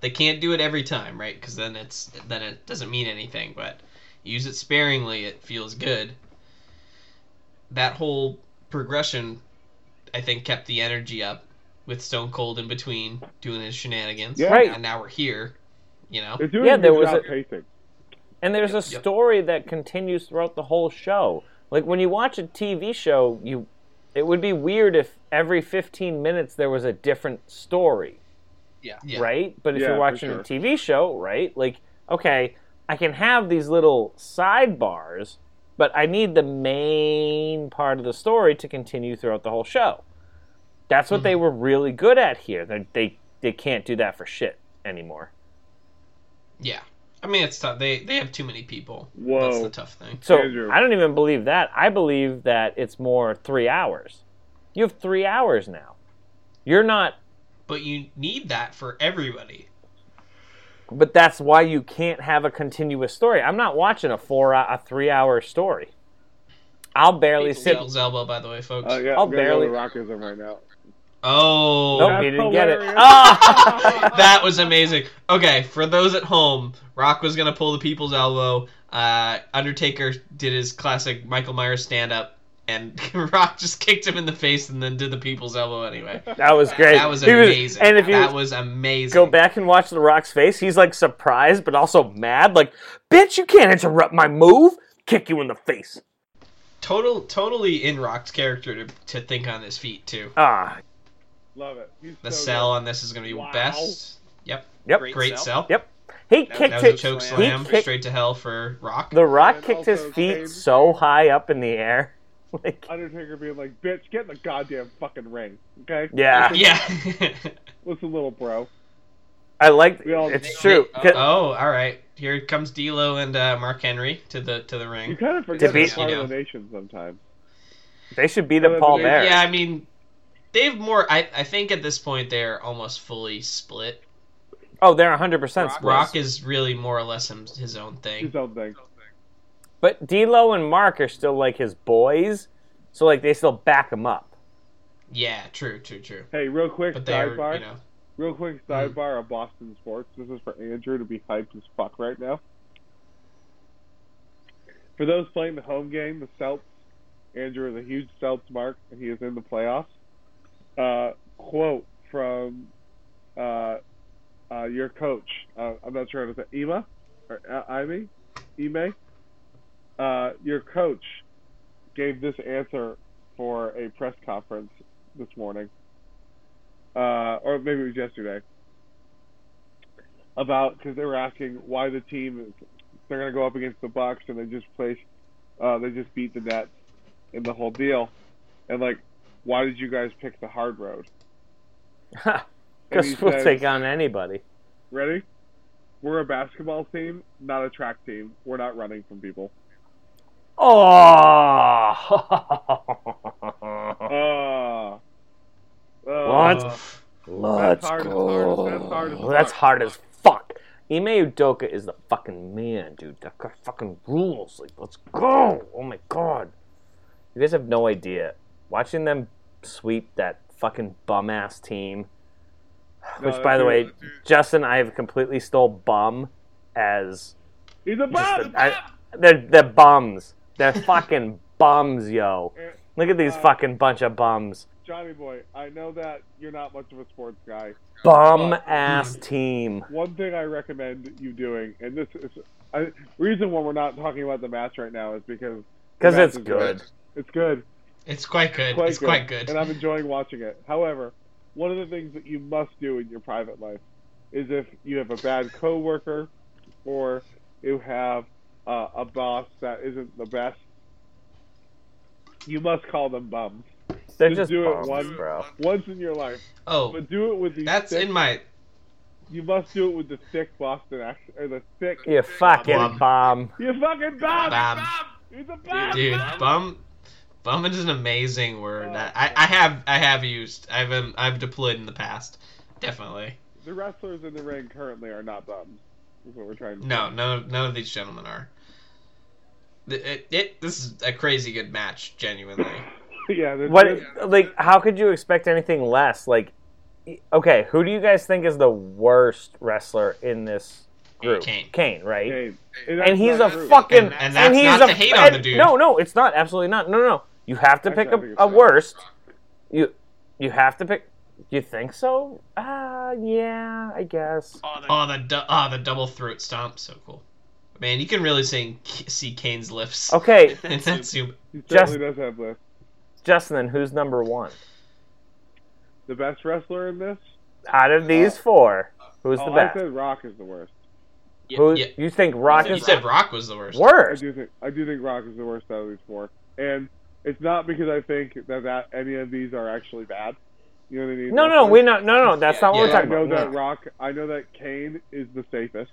[SPEAKER 2] they can't do it every time, right? Because then it's then it doesn't mean anything. But use it sparingly; it feels good. That whole progression I think kept the energy up with Stone Cold in between doing his shenanigans.
[SPEAKER 3] Yeah.
[SPEAKER 1] Right.
[SPEAKER 2] And now we're here, you know.
[SPEAKER 3] They're doing
[SPEAKER 1] Yeah,
[SPEAKER 3] a
[SPEAKER 1] there
[SPEAKER 3] good
[SPEAKER 1] was
[SPEAKER 3] job
[SPEAKER 1] a-
[SPEAKER 3] pacing.
[SPEAKER 1] And there's a
[SPEAKER 2] Yep, yep.
[SPEAKER 1] story that continues throughout the whole show. Like when you watch a TV show, you it would be weird if every 15 minutes there was a different story,
[SPEAKER 2] Yeah.
[SPEAKER 1] right? But if
[SPEAKER 3] Yeah,
[SPEAKER 1] you're
[SPEAKER 3] for
[SPEAKER 1] watching
[SPEAKER 3] sure.
[SPEAKER 1] a TV show, right? Like okay, I can have these little sidebars, but I need the main part of the story to continue throughout the whole show. That's what they were really good at here. They they, they can't do that for shit anymore.
[SPEAKER 2] Yeah. I mean, it's tough. They they have too many people. That's
[SPEAKER 3] Whoa.
[SPEAKER 2] the tough thing.
[SPEAKER 1] So
[SPEAKER 3] Andrew.
[SPEAKER 1] I don't even believe that. I believe that it's more three hours. You have three hours now. You're not,
[SPEAKER 2] But you need that for everybody.
[SPEAKER 1] but that's why you can't have a continuous story. I'm not watching a four, a three hour story. I'll barely sit.
[SPEAKER 2] People's elbow, by the way, folks.
[SPEAKER 3] Oh yeah,
[SPEAKER 1] I'll
[SPEAKER 3] I'm gonna
[SPEAKER 1] barely-
[SPEAKER 3] go to rockism right now.
[SPEAKER 2] Oh,
[SPEAKER 1] Nope,
[SPEAKER 3] That's
[SPEAKER 1] he didn't get it.
[SPEAKER 3] hilarious.
[SPEAKER 1] Ah!
[SPEAKER 2] [LAUGHS]
[SPEAKER 1] [LAUGHS]
[SPEAKER 2] that was amazing. Okay, for those at home, Rock was gonna pull the people's elbow. Uh, Undertaker did his classic Michael Myers stand up, and [LAUGHS] Rock just kicked him in the face and then did the people's elbow anyway.
[SPEAKER 1] that was great.
[SPEAKER 2] That was
[SPEAKER 1] He
[SPEAKER 2] amazing.
[SPEAKER 1] and if you
[SPEAKER 2] that was amazing.
[SPEAKER 1] go back and watch The Rock's face, he's like surprised but also mad. Like, bitch, you can't interrupt my move. Kick you in the face.
[SPEAKER 2] Total, totally in Rock's character to, to think on his feet too.
[SPEAKER 1] Ah,
[SPEAKER 3] Love it. He's
[SPEAKER 2] The
[SPEAKER 3] so
[SPEAKER 2] sell on this is gonna be
[SPEAKER 3] Wow.
[SPEAKER 2] best. Yep,
[SPEAKER 1] Yep.
[SPEAKER 2] great, sell.
[SPEAKER 4] sell.
[SPEAKER 1] Yep. he
[SPEAKER 4] That-
[SPEAKER 1] kicked
[SPEAKER 2] That was a
[SPEAKER 1] it.
[SPEAKER 2] choke
[SPEAKER 4] He
[SPEAKER 2] slam
[SPEAKER 1] kicked-
[SPEAKER 2] straight to hell for Rock. [LAUGHS]
[SPEAKER 1] The Rock
[SPEAKER 3] And
[SPEAKER 1] kicked his
[SPEAKER 3] also
[SPEAKER 1] feet
[SPEAKER 3] Kane.
[SPEAKER 1] so high up in the air. [LAUGHS] Like,
[SPEAKER 3] good. Undertaker being like, "Bitch, get in the goddamn fucking ring, okay?
[SPEAKER 1] yeah,
[SPEAKER 2] Yeah. [LAUGHS]
[SPEAKER 3] Listen, little bro."
[SPEAKER 1] I liked.
[SPEAKER 3] We all-
[SPEAKER 1] It's true. Ca-
[SPEAKER 2] Oh, all right. Here comes D'Lo and uh, Mark Henry to the to the
[SPEAKER 3] You
[SPEAKER 2] ring.
[SPEAKER 3] kind of forget
[SPEAKER 1] beat-
[SPEAKER 3] it's part
[SPEAKER 2] You
[SPEAKER 3] of
[SPEAKER 2] know.
[SPEAKER 3] the nation sometimes.
[SPEAKER 1] They should beat up Paul Bear.
[SPEAKER 2] Yeah, I mean, they've more. I I think at this point they're almost fully split.
[SPEAKER 1] Oh, they're 100 percent
[SPEAKER 4] Rock-
[SPEAKER 1] split.
[SPEAKER 2] Rock is really more or less him, his own thing.
[SPEAKER 3] His own thing.
[SPEAKER 1] But D'Lo and Mark are still like his boys, so like they still back him up. [LAUGHS]
[SPEAKER 2] Yeah, true, true, true.
[SPEAKER 3] Hey, real quick
[SPEAKER 2] But they're
[SPEAKER 3] sidebar.
[SPEAKER 2] you know Mm-hmm.
[SPEAKER 3] Real quick sidebar of Boston sports. This is for Andrew to be hyped as fuck right now. For those playing the home game, the Celts. Andrew is a huge Celts mark, and he is in the playoffs. Uh, quote from uh, uh, your coach. Uh, I'm not sure how to say Ema or uh, Ime, Ime. Uh, your coach gave this answer for a press conference this morning uh, or maybe it was yesterday, about because they were asking why the team is, they're going to go up against the Bucks and they just placed, uh, they just beat the Nets in the whole deal, and like, why did you guys pick the hard road? And he
[SPEAKER 1] Because we'll
[SPEAKER 3] says-
[SPEAKER 1] take on anybody.
[SPEAKER 3] Ready? We're a basketball team, not a track team. We're not running from people.
[SPEAKER 1] [LAUGHS] Oh,
[SPEAKER 3] Uh, uh,
[SPEAKER 1] What?
[SPEAKER 3] That's hard as- hard as- that's hard as
[SPEAKER 1] Well, that's
[SPEAKER 3] fuck.
[SPEAKER 1] hard as fuck. Ime Udoka is the fucking man, dude. That guy fucking rules. Like, let's go. Oh my god. You guys have no idea. Watching them sweep that fucking bum ass team.
[SPEAKER 3] No,
[SPEAKER 1] Which, by the
[SPEAKER 3] dude-
[SPEAKER 1] way, Justin, I have completely stole bum as
[SPEAKER 3] He's a
[SPEAKER 1] just
[SPEAKER 3] bum.
[SPEAKER 1] the, I, they're they're bums.
[SPEAKER 3] [LAUGHS]
[SPEAKER 1] They're fucking bums, yo.
[SPEAKER 3] Eh,
[SPEAKER 1] Look at these
[SPEAKER 3] uh,
[SPEAKER 1] fucking bunch of bums.
[SPEAKER 3] Johnny boy, I know that you're not much of a sports guy.
[SPEAKER 1] Bum
[SPEAKER 3] uh,
[SPEAKER 1] ass
[SPEAKER 3] mm.
[SPEAKER 1] team.
[SPEAKER 3] one thing I recommend you doing, and this is I, reason why we're not talking about the match right now is because the
[SPEAKER 1] 'Cause
[SPEAKER 3] match
[SPEAKER 1] it's
[SPEAKER 3] is
[SPEAKER 1] good.
[SPEAKER 3] It's good.
[SPEAKER 2] it's quite good.
[SPEAKER 3] Quite
[SPEAKER 2] it's
[SPEAKER 3] good,
[SPEAKER 2] quite good.
[SPEAKER 3] and I'm enjoying watching it. However, one of the things that you must do in your private life is if you have a bad coworker or you have uh, a boss that isn't the best, you must call them bums
[SPEAKER 1] They're
[SPEAKER 3] Just
[SPEAKER 1] just
[SPEAKER 3] do it
[SPEAKER 1] bums,
[SPEAKER 3] one-
[SPEAKER 1] bro.
[SPEAKER 3] once in your life,
[SPEAKER 2] Oh,
[SPEAKER 3] but do it with these.
[SPEAKER 2] that's
[SPEAKER 3] thick,
[SPEAKER 2] in my
[SPEAKER 3] You must do it with the thick Boston accent or the thick.
[SPEAKER 1] You fucking
[SPEAKER 2] Bum.
[SPEAKER 1] bum.
[SPEAKER 3] You fucking bum.
[SPEAKER 2] Bum.
[SPEAKER 3] He's a bum. Oh,
[SPEAKER 2] dude. Bum, bum is an amazing word. That I, I have I have used. I've um, I've deployed in the past. Definitely.
[SPEAKER 3] The wrestlers in the ring currently are not bums. Is what we're trying to.
[SPEAKER 2] No, none of none of these gentlemen are. Th- It, it this is a crazy good match, genuinely.
[SPEAKER 3] yeah. There's,
[SPEAKER 1] What?
[SPEAKER 3] there's-
[SPEAKER 1] Like, how could you expect anything less? Like, y- okay, who do you guys think is the worst wrestler in this group?
[SPEAKER 2] Kane.
[SPEAKER 1] right?
[SPEAKER 3] Hey,
[SPEAKER 1] And
[SPEAKER 3] that's
[SPEAKER 1] he's a
[SPEAKER 3] not true.
[SPEAKER 1] fucking.
[SPEAKER 2] And- and that's
[SPEAKER 1] he's
[SPEAKER 2] not
[SPEAKER 1] a
[SPEAKER 2] to hate on the
[SPEAKER 1] and-
[SPEAKER 2] dude.
[SPEAKER 1] No, no, it's not. Absolutely not. No, no, no. You have to
[SPEAKER 3] Actually,
[SPEAKER 1] pick
[SPEAKER 3] I think
[SPEAKER 1] a,
[SPEAKER 3] it's
[SPEAKER 1] a
[SPEAKER 3] not.
[SPEAKER 1] worst. You You have to pick. You think so? Uh, yeah, I guess.
[SPEAKER 4] Oh, the,
[SPEAKER 2] Oh, the du- oh, the double throat stomp, so cool. Man, you can really sing, see Kane's lips.
[SPEAKER 1] Okay,
[SPEAKER 2] [LAUGHS] and Natsu-
[SPEAKER 3] He
[SPEAKER 1] Just-
[SPEAKER 3] certainly does have lifts.
[SPEAKER 1] Justin, then who's number one
[SPEAKER 3] The best wrestler in this?
[SPEAKER 1] out of these four? Who's the
[SPEAKER 3] oh, Uh, I
[SPEAKER 1] best?
[SPEAKER 3] said Rock is the worst.
[SPEAKER 4] yeah,
[SPEAKER 1] Who
[SPEAKER 2] yeah.
[SPEAKER 1] you think Rock
[SPEAKER 2] you
[SPEAKER 1] is
[SPEAKER 2] said Rock was the worst.
[SPEAKER 3] I
[SPEAKER 1] worse?
[SPEAKER 3] do think I do think Rock is the worst out of these four, and it's not because I think that, that any of these are actually bad. You know what I mean?
[SPEAKER 1] No, no,
[SPEAKER 3] That's-
[SPEAKER 1] we not. No, no, that's not what
[SPEAKER 2] Yeah,
[SPEAKER 1] we're
[SPEAKER 3] I
[SPEAKER 1] talking
[SPEAKER 3] know
[SPEAKER 1] about.
[SPEAKER 3] that
[SPEAKER 1] no.
[SPEAKER 3] Rock. I know that Kane is the safest.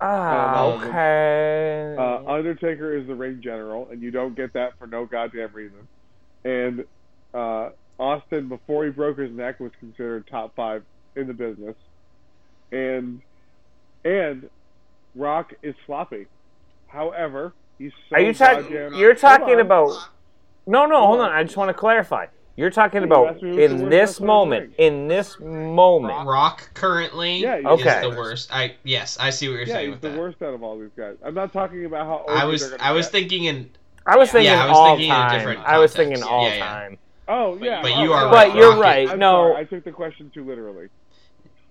[SPEAKER 1] Ah,
[SPEAKER 2] Um,
[SPEAKER 1] okay.
[SPEAKER 3] Uh, Undertaker is the ring general, and you don't get that for no goddamn reason. And uh, Austin, before he broke his neck, was considered top five in the business. And and Rock is sloppy. However, he's so
[SPEAKER 1] Are you talking?
[SPEAKER 3] goddamn-
[SPEAKER 1] You're
[SPEAKER 3] Hold
[SPEAKER 1] talking
[SPEAKER 3] on.
[SPEAKER 1] about? No, no, hold
[SPEAKER 3] Hold
[SPEAKER 1] on.
[SPEAKER 3] on.
[SPEAKER 1] I just want to clarify. You're talking
[SPEAKER 3] You
[SPEAKER 1] about
[SPEAKER 3] asked me who's the
[SPEAKER 1] in
[SPEAKER 3] worst
[SPEAKER 1] this
[SPEAKER 3] wrestler in the
[SPEAKER 1] moment. In this moment.
[SPEAKER 2] Rock currently
[SPEAKER 3] Yeah,
[SPEAKER 2] is
[SPEAKER 3] you-
[SPEAKER 1] Okay.
[SPEAKER 2] the worst. I yes, I see what you're
[SPEAKER 3] yeah,
[SPEAKER 2] saying
[SPEAKER 3] he's
[SPEAKER 2] with
[SPEAKER 3] the
[SPEAKER 2] that.
[SPEAKER 3] worst out of all these guys. I'm not talking about how. Old
[SPEAKER 2] I was
[SPEAKER 3] they're gonna
[SPEAKER 2] I was
[SPEAKER 3] get.
[SPEAKER 2] thinking in
[SPEAKER 1] I was
[SPEAKER 2] Yeah,
[SPEAKER 1] thinking
[SPEAKER 2] I was
[SPEAKER 1] all
[SPEAKER 2] thinking in a
[SPEAKER 1] time.
[SPEAKER 2] different
[SPEAKER 1] I was
[SPEAKER 2] context.
[SPEAKER 1] thinking all
[SPEAKER 2] Yeah, yeah.
[SPEAKER 1] time.
[SPEAKER 3] Oh yeah,
[SPEAKER 2] but
[SPEAKER 3] oh,
[SPEAKER 2] you are
[SPEAKER 3] oh,
[SPEAKER 2] right,
[SPEAKER 1] But you're
[SPEAKER 2] Rock is-
[SPEAKER 1] right.
[SPEAKER 3] I'm
[SPEAKER 1] No,
[SPEAKER 3] sorry, I took the question too literally.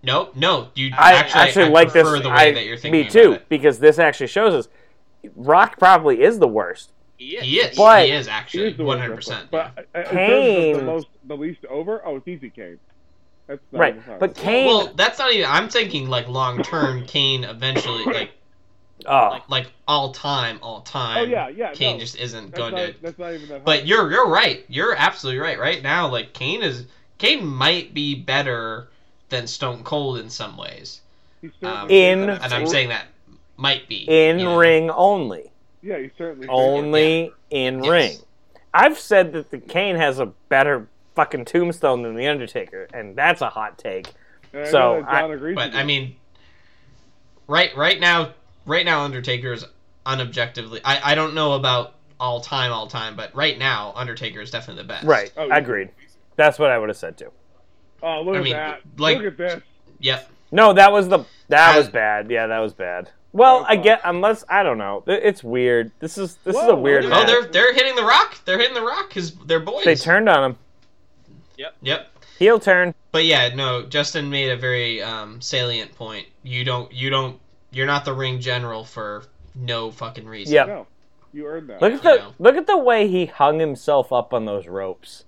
[SPEAKER 2] no no you
[SPEAKER 1] I
[SPEAKER 2] actually,
[SPEAKER 1] actually,
[SPEAKER 2] I
[SPEAKER 1] like this.
[SPEAKER 2] prefer the way
[SPEAKER 1] I,
[SPEAKER 2] that you're thinking
[SPEAKER 1] me too,
[SPEAKER 2] about
[SPEAKER 1] because this actually shows us Rock probably is the worst.
[SPEAKER 4] he
[SPEAKER 2] it.
[SPEAKER 4] is.
[SPEAKER 2] He is
[SPEAKER 1] But-
[SPEAKER 2] he is
[SPEAKER 3] He
[SPEAKER 2] actually
[SPEAKER 3] is the
[SPEAKER 2] one
[SPEAKER 3] worst
[SPEAKER 2] hundred
[SPEAKER 3] wrestler.
[SPEAKER 2] percent.
[SPEAKER 3] But uh, in terms of the
[SPEAKER 1] Kane-
[SPEAKER 3] most, the least over. Oh, it's easy, Kane. That's not even
[SPEAKER 1] right.
[SPEAKER 3] close.
[SPEAKER 1] But Kane.
[SPEAKER 2] Well, that's not even. I'm thinking like long term. Kane
[SPEAKER 3] [COUGHS]
[SPEAKER 2] eventually like
[SPEAKER 1] oh,
[SPEAKER 2] like all time all time.
[SPEAKER 3] oh yeah, yeah.
[SPEAKER 2] Kane
[SPEAKER 3] no,
[SPEAKER 2] just isn't
[SPEAKER 3] that's
[SPEAKER 2] going
[SPEAKER 3] not,
[SPEAKER 2] to
[SPEAKER 3] That's not even that.
[SPEAKER 2] But
[SPEAKER 3] high.
[SPEAKER 2] you're you're right. You're absolutely right. Right now, like Kane is Kane might be better than Stone Cold in some ways,
[SPEAKER 3] He
[SPEAKER 2] um,
[SPEAKER 3] certainly
[SPEAKER 1] in-
[SPEAKER 3] is.
[SPEAKER 2] and I'm saying that might be
[SPEAKER 1] in
[SPEAKER 2] you know?
[SPEAKER 1] ring only.
[SPEAKER 3] yeah, he certainly. is.
[SPEAKER 1] only in
[SPEAKER 2] Yes.
[SPEAKER 1] ring. I've said that the Kane has a better fucking tombstone than the Undertaker, and that's a hot take.
[SPEAKER 3] And I
[SPEAKER 1] so,
[SPEAKER 3] know that
[SPEAKER 1] I-
[SPEAKER 3] John agrees with
[SPEAKER 2] But I
[SPEAKER 3] you.
[SPEAKER 2] mean, right right now, right now, Undertaker is unobjectively. I I don't know about all time all time, but right now, Undertaker is definitely the best.
[SPEAKER 1] Right,
[SPEAKER 3] Oh, yeah.
[SPEAKER 1] agreed. That's what I would have said too.
[SPEAKER 3] oh look
[SPEAKER 2] I
[SPEAKER 3] at
[SPEAKER 2] mean,
[SPEAKER 3] that!
[SPEAKER 2] like-
[SPEAKER 3] look at this.
[SPEAKER 2] Yep.
[SPEAKER 1] No, that was the that
[SPEAKER 2] I-
[SPEAKER 1] was bad. Yeah, that was bad. Well,
[SPEAKER 3] Oh,
[SPEAKER 1] I
[SPEAKER 3] God.
[SPEAKER 1] get unless I don't know. It- It's weird. This is this is a
[SPEAKER 3] Whoa,
[SPEAKER 1] weird.
[SPEAKER 3] Yeah.
[SPEAKER 2] Oh,
[SPEAKER 1] match.
[SPEAKER 2] they're they're hitting the rock. They're hitting the rock because they're boys.
[SPEAKER 1] they turned on him.
[SPEAKER 2] Yep.
[SPEAKER 1] Heel turn.
[SPEAKER 2] But yeah, no, Justin made a very um, salient point. You don't, you don't, you're not the ring general for no fucking reason.
[SPEAKER 1] Yep.
[SPEAKER 3] No, you earned that.
[SPEAKER 1] Look at
[SPEAKER 2] Yeah.
[SPEAKER 1] the look at the way he hung himself up on those ropes.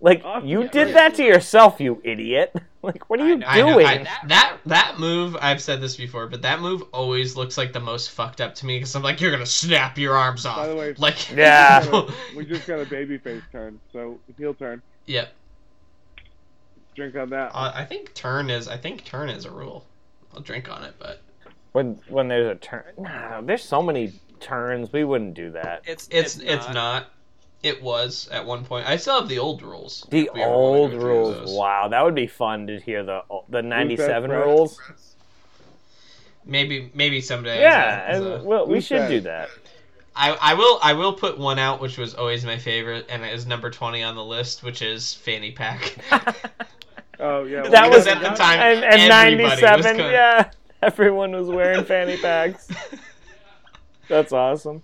[SPEAKER 1] Like
[SPEAKER 3] Awesome.
[SPEAKER 1] you
[SPEAKER 3] Yeah,
[SPEAKER 1] did
[SPEAKER 3] right.
[SPEAKER 1] that to yourself, you idiot. [LAUGHS] Like what are
[SPEAKER 4] I
[SPEAKER 1] you
[SPEAKER 2] [LAUGHS]
[SPEAKER 4] know,
[SPEAKER 2] I know,
[SPEAKER 1] doing?
[SPEAKER 2] I- that that move, I've said this before, but that move always looks like the most fucked up to me because I'm like, you're gonna snap your arms off.
[SPEAKER 3] the way-
[SPEAKER 2] [LAUGHS] like
[SPEAKER 1] Yeah.
[SPEAKER 2] [LAUGHS]
[SPEAKER 3] we just got a baby face turn, so heel turn.
[SPEAKER 2] Yep.
[SPEAKER 3] Drink on that.
[SPEAKER 2] Uh, I think turn is, I think turn is a rule. I'll drink on it, but
[SPEAKER 1] when when there's a turn nah, there's so many turns we wouldn't do that
[SPEAKER 4] It's
[SPEAKER 2] it's it's, not. It was at one point. I still have the old rules.
[SPEAKER 1] the
[SPEAKER 2] if we ever wanna
[SPEAKER 1] old
[SPEAKER 2] go through
[SPEAKER 1] rules
[SPEAKER 2] those.
[SPEAKER 1] wow that would be fun to hear the the 97
[SPEAKER 3] Brett?
[SPEAKER 1] rules
[SPEAKER 2] Maybe maybe someday. as a-
[SPEAKER 1] yeah
[SPEAKER 2] as
[SPEAKER 1] and
[SPEAKER 2] a-
[SPEAKER 1] we'll, we
[SPEAKER 3] Who's
[SPEAKER 1] should
[SPEAKER 3] that?
[SPEAKER 1] do that
[SPEAKER 2] I, I will I will put one out which was always my favorite and it is number twenty on the list which is fanny
[SPEAKER 1] [LAUGHS]
[SPEAKER 2] pack.
[SPEAKER 3] Oh yeah.
[SPEAKER 1] That
[SPEAKER 3] well,
[SPEAKER 2] because
[SPEAKER 1] was-
[SPEAKER 2] at the time
[SPEAKER 1] and, and
[SPEAKER 2] everybody was
[SPEAKER 1] 97
[SPEAKER 2] kinda-
[SPEAKER 1] yeah [LAUGHS] everyone was wearing fanny packs
[SPEAKER 2] [LAUGHS]
[SPEAKER 1] that's awesome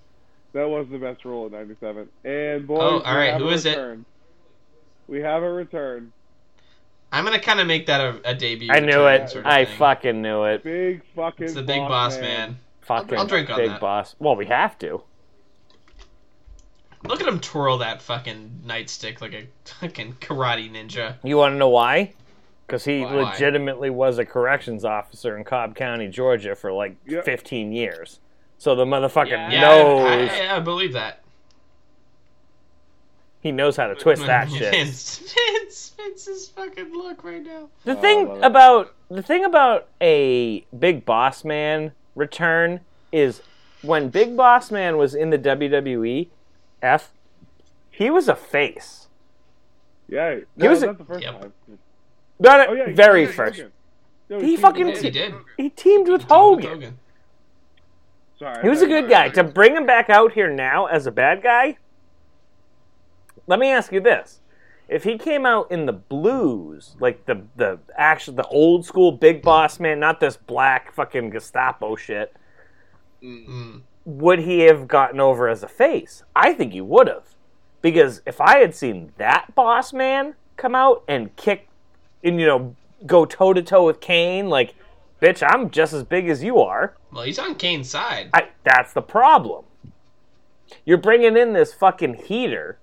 [SPEAKER 3] That was the best rule in '97. And boys,
[SPEAKER 2] Oh, all
[SPEAKER 3] we
[SPEAKER 2] right,
[SPEAKER 3] have
[SPEAKER 2] who
[SPEAKER 3] a
[SPEAKER 2] is it?
[SPEAKER 3] return. We have a return.
[SPEAKER 2] I'm gonna kind of make that a, a debut.
[SPEAKER 1] i knew
[SPEAKER 2] return
[SPEAKER 1] it
[SPEAKER 2] sort of
[SPEAKER 1] i
[SPEAKER 2] thing.
[SPEAKER 1] fucking knew it
[SPEAKER 3] Big fucking.
[SPEAKER 2] It's the big boss man.
[SPEAKER 1] fucking
[SPEAKER 2] I'll drink on
[SPEAKER 1] big
[SPEAKER 2] that.
[SPEAKER 1] boss well we have to
[SPEAKER 2] Look at him twirl that fucking nightstick like a fucking karate ninja.
[SPEAKER 1] you want to know why because he
[SPEAKER 2] Why?
[SPEAKER 1] legitimately was a corrections officer in cobb county georgia for like
[SPEAKER 3] Yep.
[SPEAKER 1] 15 years so the motherfucker
[SPEAKER 4] Yeah.
[SPEAKER 2] Yeah,
[SPEAKER 1] knows
[SPEAKER 2] I, I, I believe that.
[SPEAKER 1] He knows how to twist
[SPEAKER 2] [LAUGHS]
[SPEAKER 1] that shit.
[SPEAKER 2] Vince, Vince, Vince's fucking look right now.
[SPEAKER 1] The
[SPEAKER 3] Oh, I
[SPEAKER 1] thing
[SPEAKER 3] love it.
[SPEAKER 1] about the thing about a Big Boss Man return is when Big Boss Man was in the WWE, F, he was a face.
[SPEAKER 3] Yeah,
[SPEAKER 1] He was a-
[SPEAKER 3] not the first
[SPEAKER 2] Yep.
[SPEAKER 3] time.
[SPEAKER 1] Not
[SPEAKER 3] Oh yeah, he
[SPEAKER 1] very
[SPEAKER 3] did.
[SPEAKER 1] first.
[SPEAKER 3] No,
[SPEAKER 1] He
[SPEAKER 3] did.
[SPEAKER 1] fucking-
[SPEAKER 2] Yes, he did.
[SPEAKER 1] He teamed with Hogan.
[SPEAKER 3] Sorry,
[SPEAKER 1] He was a good guy. To bring him back out here now as a bad guy. Let me ask you this: If he came out in the blues, like the the actual the old school Big Boss Man, not this black fucking Gestapo shit.
[SPEAKER 4] Mm.
[SPEAKER 2] Mm.
[SPEAKER 1] would he have gotten over as a face? I think he would have. Because if I had seen that boss man come out and kick and, you know, go toe to toe with Kane, like, bitch, I'm just as big as you are.
[SPEAKER 2] Well, he's on Kane's side.
[SPEAKER 1] I, that's the problem. You're bringing in this fucking heater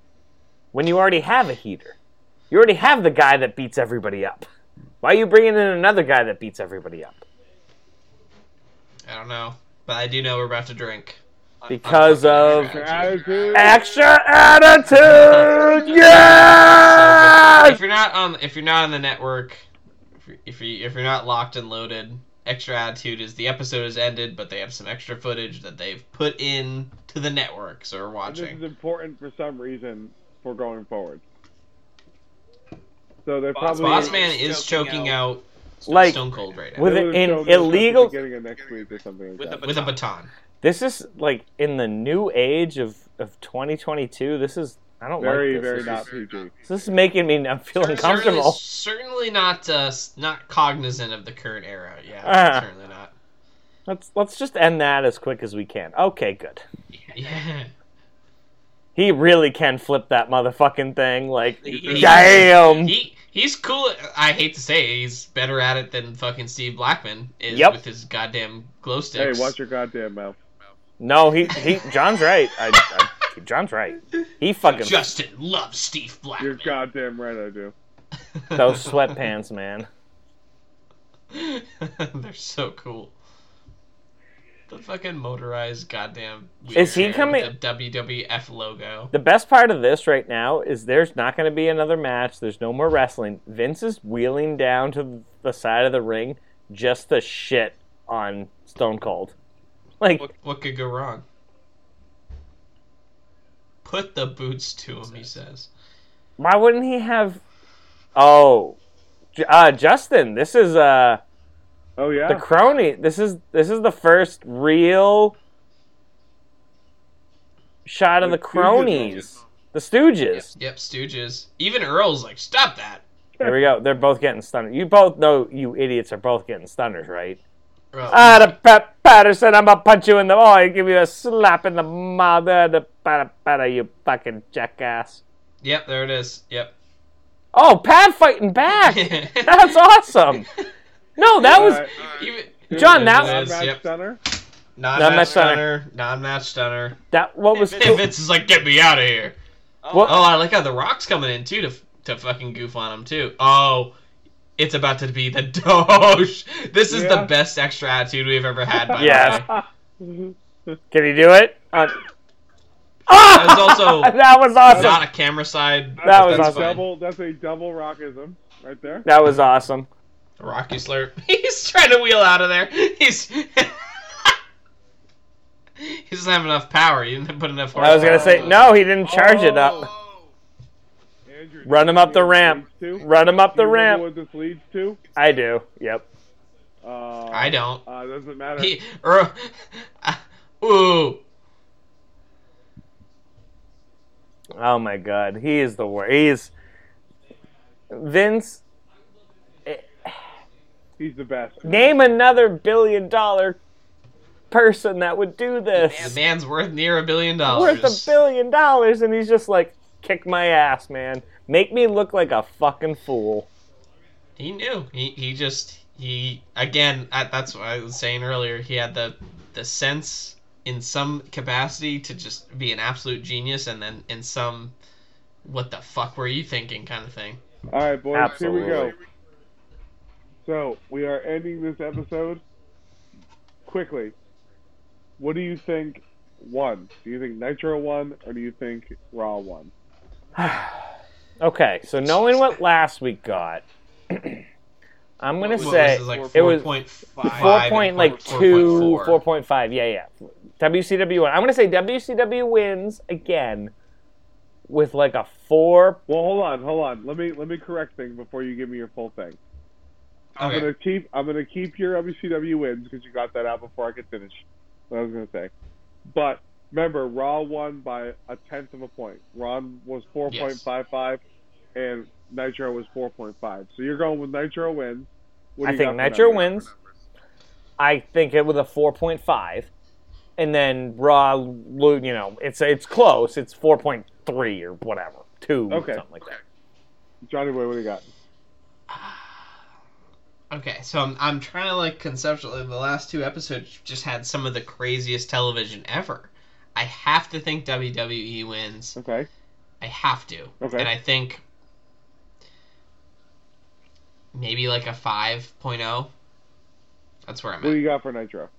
[SPEAKER 1] when you already have a heater. You already have the guy that beats everybody up. Why are you bringing in another guy that beats everybody up?
[SPEAKER 2] I don't know, but I do know we're about to drink.
[SPEAKER 1] Because of
[SPEAKER 3] Attitude.
[SPEAKER 1] extra attitude. Yes.
[SPEAKER 2] If you're not on, if you're not on the network, if you if, you, if you're not locked and loaded, extra attitude is the episode is ended, but they have some extra footage that they've put in to the network, so we're
[SPEAKER 3] And This is
[SPEAKER 2] watching.
[SPEAKER 3] important for some reason for going forward. So they're
[SPEAKER 4] Boss-
[SPEAKER 3] probably
[SPEAKER 2] Boss
[SPEAKER 4] Bossman
[SPEAKER 2] Man is
[SPEAKER 4] Choking
[SPEAKER 2] choking out,
[SPEAKER 1] Like
[SPEAKER 2] Stone Cold right now
[SPEAKER 1] with
[SPEAKER 3] They would've
[SPEAKER 1] an
[SPEAKER 3] shown this at the
[SPEAKER 1] illegal-
[SPEAKER 3] beginning of next week or something like
[SPEAKER 4] With
[SPEAKER 3] that.
[SPEAKER 4] the-
[SPEAKER 2] with a baton.
[SPEAKER 1] this is like in the new age of of 2022. This is I don't
[SPEAKER 3] very
[SPEAKER 1] like this.
[SPEAKER 3] very
[SPEAKER 1] this
[SPEAKER 3] not
[SPEAKER 1] Is,
[SPEAKER 3] PG.
[SPEAKER 1] this is making me I'm feeling
[SPEAKER 2] Certainly-
[SPEAKER 1] uncomfortable.
[SPEAKER 2] Certainly not, uh, s- not cognizant of the current era. Yeah,
[SPEAKER 1] Ah.
[SPEAKER 2] certainly not.
[SPEAKER 1] Let's let's just end that as quick as we can. Okay, good.
[SPEAKER 2] Yeah.
[SPEAKER 1] He really can flip that motherfucking thing. Like,
[SPEAKER 4] He-
[SPEAKER 1] damn.
[SPEAKER 2] He he's cool. I hate to say it, he's better at it than fucking Steve Blackman is
[SPEAKER 1] Yep.
[SPEAKER 2] with his goddamn glow
[SPEAKER 3] Hey,
[SPEAKER 2] sticks.
[SPEAKER 3] watch your goddamn mouth.
[SPEAKER 1] no, he he. John's right. I, I, John's right. He fucking
[SPEAKER 2] Justin loves Steve
[SPEAKER 3] You're
[SPEAKER 2] Blackman.
[SPEAKER 3] goddamn right, I do.
[SPEAKER 2] [LAUGHS]
[SPEAKER 1] those sweatpants, man.
[SPEAKER 2] They're so cool. The fucking motorized goddamn.
[SPEAKER 1] Is he
[SPEAKER 2] wheelchair
[SPEAKER 1] coming-
[SPEAKER 2] with The WWF logo.
[SPEAKER 1] The best part of this right now is there's not going to be another match. There's no more wrestling. Vince is wheeling down to the side of the ring just the shit on Stone Cold. Like,
[SPEAKER 2] What what could go wrong? Put the boots to him, he says.
[SPEAKER 1] why wouldn't he have? Oh, J- uh, Justin, this is uh
[SPEAKER 3] Oh yeah.
[SPEAKER 1] the crony. This is this is the first real shot of the
[SPEAKER 3] The Stooges.
[SPEAKER 1] cronies, the Stooges.
[SPEAKER 2] Yep, Stooges. Even Earl's like, stop that.
[SPEAKER 1] Here we go. They're both getting stunners. You both know you idiots are both getting stunners, right?
[SPEAKER 2] Earl,
[SPEAKER 1] Ah, the Pat Patterson, I'm gonna punch you in the oh, I give you a slap in the mother, the patter patter, you fucking jackass.
[SPEAKER 2] Yep, there it is. Yep.
[SPEAKER 1] Oh, Pat fighting back.
[SPEAKER 2] [LAUGHS]
[SPEAKER 1] That's awesome. No, that was
[SPEAKER 3] Alright,
[SPEAKER 2] Even
[SPEAKER 1] John, that-
[SPEAKER 2] There it is,
[SPEAKER 3] non-match
[SPEAKER 2] yep.
[SPEAKER 3] center.
[SPEAKER 2] non-match
[SPEAKER 1] stunner.
[SPEAKER 2] stunner, non-match stunner.
[SPEAKER 1] that. What was
[SPEAKER 2] And
[SPEAKER 1] cool?
[SPEAKER 2] Vince is like, get me out of here.
[SPEAKER 4] Oh,
[SPEAKER 1] What-
[SPEAKER 2] Oh, I like how the Rock's coming in too to to fucking goof on him too. Oh, it's about to be the [LAUGHS] Doge. This is
[SPEAKER 3] Yeah.
[SPEAKER 2] the best extra attitude we've ever had. By
[SPEAKER 1] Yes.
[SPEAKER 2] the way.
[SPEAKER 3] [LAUGHS]
[SPEAKER 1] Can he do it? Uh,
[SPEAKER 2] That was
[SPEAKER 1] [LAUGHS]
[SPEAKER 2] also
[SPEAKER 1] that was awesome.
[SPEAKER 2] not a camera side.
[SPEAKER 1] That was
[SPEAKER 2] that's
[SPEAKER 1] awesome.
[SPEAKER 2] fine.
[SPEAKER 3] double. That's a double rockism right there.
[SPEAKER 1] That was awesome.
[SPEAKER 2] Rocky slurp. [LAUGHS] He's trying to wheel out of there. He's [LAUGHS] he doesn't have enough power. He didn't put enough.
[SPEAKER 1] I was gonna say no. He didn't charge it
[SPEAKER 2] Oh,
[SPEAKER 1] up.
[SPEAKER 3] Andrew,
[SPEAKER 1] Run him up the ramp.
[SPEAKER 3] Do you remember
[SPEAKER 1] Run him up the ramp.
[SPEAKER 3] What this leads to?
[SPEAKER 1] I do. Yep.
[SPEAKER 3] Uh,
[SPEAKER 2] I don't.
[SPEAKER 3] Uh, doesn't matter.
[SPEAKER 2] He or [LAUGHS] ooh.
[SPEAKER 1] Oh my god, he is the worst. He's Vince.
[SPEAKER 3] He's the best.
[SPEAKER 1] Name another billion dollar person that would do
[SPEAKER 2] The
[SPEAKER 1] this.
[SPEAKER 2] man's worth near a billion dollars.
[SPEAKER 1] Worth a billion dollars, and he's just like, kick my ass, man. Make me look like a fucking fool. [SIGHS]
[SPEAKER 2] He knew. He he just he again. I, that's what I was saying earlier. He had the the sense in some capacity to just be an absolute genius, and then in some, what the fuck were you thinking kind of thing.
[SPEAKER 3] All right, boys. Here we
[SPEAKER 1] Absolutely.
[SPEAKER 3] go. So we are ending this episode quickly. What do you think? Won? Do you think Nitro won, or do you think Raw won?
[SPEAKER 1] Okay, so knowing what last week got, [CLEARS THROAT] I'm gonna
[SPEAKER 4] What was
[SPEAKER 1] say
[SPEAKER 4] this,
[SPEAKER 2] like
[SPEAKER 1] it was
[SPEAKER 2] point
[SPEAKER 1] four
[SPEAKER 2] five.
[SPEAKER 1] point like two, four point five. Yeah, yeah. WCW won. I'm gonna say WCW wins again with like a four.
[SPEAKER 3] Well, hold on, hold on. Let me let me correct things before you give me your full thing. I'm
[SPEAKER 2] Okay.
[SPEAKER 3] gonna keep I'm gonna keep your WCW wins because you got that out before I could finish what I was gonna say. But remember, Raw won by a tenth of a point. Raw was four point five five, and Nitro was four point five. So you're going with Nitro wins. What do
[SPEAKER 1] I
[SPEAKER 3] you
[SPEAKER 1] think
[SPEAKER 3] got for
[SPEAKER 1] Nitro
[SPEAKER 3] numbers?
[SPEAKER 1] wins. I think it with a 4.5, and then Raw, lo- you know, it's it's close. It's 4.3 three or whatever, two,
[SPEAKER 3] Okay.
[SPEAKER 1] something like that.
[SPEAKER 3] Johnny Boy, what do you got?
[SPEAKER 2] [SIGHS] Okay, so I'm I'm trying to like conceptually the last two episodes just had some of the craziest television ever. I have to think WWE wins.
[SPEAKER 3] Okay.
[SPEAKER 2] I have to.
[SPEAKER 3] Okay.
[SPEAKER 2] And I think maybe like a 5.0. That's where I'm
[SPEAKER 3] What do
[SPEAKER 2] at.
[SPEAKER 3] you got for Nitro?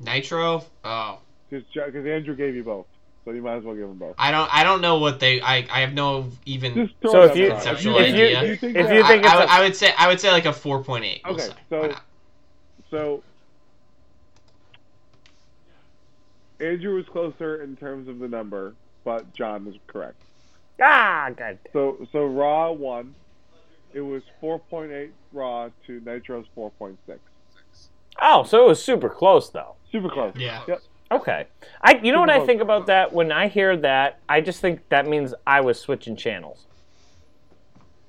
[SPEAKER 2] Nitro? Oh.
[SPEAKER 3] Because Andrew gave you both, so you might as well give them both.
[SPEAKER 2] I don't I don't know what they I I have no even
[SPEAKER 3] Just throw
[SPEAKER 1] So
[SPEAKER 3] it
[SPEAKER 1] if
[SPEAKER 3] out
[SPEAKER 1] you-
[SPEAKER 3] there.
[SPEAKER 2] Conceptual
[SPEAKER 3] If you-
[SPEAKER 2] idea.
[SPEAKER 3] if you think
[SPEAKER 1] If
[SPEAKER 3] that-
[SPEAKER 1] you
[SPEAKER 2] I,
[SPEAKER 1] think it's
[SPEAKER 2] I would-
[SPEAKER 1] a-
[SPEAKER 2] I would say I would say like a 4.8. we'll
[SPEAKER 3] Okay,
[SPEAKER 2] say.
[SPEAKER 3] so-
[SPEAKER 2] Why not?
[SPEAKER 3] So Andrew was closer in terms of the number, but John was correct.
[SPEAKER 1] Ah, god.
[SPEAKER 3] So so Raw won. It was 4.8 Raw to Nitro's 4.6.
[SPEAKER 1] Oh, so it was super close though.
[SPEAKER 3] Super close.
[SPEAKER 2] Yeah.
[SPEAKER 3] Yep.
[SPEAKER 1] Okay. I you know what I
[SPEAKER 3] Superbowl.
[SPEAKER 1] think about that? When I hear that, I just think that means I was switching channels.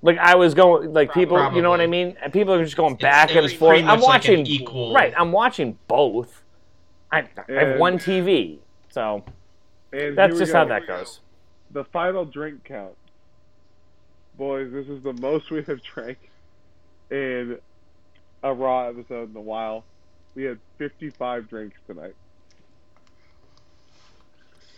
[SPEAKER 1] Like I was going like people you know what I
[SPEAKER 2] Probably.
[SPEAKER 1] mean? And People are just going
[SPEAKER 2] It's-
[SPEAKER 1] back
[SPEAKER 2] it
[SPEAKER 1] and
[SPEAKER 2] was
[SPEAKER 1] forth.
[SPEAKER 2] pretty
[SPEAKER 1] I'm
[SPEAKER 2] much like an
[SPEAKER 1] watching
[SPEAKER 2] equal-
[SPEAKER 1] Right, I'm watching both. I, I have
[SPEAKER 3] And-
[SPEAKER 1] one TV. So
[SPEAKER 3] And here
[SPEAKER 1] that's
[SPEAKER 3] we
[SPEAKER 1] just
[SPEAKER 3] go.
[SPEAKER 1] how that goes.
[SPEAKER 3] The final drink count. Boys, this is the most we have [LAUGHS] drank in a Raw episode in a while. We had 55 drinks tonight.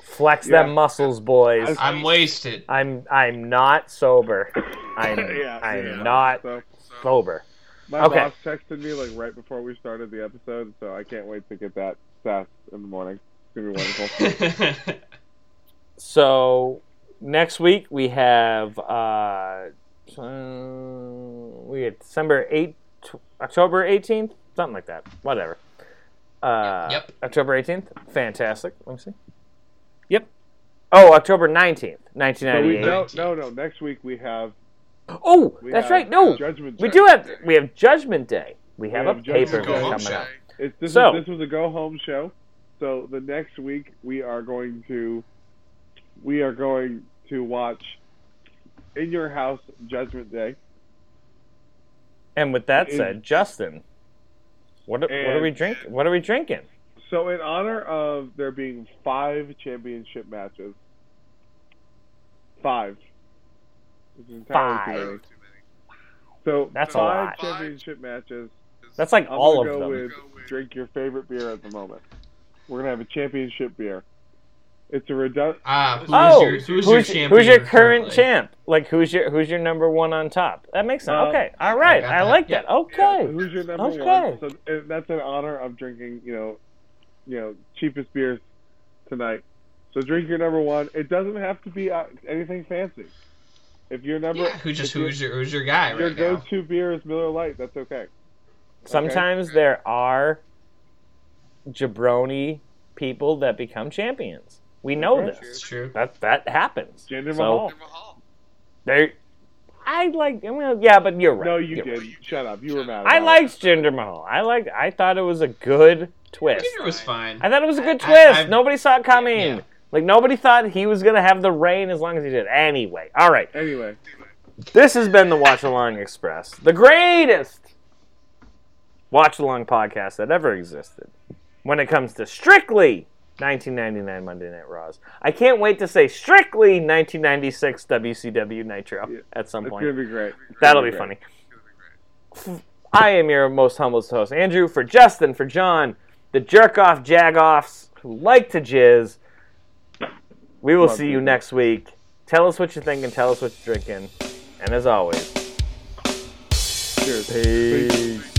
[SPEAKER 1] Flex
[SPEAKER 3] Yeah.
[SPEAKER 1] them muscles, boys.
[SPEAKER 3] I-
[SPEAKER 2] I'm wasted.
[SPEAKER 1] I'm I'm not sober. I'm
[SPEAKER 3] [LAUGHS] Yeah,
[SPEAKER 1] I'm
[SPEAKER 3] yeah.
[SPEAKER 1] not
[SPEAKER 3] So-
[SPEAKER 1] sober.
[SPEAKER 3] My
[SPEAKER 1] Okay.
[SPEAKER 3] boss texted me like right before we started the episode, so I can't wait to get that stats in the morning. It's gonna be
[SPEAKER 1] [LAUGHS]
[SPEAKER 3] wonderful.
[SPEAKER 1] So next week we have uh, uh, we had December eight, October eighteenth, something like that. Whatever. Uh,
[SPEAKER 2] Yep.
[SPEAKER 1] October eighteenth. Fantastic. Let me see. Yep. Oh, October nineteenth, nineteen
[SPEAKER 3] so we,
[SPEAKER 1] ninety eight.
[SPEAKER 3] no, no, no. Next week we have.
[SPEAKER 1] Oh,
[SPEAKER 3] We
[SPEAKER 1] that's
[SPEAKER 3] have
[SPEAKER 1] right. No,
[SPEAKER 3] Judgment.
[SPEAKER 1] we
[SPEAKER 3] Day.
[SPEAKER 1] do have we have Judgment Day. We have a
[SPEAKER 3] have Judgment
[SPEAKER 1] paper
[SPEAKER 3] Day.
[SPEAKER 1] view
[SPEAKER 3] Go home
[SPEAKER 1] coming up.
[SPEAKER 3] It's, this,
[SPEAKER 1] So-
[SPEAKER 3] is, this was a go home show. So the next week we are going to we are going to watch in your house Judgment Day.
[SPEAKER 1] And with that
[SPEAKER 3] Is-
[SPEAKER 1] said, Justin, what what are
[SPEAKER 3] And-
[SPEAKER 1] we drink? What are we drinking?
[SPEAKER 3] So in honor of there being five championship matches, five. This is entirely
[SPEAKER 1] Five.
[SPEAKER 3] too many. So
[SPEAKER 1] That's a
[SPEAKER 3] five
[SPEAKER 1] lot.
[SPEAKER 3] championship matches.
[SPEAKER 1] That's like
[SPEAKER 3] I'm
[SPEAKER 1] all
[SPEAKER 3] gonna
[SPEAKER 1] of
[SPEAKER 3] go
[SPEAKER 1] them.
[SPEAKER 3] with drink your favorite beer at the moment. We're gonna have a championship beer. It's a redund.
[SPEAKER 2] Ah, who's
[SPEAKER 1] Oh,
[SPEAKER 2] your who's, your champion?
[SPEAKER 1] who's your current
[SPEAKER 2] currently?
[SPEAKER 1] champ? Like who's your who's your number one on top? That makes sense.
[SPEAKER 3] Um,
[SPEAKER 1] okay, all right,
[SPEAKER 2] got
[SPEAKER 1] I
[SPEAKER 2] that.
[SPEAKER 1] like
[SPEAKER 2] Yeah.
[SPEAKER 1] that. Okay,
[SPEAKER 3] Who's your number
[SPEAKER 1] Okay.
[SPEAKER 3] one? So uh, that's in honor of drinking. You know, you know, cheapest beers tonight. So drink your number one. It doesn't have to be uh, anything fancy. If your number,
[SPEAKER 2] Yeah, who just
[SPEAKER 3] if your-
[SPEAKER 2] who's your who's your guy
[SPEAKER 3] Your
[SPEAKER 2] right now?
[SPEAKER 3] go-to beer is Miller Lite. That's okay.
[SPEAKER 1] sometimes there are jabroni people that become champions. We know
[SPEAKER 3] Okay.
[SPEAKER 1] this.
[SPEAKER 2] It's true.
[SPEAKER 1] That that happens.
[SPEAKER 3] Jinder
[SPEAKER 1] so
[SPEAKER 3] Mahal.
[SPEAKER 1] they, I like. I mean, yeah, but you're right.
[SPEAKER 3] No, you
[SPEAKER 1] You're
[SPEAKER 3] did.
[SPEAKER 1] right.
[SPEAKER 3] Shut up. You were mad.
[SPEAKER 1] I
[SPEAKER 3] about
[SPEAKER 1] liked Jinder Mahal. I liked. I thought it was a good twist.
[SPEAKER 2] Junior was fine.
[SPEAKER 1] I thought it was a good
[SPEAKER 2] I-
[SPEAKER 1] twist.
[SPEAKER 2] I-
[SPEAKER 1] nobody saw it coming.
[SPEAKER 2] Yeah.
[SPEAKER 1] Like nobody thought he was gonna have the rain as long as he did. Anyway, all right.
[SPEAKER 3] it. Anyway,
[SPEAKER 1] This has been the Watch Along Express, the greatest watch along podcast that ever existed. When it comes to strictly 1999 Monday Night Raws, I can't wait to say strictly 1996 WCW Nitro
[SPEAKER 3] Yeah.
[SPEAKER 1] at some
[SPEAKER 3] it's
[SPEAKER 1] point.
[SPEAKER 3] gonna be great.
[SPEAKER 1] That'll be
[SPEAKER 3] great.
[SPEAKER 1] funny. I am your most humblest host, Andrew, for Justin, for John, the jerk off jagoffs who like to jizz. We will
[SPEAKER 3] Love
[SPEAKER 1] see
[SPEAKER 3] you.
[SPEAKER 1] you next week. Tell us what you're thinking, tell us what you're drinking. And as always,
[SPEAKER 3] Cheers.
[SPEAKER 1] peace.